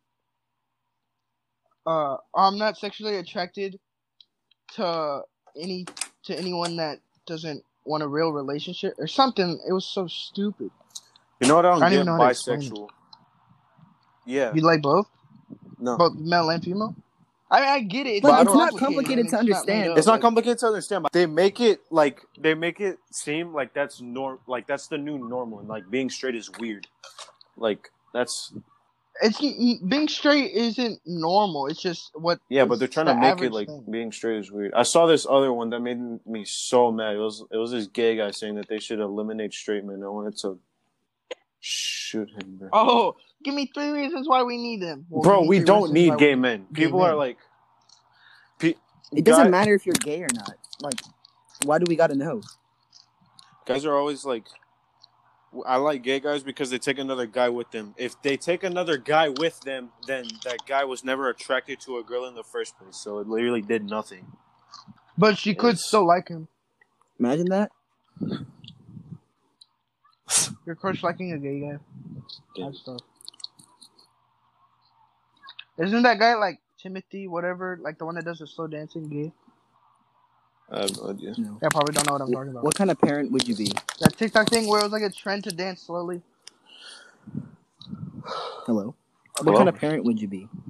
Speaker 3: Uh, I'm not sexually attracted to any to anyone that doesn't want a real relationship or something. It was so stupid.
Speaker 1: You know what? I
Speaker 3: I don't
Speaker 1: don't get
Speaker 3: even know how to explain it.
Speaker 1: bisexual. Yeah,
Speaker 3: You like both,
Speaker 1: no.
Speaker 3: both male and female. I mean, I get it. It's,
Speaker 2: But
Speaker 1: I
Speaker 3: not,
Speaker 1: don't-
Speaker 3: complicated.
Speaker 2: It's not complicated to
Speaker 3: and it's not made
Speaker 2: understand.
Speaker 3: up,
Speaker 1: it's not
Speaker 3: like-
Speaker 1: complicated to understand. But they make it like they make it seem like that's norm, like that's the new normal, and like being straight is weird. Like that's
Speaker 3: it's being straight isn't normal. It's just what.
Speaker 1: yeah, but
Speaker 3: it's
Speaker 1: they're trying
Speaker 3: the
Speaker 1: to make
Speaker 3: average
Speaker 1: it like
Speaker 3: thing.
Speaker 1: being straight is weird. I saw this other one that made me so mad. It was it was this gay guy saying that they should eliminate straight men. I wanted to shoot him, bro.
Speaker 3: Oh, give me three reasons why we need them. Well,
Speaker 1: bro,
Speaker 3: give me
Speaker 1: we
Speaker 3: three
Speaker 1: don't
Speaker 3: reasons why
Speaker 1: need
Speaker 3: we-
Speaker 1: gay men.
Speaker 3: gay
Speaker 1: People
Speaker 3: men.
Speaker 1: are like, pe-
Speaker 2: It doesn't
Speaker 1: guy-
Speaker 2: matter if you're gay or not. Like, why do we gotta know?
Speaker 1: guys are always like i like gay guys because they take another guy with them if they take another guy with them then that guy was never attracted to a girl in the first place so it literally did nothing
Speaker 3: But she could
Speaker 1: It's-
Speaker 3: still like him.
Speaker 2: Imagine that.
Speaker 3: Your crush liking a gay guy.
Speaker 1: Yeah.
Speaker 3: That's tough. Isn't that guy like Timothy, whatever, like the one that does the slow dancing gay?
Speaker 1: i have no idea
Speaker 2: No.
Speaker 3: Yeah, I probably don't know what I'm talking about.
Speaker 2: What kind of parent would you be?
Speaker 3: That TikTok thing where it was like a trend to dance slowly.
Speaker 2: Hello.
Speaker 1: Hello?
Speaker 2: What kind of parent would you be?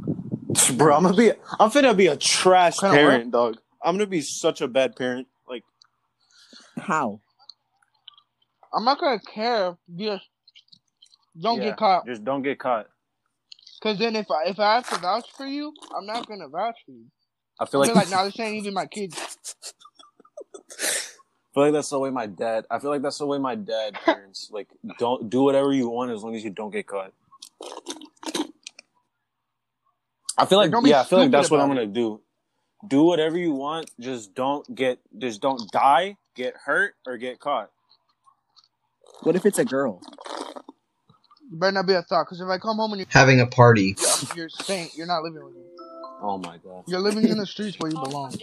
Speaker 1: bro i'm gonna be i'm finna be a trash
Speaker 3: Kinda what?
Speaker 1: parent dog i'm gonna be such a bad parent like
Speaker 2: How?
Speaker 3: I'm not gonna care if you just don't
Speaker 1: Yeah.
Speaker 3: get caught.
Speaker 1: just don't get caught
Speaker 3: Cause then if I if I have to vouch for you, I'm not gonna vouch for you.
Speaker 1: i feel
Speaker 3: I'll
Speaker 1: like,
Speaker 3: be like, nah, this ain't even my kid.
Speaker 1: I feel like that's the way my dad i feel like that's the way my dad parents like don't do whatever you want as long as you don't get caught I feel like
Speaker 3: Like, don't be
Speaker 1: yeah, I feel like
Speaker 3: stupid
Speaker 1: that's what I'm
Speaker 3: about
Speaker 1: gonna do. Do whatever you want, just don't get, just don't die, get hurt, or get caught.
Speaker 2: What if it's a girl?
Speaker 3: You better not be a thought. Cause if I come home and
Speaker 5: Having a party.
Speaker 3: you're, you're saying you're not living with me.
Speaker 1: Oh my god.
Speaker 3: You're living in the streets where you belong.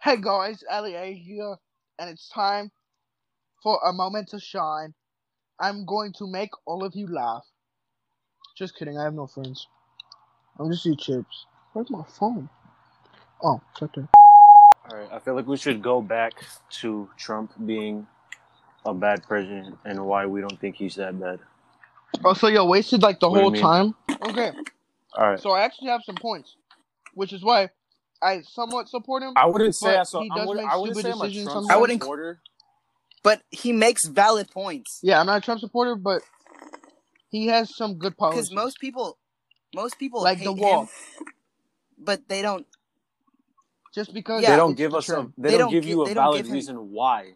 Speaker 3: Hey guys, LEA here, and it's time for a moment to shine. I'm going to make all of you laugh. Just kidding, I have no friends. I'm just eat chips. Where's my phone? Oh, it's right there.
Speaker 1: All right. I feel like we should go back to Trump being a bad president and why we don't think he's that bad.
Speaker 3: Oh, so you wasted like the
Speaker 1: What do you
Speaker 3: whole
Speaker 1: mean?
Speaker 3: time? Okay,
Speaker 1: All right.
Speaker 3: so I actually have some points, which is why I somewhat support him.
Speaker 1: I wouldn't say
Speaker 3: But
Speaker 1: I saw.
Speaker 3: he
Speaker 1: I,
Speaker 3: does
Speaker 1: would,
Speaker 3: make
Speaker 1: I wouldn't
Speaker 3: stupid
Speaker 1: say I'm a
Speaker 3: decisions
Speaker 1: Trump
Speaker 3: sometimes.
Speaker 2: I wouldn't-
Speaker 1: supporter.
Speaker 2: But he makes valid points
Speaker 3: Yeah, I'm not a Trump supporter, but he has some good
Speaker 1: Oh,
Speaker 3: policies.
Speaker 2: because most people, most people
Speaker 3: like
Speaker 2: hate
Speaker 3: the wall,
Speaker 2: him, but they don't.
Speaker 3: just because
Speaker 2: Yeah.
Speaker 1: they don't
Speaker 3: it's
Speaker 1: give
Speaker 3: the
Speaker 1: us a.
Speaker 3: trend.
Speaker 1: They,
Speaker 2: They
Speaker 1: don't,
Speaker 2: don't
Speaker 1: give
Speaker 2: gi-
Speaker 1: you a
Speaker 2: they don't
Speaker 1: valid
Speaker 2: give him-
Speaker 1: reason why.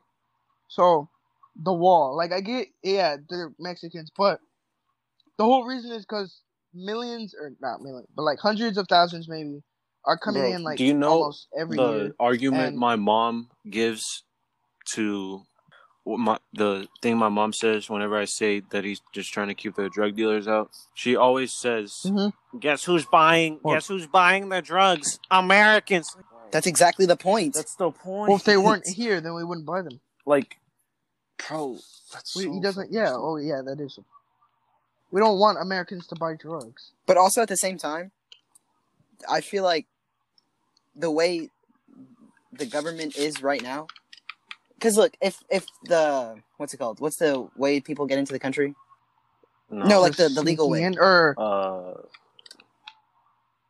Speaker 3: So, the wall. Like I get, yeah, they're Mexicans, but the whole reason is because millions, or not millions, but like hundreds of thousands, maybe, are coming
Speaker 1: Bro,
Speaker 3: in like
Speaker 1: do you know
Speaker 3: almost every
Speaker 1: the
Speaker 3: year.
Speaker 1: argument
Speaker 3: and-
Speaker 1: my mom gives to what my, the thing my mom says whenever I say that he's just trying to keep the drug dealers out. She always says,
Speaker 3: Mhm.
Speaker 1: "Guess who's buying?
Speaker 3: Well-
Speaker 1: Guess who's buying the drugs? Americans."
Speaker 2: That's exactly the point.
Speaker 1: That's the point.
Speaker 3: Well, if they weren't here, then we wouldn't buy them.
Speaker 1: like, bro, that's
Speaker 3: We,
Speaker 1: so
Speaker 3: he doesn't. Yeah. Oh, yeah. That is. We don't want Americans to buy drugs.
Speaker 2: but also at the same time, I feel like the way the government is right now, because look, if if the what's it called? What's the way people get into the country?
Speaker 1: no,
Speaker 2: No, like
Speaker 3: They're
Speaker 2: the, the legal
Speaker 3: sneaking
Speaker 2: way.
Speaker 3: in, or
Speaker 1: uh,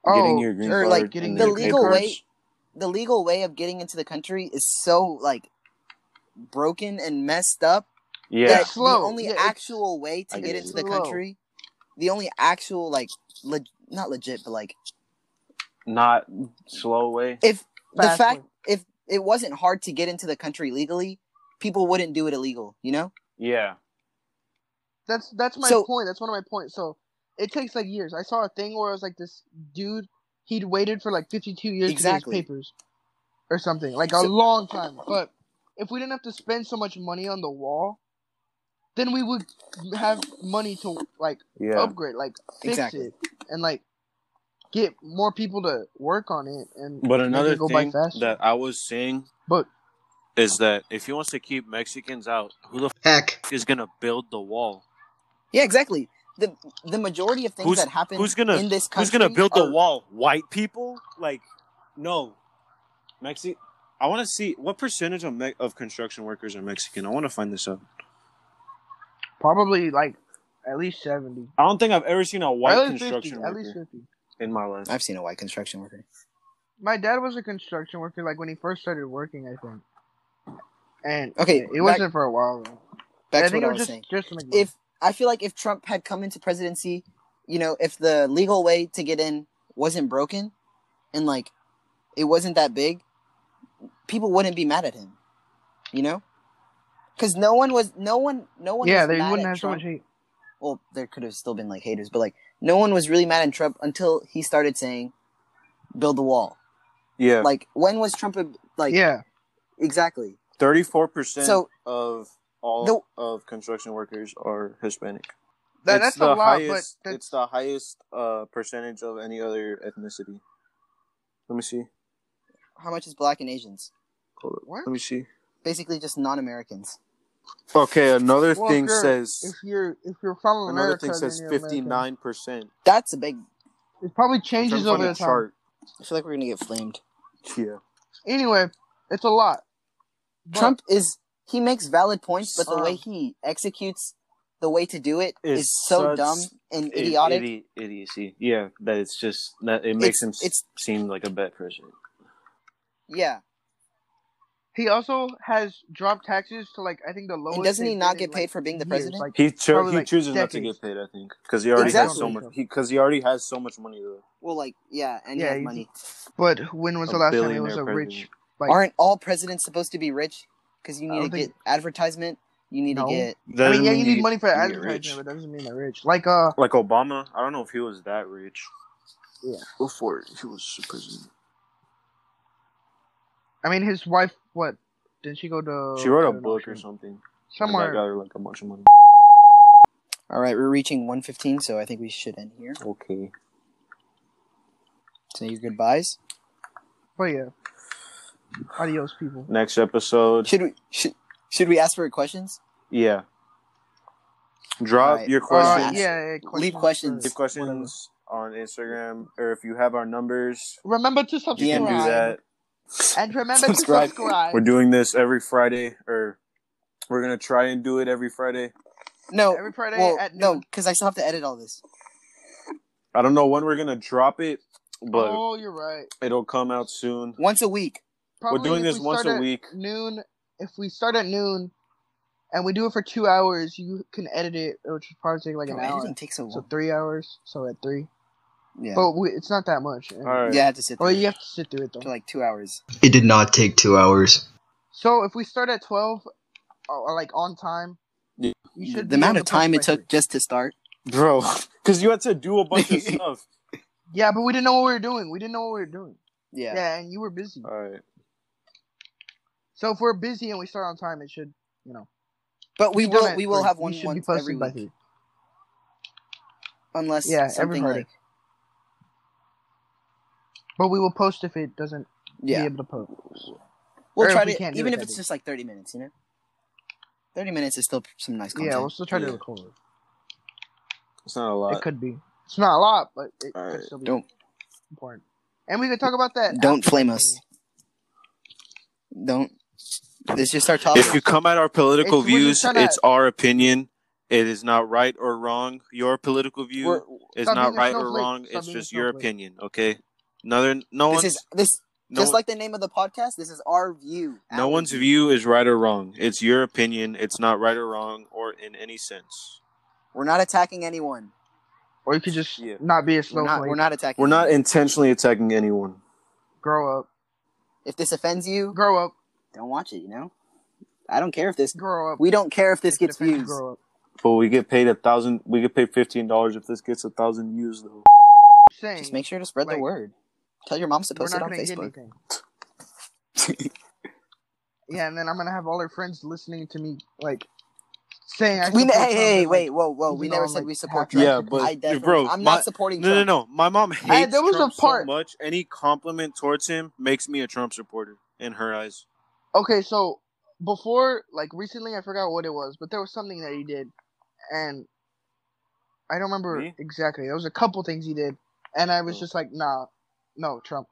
Speaker 3: oh,
Speaker 1: getting your green
Speaker 2: or,
Speaker 1: card,
Speaker 2: like,
Speaker 3: getting
Speaker 1: and
Speaker 3: the
Speaker 1: then
Speaker 2: The
Speaker 1: pay
Speaker 2: legal
Speaker 1: cards.
Speaker 2: way, the legal way of getting into the country is so like broken and messed up
Speaker 1: Yeah,
Speaker 2: that
Speaker 3: It's slow.
Speaker 2: the only
Speaker 3: Yeah, it's-
Speaker 2: actual way to
Speaker 1: I
Speaker 2: get
Speaker 1: get it.
Speaker 2: into the
Speaker 3: Slow.
Speaker 2: country, the only actual like leg- not legit, but like
Speaker 1: not slow way.
Speaker 2: if the
Speaker 3: Fast
Speaker 2: fact
Speaker 3: way.
Speaker 2: if it wasn't hard to get into the country legally, people wouldn't do it illegal. You know?
Speaker 1: Yeah,
Speaker 3: That's that's my
Speaker 2: So-
Speaker 3: point. That's one of my points. So it takes like years. I saw a thing where it was like this dude. He'd waited for like fifty-two years
Speaker 2: Exactly.
Speaker 3: to get his papers, or something like a
Speaker 2: So-
Speaker 3: long time. But if we didn't have to spend so much money on the wall, then we would have money to like
Speaker 1: yeah.
Speaker 3: upgrade, like fix
Speaker 2: Exactly.
Speaker 3: it, and like get more people to work on it. And
Speaker 1: But
Speaker 3: make it
Speaker 1: another
Speaker 3: go
Speaker 1: thing
Speaker 3: by faster.
Speaker 1: that I was saying
Speaker 3: but
Speaker 1: is that if he wants to keep Mexicans out, who the
Speaker 5: Heck.
Speaker 1: f- is gonna build the wall?
Speaker 2: Yeah, exactly. The the majority of things
Speaker 1: Who's-
Speaker 2: that happen
Speaker 1: who's gonna-
Speaker 2: in this
Speaker 1: Who's
Speaker 2: country
Speaker 1: gonna build
Speaker 2: are,
Speaker 1: the wall? White people? Like, no. Mexi, I want to see what percentage of me- of construction workers are Mexican. I want to find this out.
Speaker 3: probably like at least seventy,
Speaker 1: I don't think I've ever seen a
Speaker 3: at
Speaker 1: white
Speaker 3: least
Speaker 1: construction
Speaker 3: 50, at
Speaker 1: worker
Speaker 3: least fifty.
Speaker 1: in my life.
Speaker 2: I've seen a white construction worker.
Speaker 3: My dad was a construction worker, like when he first started working, I think. And
Speaker 2: Okay,
Speaker 3: it, it
Speaker 2: back-
Speaker 3: wasn't for a while. Though.
Speaker 2: Back
Speaker 3: I
Speaker 2: to what
Speaker 3: think it
Speaker 2: I was
Speaker 3: was just
Speaker 2: saying.
Speaker 3: just to make money.
Speaker 2: If I feel like if Trump had come into presidency, you know, if the legal way to get in wasn't broken, and like it wasn't that big, people wouldn't be mad at him. You know, because no one was, no one, no one.
Speaker 3: yeah,
Speaker 2: was
Speaker 3: they
Speaker 2: mad
Speaker 3: wouldn't
Speaker 2: at
Speaker 3: have so
Speaker 2: Trump.
Speaker 3: much hate.
Speaker 2: well, there could have still been like haters, but like no one was really mad at Trump until he started saying, "Build the wall."
Speaker 1: Yeah,
Speaker 2: Like when was Trump a- like?
Speaker 3: yeah,
Speaker 2: exactly.
Speaker 1: thirty four percent
Speaker 2: So
Speaker 1: of all
Speaker 2: The-
Speaker 1: of construction workers are Hispanic.
Speaker 3: that,
Speaker 1: It's
Speaker 3: that's a
Speaker 1: the
Speaker 3: lot,
Speaker 1: highest,
Speaker 3: but
Speaker 1: it's
Speaker 3: that's,
Speaker 1: the highest uh, percentage of any other ethnicity. Let me see.
Speaker 2: how much is black and Asians?
Speaker 1: Hold up.
Speaker 3: What?
Speaker 1: Let me see.
Speaker 2: Basically, just non-Americans.
Speaker 1: Okay, another
Speaker 3: Well, if
Speaker 1: thing
Speaker 3: you're-
Speaker 1: says
Speaker 3: if you're if you're from America,
Speaker 1: another thing
Speaker 3: then
Speaker 1: says
Speaker 3: you're
Speaker 1: fifty
Speaker 3: American.
Speaker 1: nine percent.
Speaker 2: That's a big.
Speaker 3: It probably changes over the time.
Speaker 2: I feel like we're gonna get flamed.
Speaker 1: Yeah.
Speaker 3: Anyway, it's a lot. But
Speaker 2: Trump is he makes valid points, but the way
Speaker 1: Um,
Speaker 2: he executes the way to do it
Speaker 1: is
Speaker 2: is, so
Speaker 1: such
Speaker 2: dumb and
Speaker 1: It-
Speaker 2: idiotic.
Speaker 1: idi- idiocy. Yeah, that it's just that it makes him s-
Speaker 2: it's-
Speaker 1: seem like a bad person.
Speaker 2: yeah,
Speaker 3: he also has dropped taxes to like I think the lowest.
Speaker 2: and doesn't he
Speaker 3: they've
Speaker 2: not
Speaker 3: been
Speaker 2: get
Speaker 3: in, like,
Speaker 2: paid for being the
Speaker 3: years,
Speaker 2: president?
Speaker 3: like-
Speaker 1: He cho-
Speaker 3: Probably,
Speaker 1: he
Speaker 3: like,
Speaker 1: chooses not
Speaker 3: decades.
Speaker 1: to get paid, I think, because he already has so
Speaker 2: Exactly.
Speaker 1: much. Because he, already has so much money though.
Speaker 2: well, like yeah, and
Speaker 3: Yeah,
Speaker 2: he has
Speaker 3: he's-
Speaker 2: money.
Speaker 3: but when was
Speaker 1: A
Speaker 3: the last time it was a
Speaker 1: billionaire
Speaker 3: rich?
Speaker 1: president.
Speaker 3: Like,
Speaker 2: Aren't all presidents supposed to be rich? Because you
Speaker 3: I
Speaker 2: need to
Speaker 3: don't think-
Speaker 2: get advertisement. You need
Speaker 3: No.
Speaker 2: to get
Speaker 3: I mean, yeah, you
Speaker 1: Doesn't
Speaker 3: need money for
Speaker 1: you get
Speaker 3: advertising, but that doesn't mean they're rich. Like, uh,
Speaker 1: Like Obama, I don't know if he was that rich.
Speaker 3: Yeah.
Speaker 1: Before he was the president,
Speaker 3: I mean, his wife, what? Didn't she go to?
Speaker 1: she wrote
Speaker 3: I
Speaker 1: a
Speaker 3: don't know,
Speaker 1: book
Speaker 3: she-
Speaker 1: or something.
Speaker 3: Somewhere.
Speaker 1: that got her like a bunch of money.
Speaker 2: All right, we're reaching 115, so I think we should end here.
Speaker 1: Okay.
Speaker 2: Say your goodbyes.
Speaker 3: But yeah. Adios, people.
Speaker 1: Next episode.
Speaker 2: Should we should, should we ask for questions?
Speaker 1: Yeah. Drop
Speaker 2: Alright.
Speaker 1: your
Speaker 3: Uh,
Speaker 1: questions.
Speaker 2: Questions.
Speaker 3: yeah, yeah,
Speaker 2: Leave questions.
Speaker 1: Leave questions on Instagram, or if you have our numbers,
Speaker 3: Remember to
Speaker 1: you
Speaker 3: subscribe.
Speaker 2: DM
Speaker 1: can do that.
Speaker 3: And remember
Speaker 2: Subscribe.
Speaker 3: to subscribe.
Speaker 1: We're doing this every Friday, or we're gonna try and do it every Friday.
Speaker 2: No,
Speaker 3: Every Friday
Speaker 2: well,
Speaker 3: at
Speaker 2: no,
Speaker 3: noon.
Speaker 2: because I still have to edit all this.
Speaker 1: I don't know when we're gonna drop it, but
Speaker 3: oh, you're right.
Speaker 1: it'll come out soon.
Speaker 2: Once a week.
Speaker 3: Probably
Speaker 1: we're doing
Speaker 3: if
Speaker 1: this
Speaker 3: we
Speaker 1: once
Speaker 3: start
Speaker 1: a
Speaker 3: at
Speaker 1: week.
Speaker 3: Noon. If we start at noon, and we do it for two hours, you can edit it, which would probably take like
Speaker 2: Bro,
Speaker 3: an
Speaker 2: editing
Speaker 3: hour.
Speaker 2: takes so
Speaker 3: So
Speaker 2: long.
Speaker 3: three hours. So at three.
Speaker 2: yeah.
Speaker 3: But we, it's not that much. And-
Speaker 1: All right.
Speaker 2: Yeah, I had to sit
Speaker 3: Well,
Speaker 2: there
Speaker 3: you have to sit through it
Speaker 2: for
Speaker 3: though.
Speaker 2: like two hours.
Speaker 5: It did not take two hours.
Speaker 3: So if we start at twelve, or, or, like on time,
Speaker 1: Yeah.
Speaker 3: you should.
Speaker 2: the
Speaker 3: be on
Speaker 2: amount of
Speaker 3: Puff
Speaker 2: time it
Speaker 3: record.
Speaker 2: took just to start.
Speaker 1: bro. Because you had to do a bunch of stuff.
Speaker 3: Yeah, but we didn't know what we were doing. We didn't know what we were doing.
Speaker 2: Yeah.
Speaker 3: Yeah, and you were busy.
Speaker 1: All right.
Speaker 3: So if we're busy and we start on time, it should, you know.
Speaker 2: But we
Speaker 3: be done
Speaker 2: will
Speaker 3: at
Speaker 2: we will
Speaker 3: three.
Speaker 2: have
Speaker 3: We
Speaker 2: one
Speaker 3: should be
Speaker 2: once
Speaker 3: posted
Speaker 2: every
Speaker 3: by
Speaker 2: week.
Speaker 3: three.
Speaker 2: Unless
Speaker 3: Yeah, every
Speaker 2: something
Speaker 3: Friday.
Speaker 2: like
Speaker 3: But we will post if it doesn't be
Speaker 2: Yeah.
Speaker 3: able to post. or
Speaker 2: We'll
Speaker 3: if
Speaker 2: try
Speaker 3: we
Speaker 2: to
Speaker 3: can't do
Speaker 2: even
Speaker 3: it
Speaker 2: if
Speaker 3: that
Speaker 2: it's
Speaker 3: day.
Speaker 2: just like thirty minutes, you know? Thirty minutes is still some nice content.
Speaker 3: Yeah, we'll still try
Speaker 1: Yeah.
Speaker 3: to record. it.
Speaker 1: It's not a
Speaker 3: It
Speaker 1: lot.
Speaker 3: could be. It's not a lot, but it
Speaker 1: Alright,
Speaker 3: could still be
Speaker 2: don't-
Speaker 3: important. And we could talk about that.
Speaker 2: Don't
Speaker 3: after
Speaker 2: flame
Speaker 3: the
Speaker 2: us.
Speaker 3: thing.
Speaker 2: Don't it's just our topic.
Speaker 1: If you come at our political
Speaker 3: It's- we're just
Speaker 1: views,
Speaker 3: trying to-
Speaker 1: it's our opinion. It is not right or wrong. Your political view
Speaker 2: We're,
Speaker 1: is
Speaker 3: Stop
Speaker 1: not
Speaker 3: being a
Speaker 1: right or
Speaker 3: snowflake.
Speaker 1: wrong.
Speaker 3: Stop
Speaker 1: it's
Speaker 3: being a
Speaker 1: just your
Speaker 3: snowflake.
Speaker 1: opinion, okay? Another no
Speaker 2: this
Speaker 1: one's
Speaker 2: is this
Speaker 1: no,
Speaker 2: just like the name of the podcast, this is our view.
Speaker 1: no
Speaker 2: our
Speaker 1: one's view is right or wrong. It's your opinion. It's not right or wrong or in any sense.
Speaker 2: We're not attacking anyone.
Speaker 3: Or you could just
Speaker 1: Yeah.
Speaker 3: not be a
Speaker 2: We're
Speaker 3: snowflake.
Speaker 2: not we're not attacking
Speaker 1: We're not
Speaker 2: anyone.
Speaker 1: intentionally attacking anyone.
Speaker 3: Grow up.
Speaker 2: if this offends you,
Speaker 3: Grow up.
Speaker 2: don't watch it, you know? I don't care if this
Speaker 3: Grow up.
Speaker 2: we don't care if this
Speaker 3: If it
Speaker 2: gets
Speaker 3: offends you,
Speaker 2: views.
Speaker 3: Grow up.
Speaker 1: But we get paid a thousand we get paid fifteen dollars if this gets a thousand views though.
Speaker 3: Saying,
Speaker 2: Just make sure to spread
Speaker 3: Like,
Speaker 2: the word. Tell your moms to
Speaker 3: we're
Speaker 2: post
Speaker 3: not
Speaker 2: it on
Speaker 3: gonna get
Speaker 2: Facebook.
Speaker 3: anything. Yeah, and then I'm gonna have all her friends listening to me, like saying, I
Speaker 2: we ne-
Speaker 3: support
Speaker 2: hey,
Speaker 3: Trump,
Speaker 2: hey,
Speaker 3: and,
Speaker 2: wait,
Speaker 3: like,
Speaker 2: whoa, whoa! We
Speaker 3: even
Speaker 2: never
Speaker 3: though
Speaker 2: said
Speaker 3: I'm,
Speaker 2: we
Speaker 3: like,
Speaker 2: support
Speaker 3: half
Speaker 2: Trump.
Speaker 1: Yeah,
Speaker 3: drastic.
Speaker 1: but-
Speaker 2: I definitely,
Speaker 1: bro,
Speaker 2: I'm
Speaker 1: my-
Speaker 2: not supporting
Speaker 1: No no
Speaker 2: Trump.
Speaker 1: no. My mom hates
Speaker 3: there was a
Speaker 1: Trump so
Speaker 3: part-
Speaker 1: much. Any compliment towards him makes me a Trump supporter in her eyes.
Speaker 3: Okay, so before, like recently, I forgot what it was, but there was something that he did, and I don't remember
Speaker 1: Me?
Speaker 3: exactly. There was a couple things he did, and I was
Speaker 1: Oh.
Speaker 3: just like, nah, no, Trump.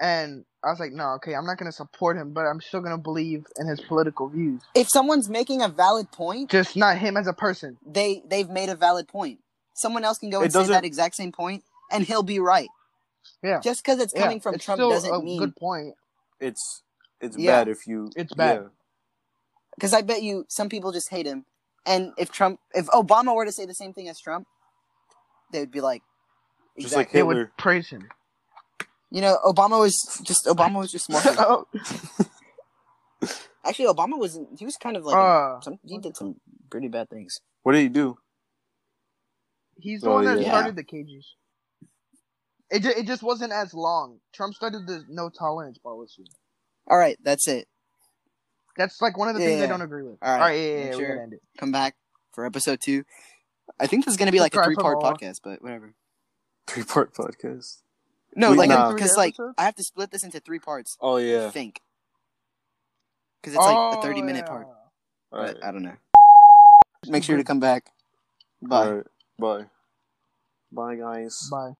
Speaker 3: And I was like, no, okay, I'm not gonna support him, but I'm still gonna believe in his political views,
Speaker 2: If someone's making a valid point,
Speaker 3: just not him as a person.
Speaker 2: they they've made a valid point. Someone else can go
Speaker 1: It
Speaker 2: and say
Speaker 1: doesn't-
Speaker 2: that exact same point, and he'll be right.
Speaker 3: Yeah.
Speaker 2: Just because it's
Speaker 3: Yeah,
Speaker 2: coming from
Speaker 3: it's
Speaker 2: Trump
Speaker 3: still a
Speaker 2: doesn't mean
Speaker 3: good point.
Speaker 1: It's it's
Speaker 2: Yeah.
Speaker 1: bad if you
Speaker 3: It's bad.
Speaker 1: yeah.
Speaker 2: because I bet you some people just hate him. And if Trump, if Obama were to say the same thing as Trump, they would be like,
Speaker 1: Just like
Speaker 2: exactly.
Speaker 3: They
Speaker 1: Hitler.
Speaker 3: would praise him.
Speaker 2: you know, Obama was just Obama was just smart.
Speaker 3: oh,
Speaker 2: Actually, Obama was he was kind of like a-
Speaker 3: uh,
Speaker 2: some, he did some pretty bad things.
Speaker 1: What did he do?
Speaker 3: He's the
Speaker 1: Oh,
Speaker 3: one that
Speaker 1: yeah.
Speaker 3: started the cages. It, ju- it just wasn't as long. Trump started the no tolerance policy.
Speaker 2: All right, that's it.
Speaker 3: That's like one of the things I
Speaker 2: Yeah.
Speaker 3: don't agree with.
Speaker 2: All right.
Speaker 3: All right, yeah, yeah,
Speaker 2: Make
Speaker 3: yeah,
Speaker 2: sure-
Speaker 3: we gotta end it.
Speaker 2: come back for episode two. I think this is gonna be like a
Speaker 3: Subscribe
Speaker 2: three
Speaker 3: for
Speaker 2: part
Speaker 3: more.
Speaker 2: podcast, but whatever.
Speaker 1: Three part podcast.
Speaker 2: No,
Speaker 1: We-
Speaker 2: like
Speaker 1: Nah.
Speaker 2: because
Speaker 3: Three
Speaker 2: like
Speaker 3: episodes?
Speaker 2: I have to split this into three parts.
Speaker 1: Oh
Speaker 2: I
Speaker 1: yeah.
Speaker 2: think because it's like a thirty
Speaker 3: Oh,
Speaker 2: minute part.
Speaker 1: All right.
Speaker 2: But I don't know. Make sure to
Speaker 3: Good.
Speaker 2: come back. Bye.
Speaker 1: All right. Bye. Bye guys.
Speaker 3: Bye.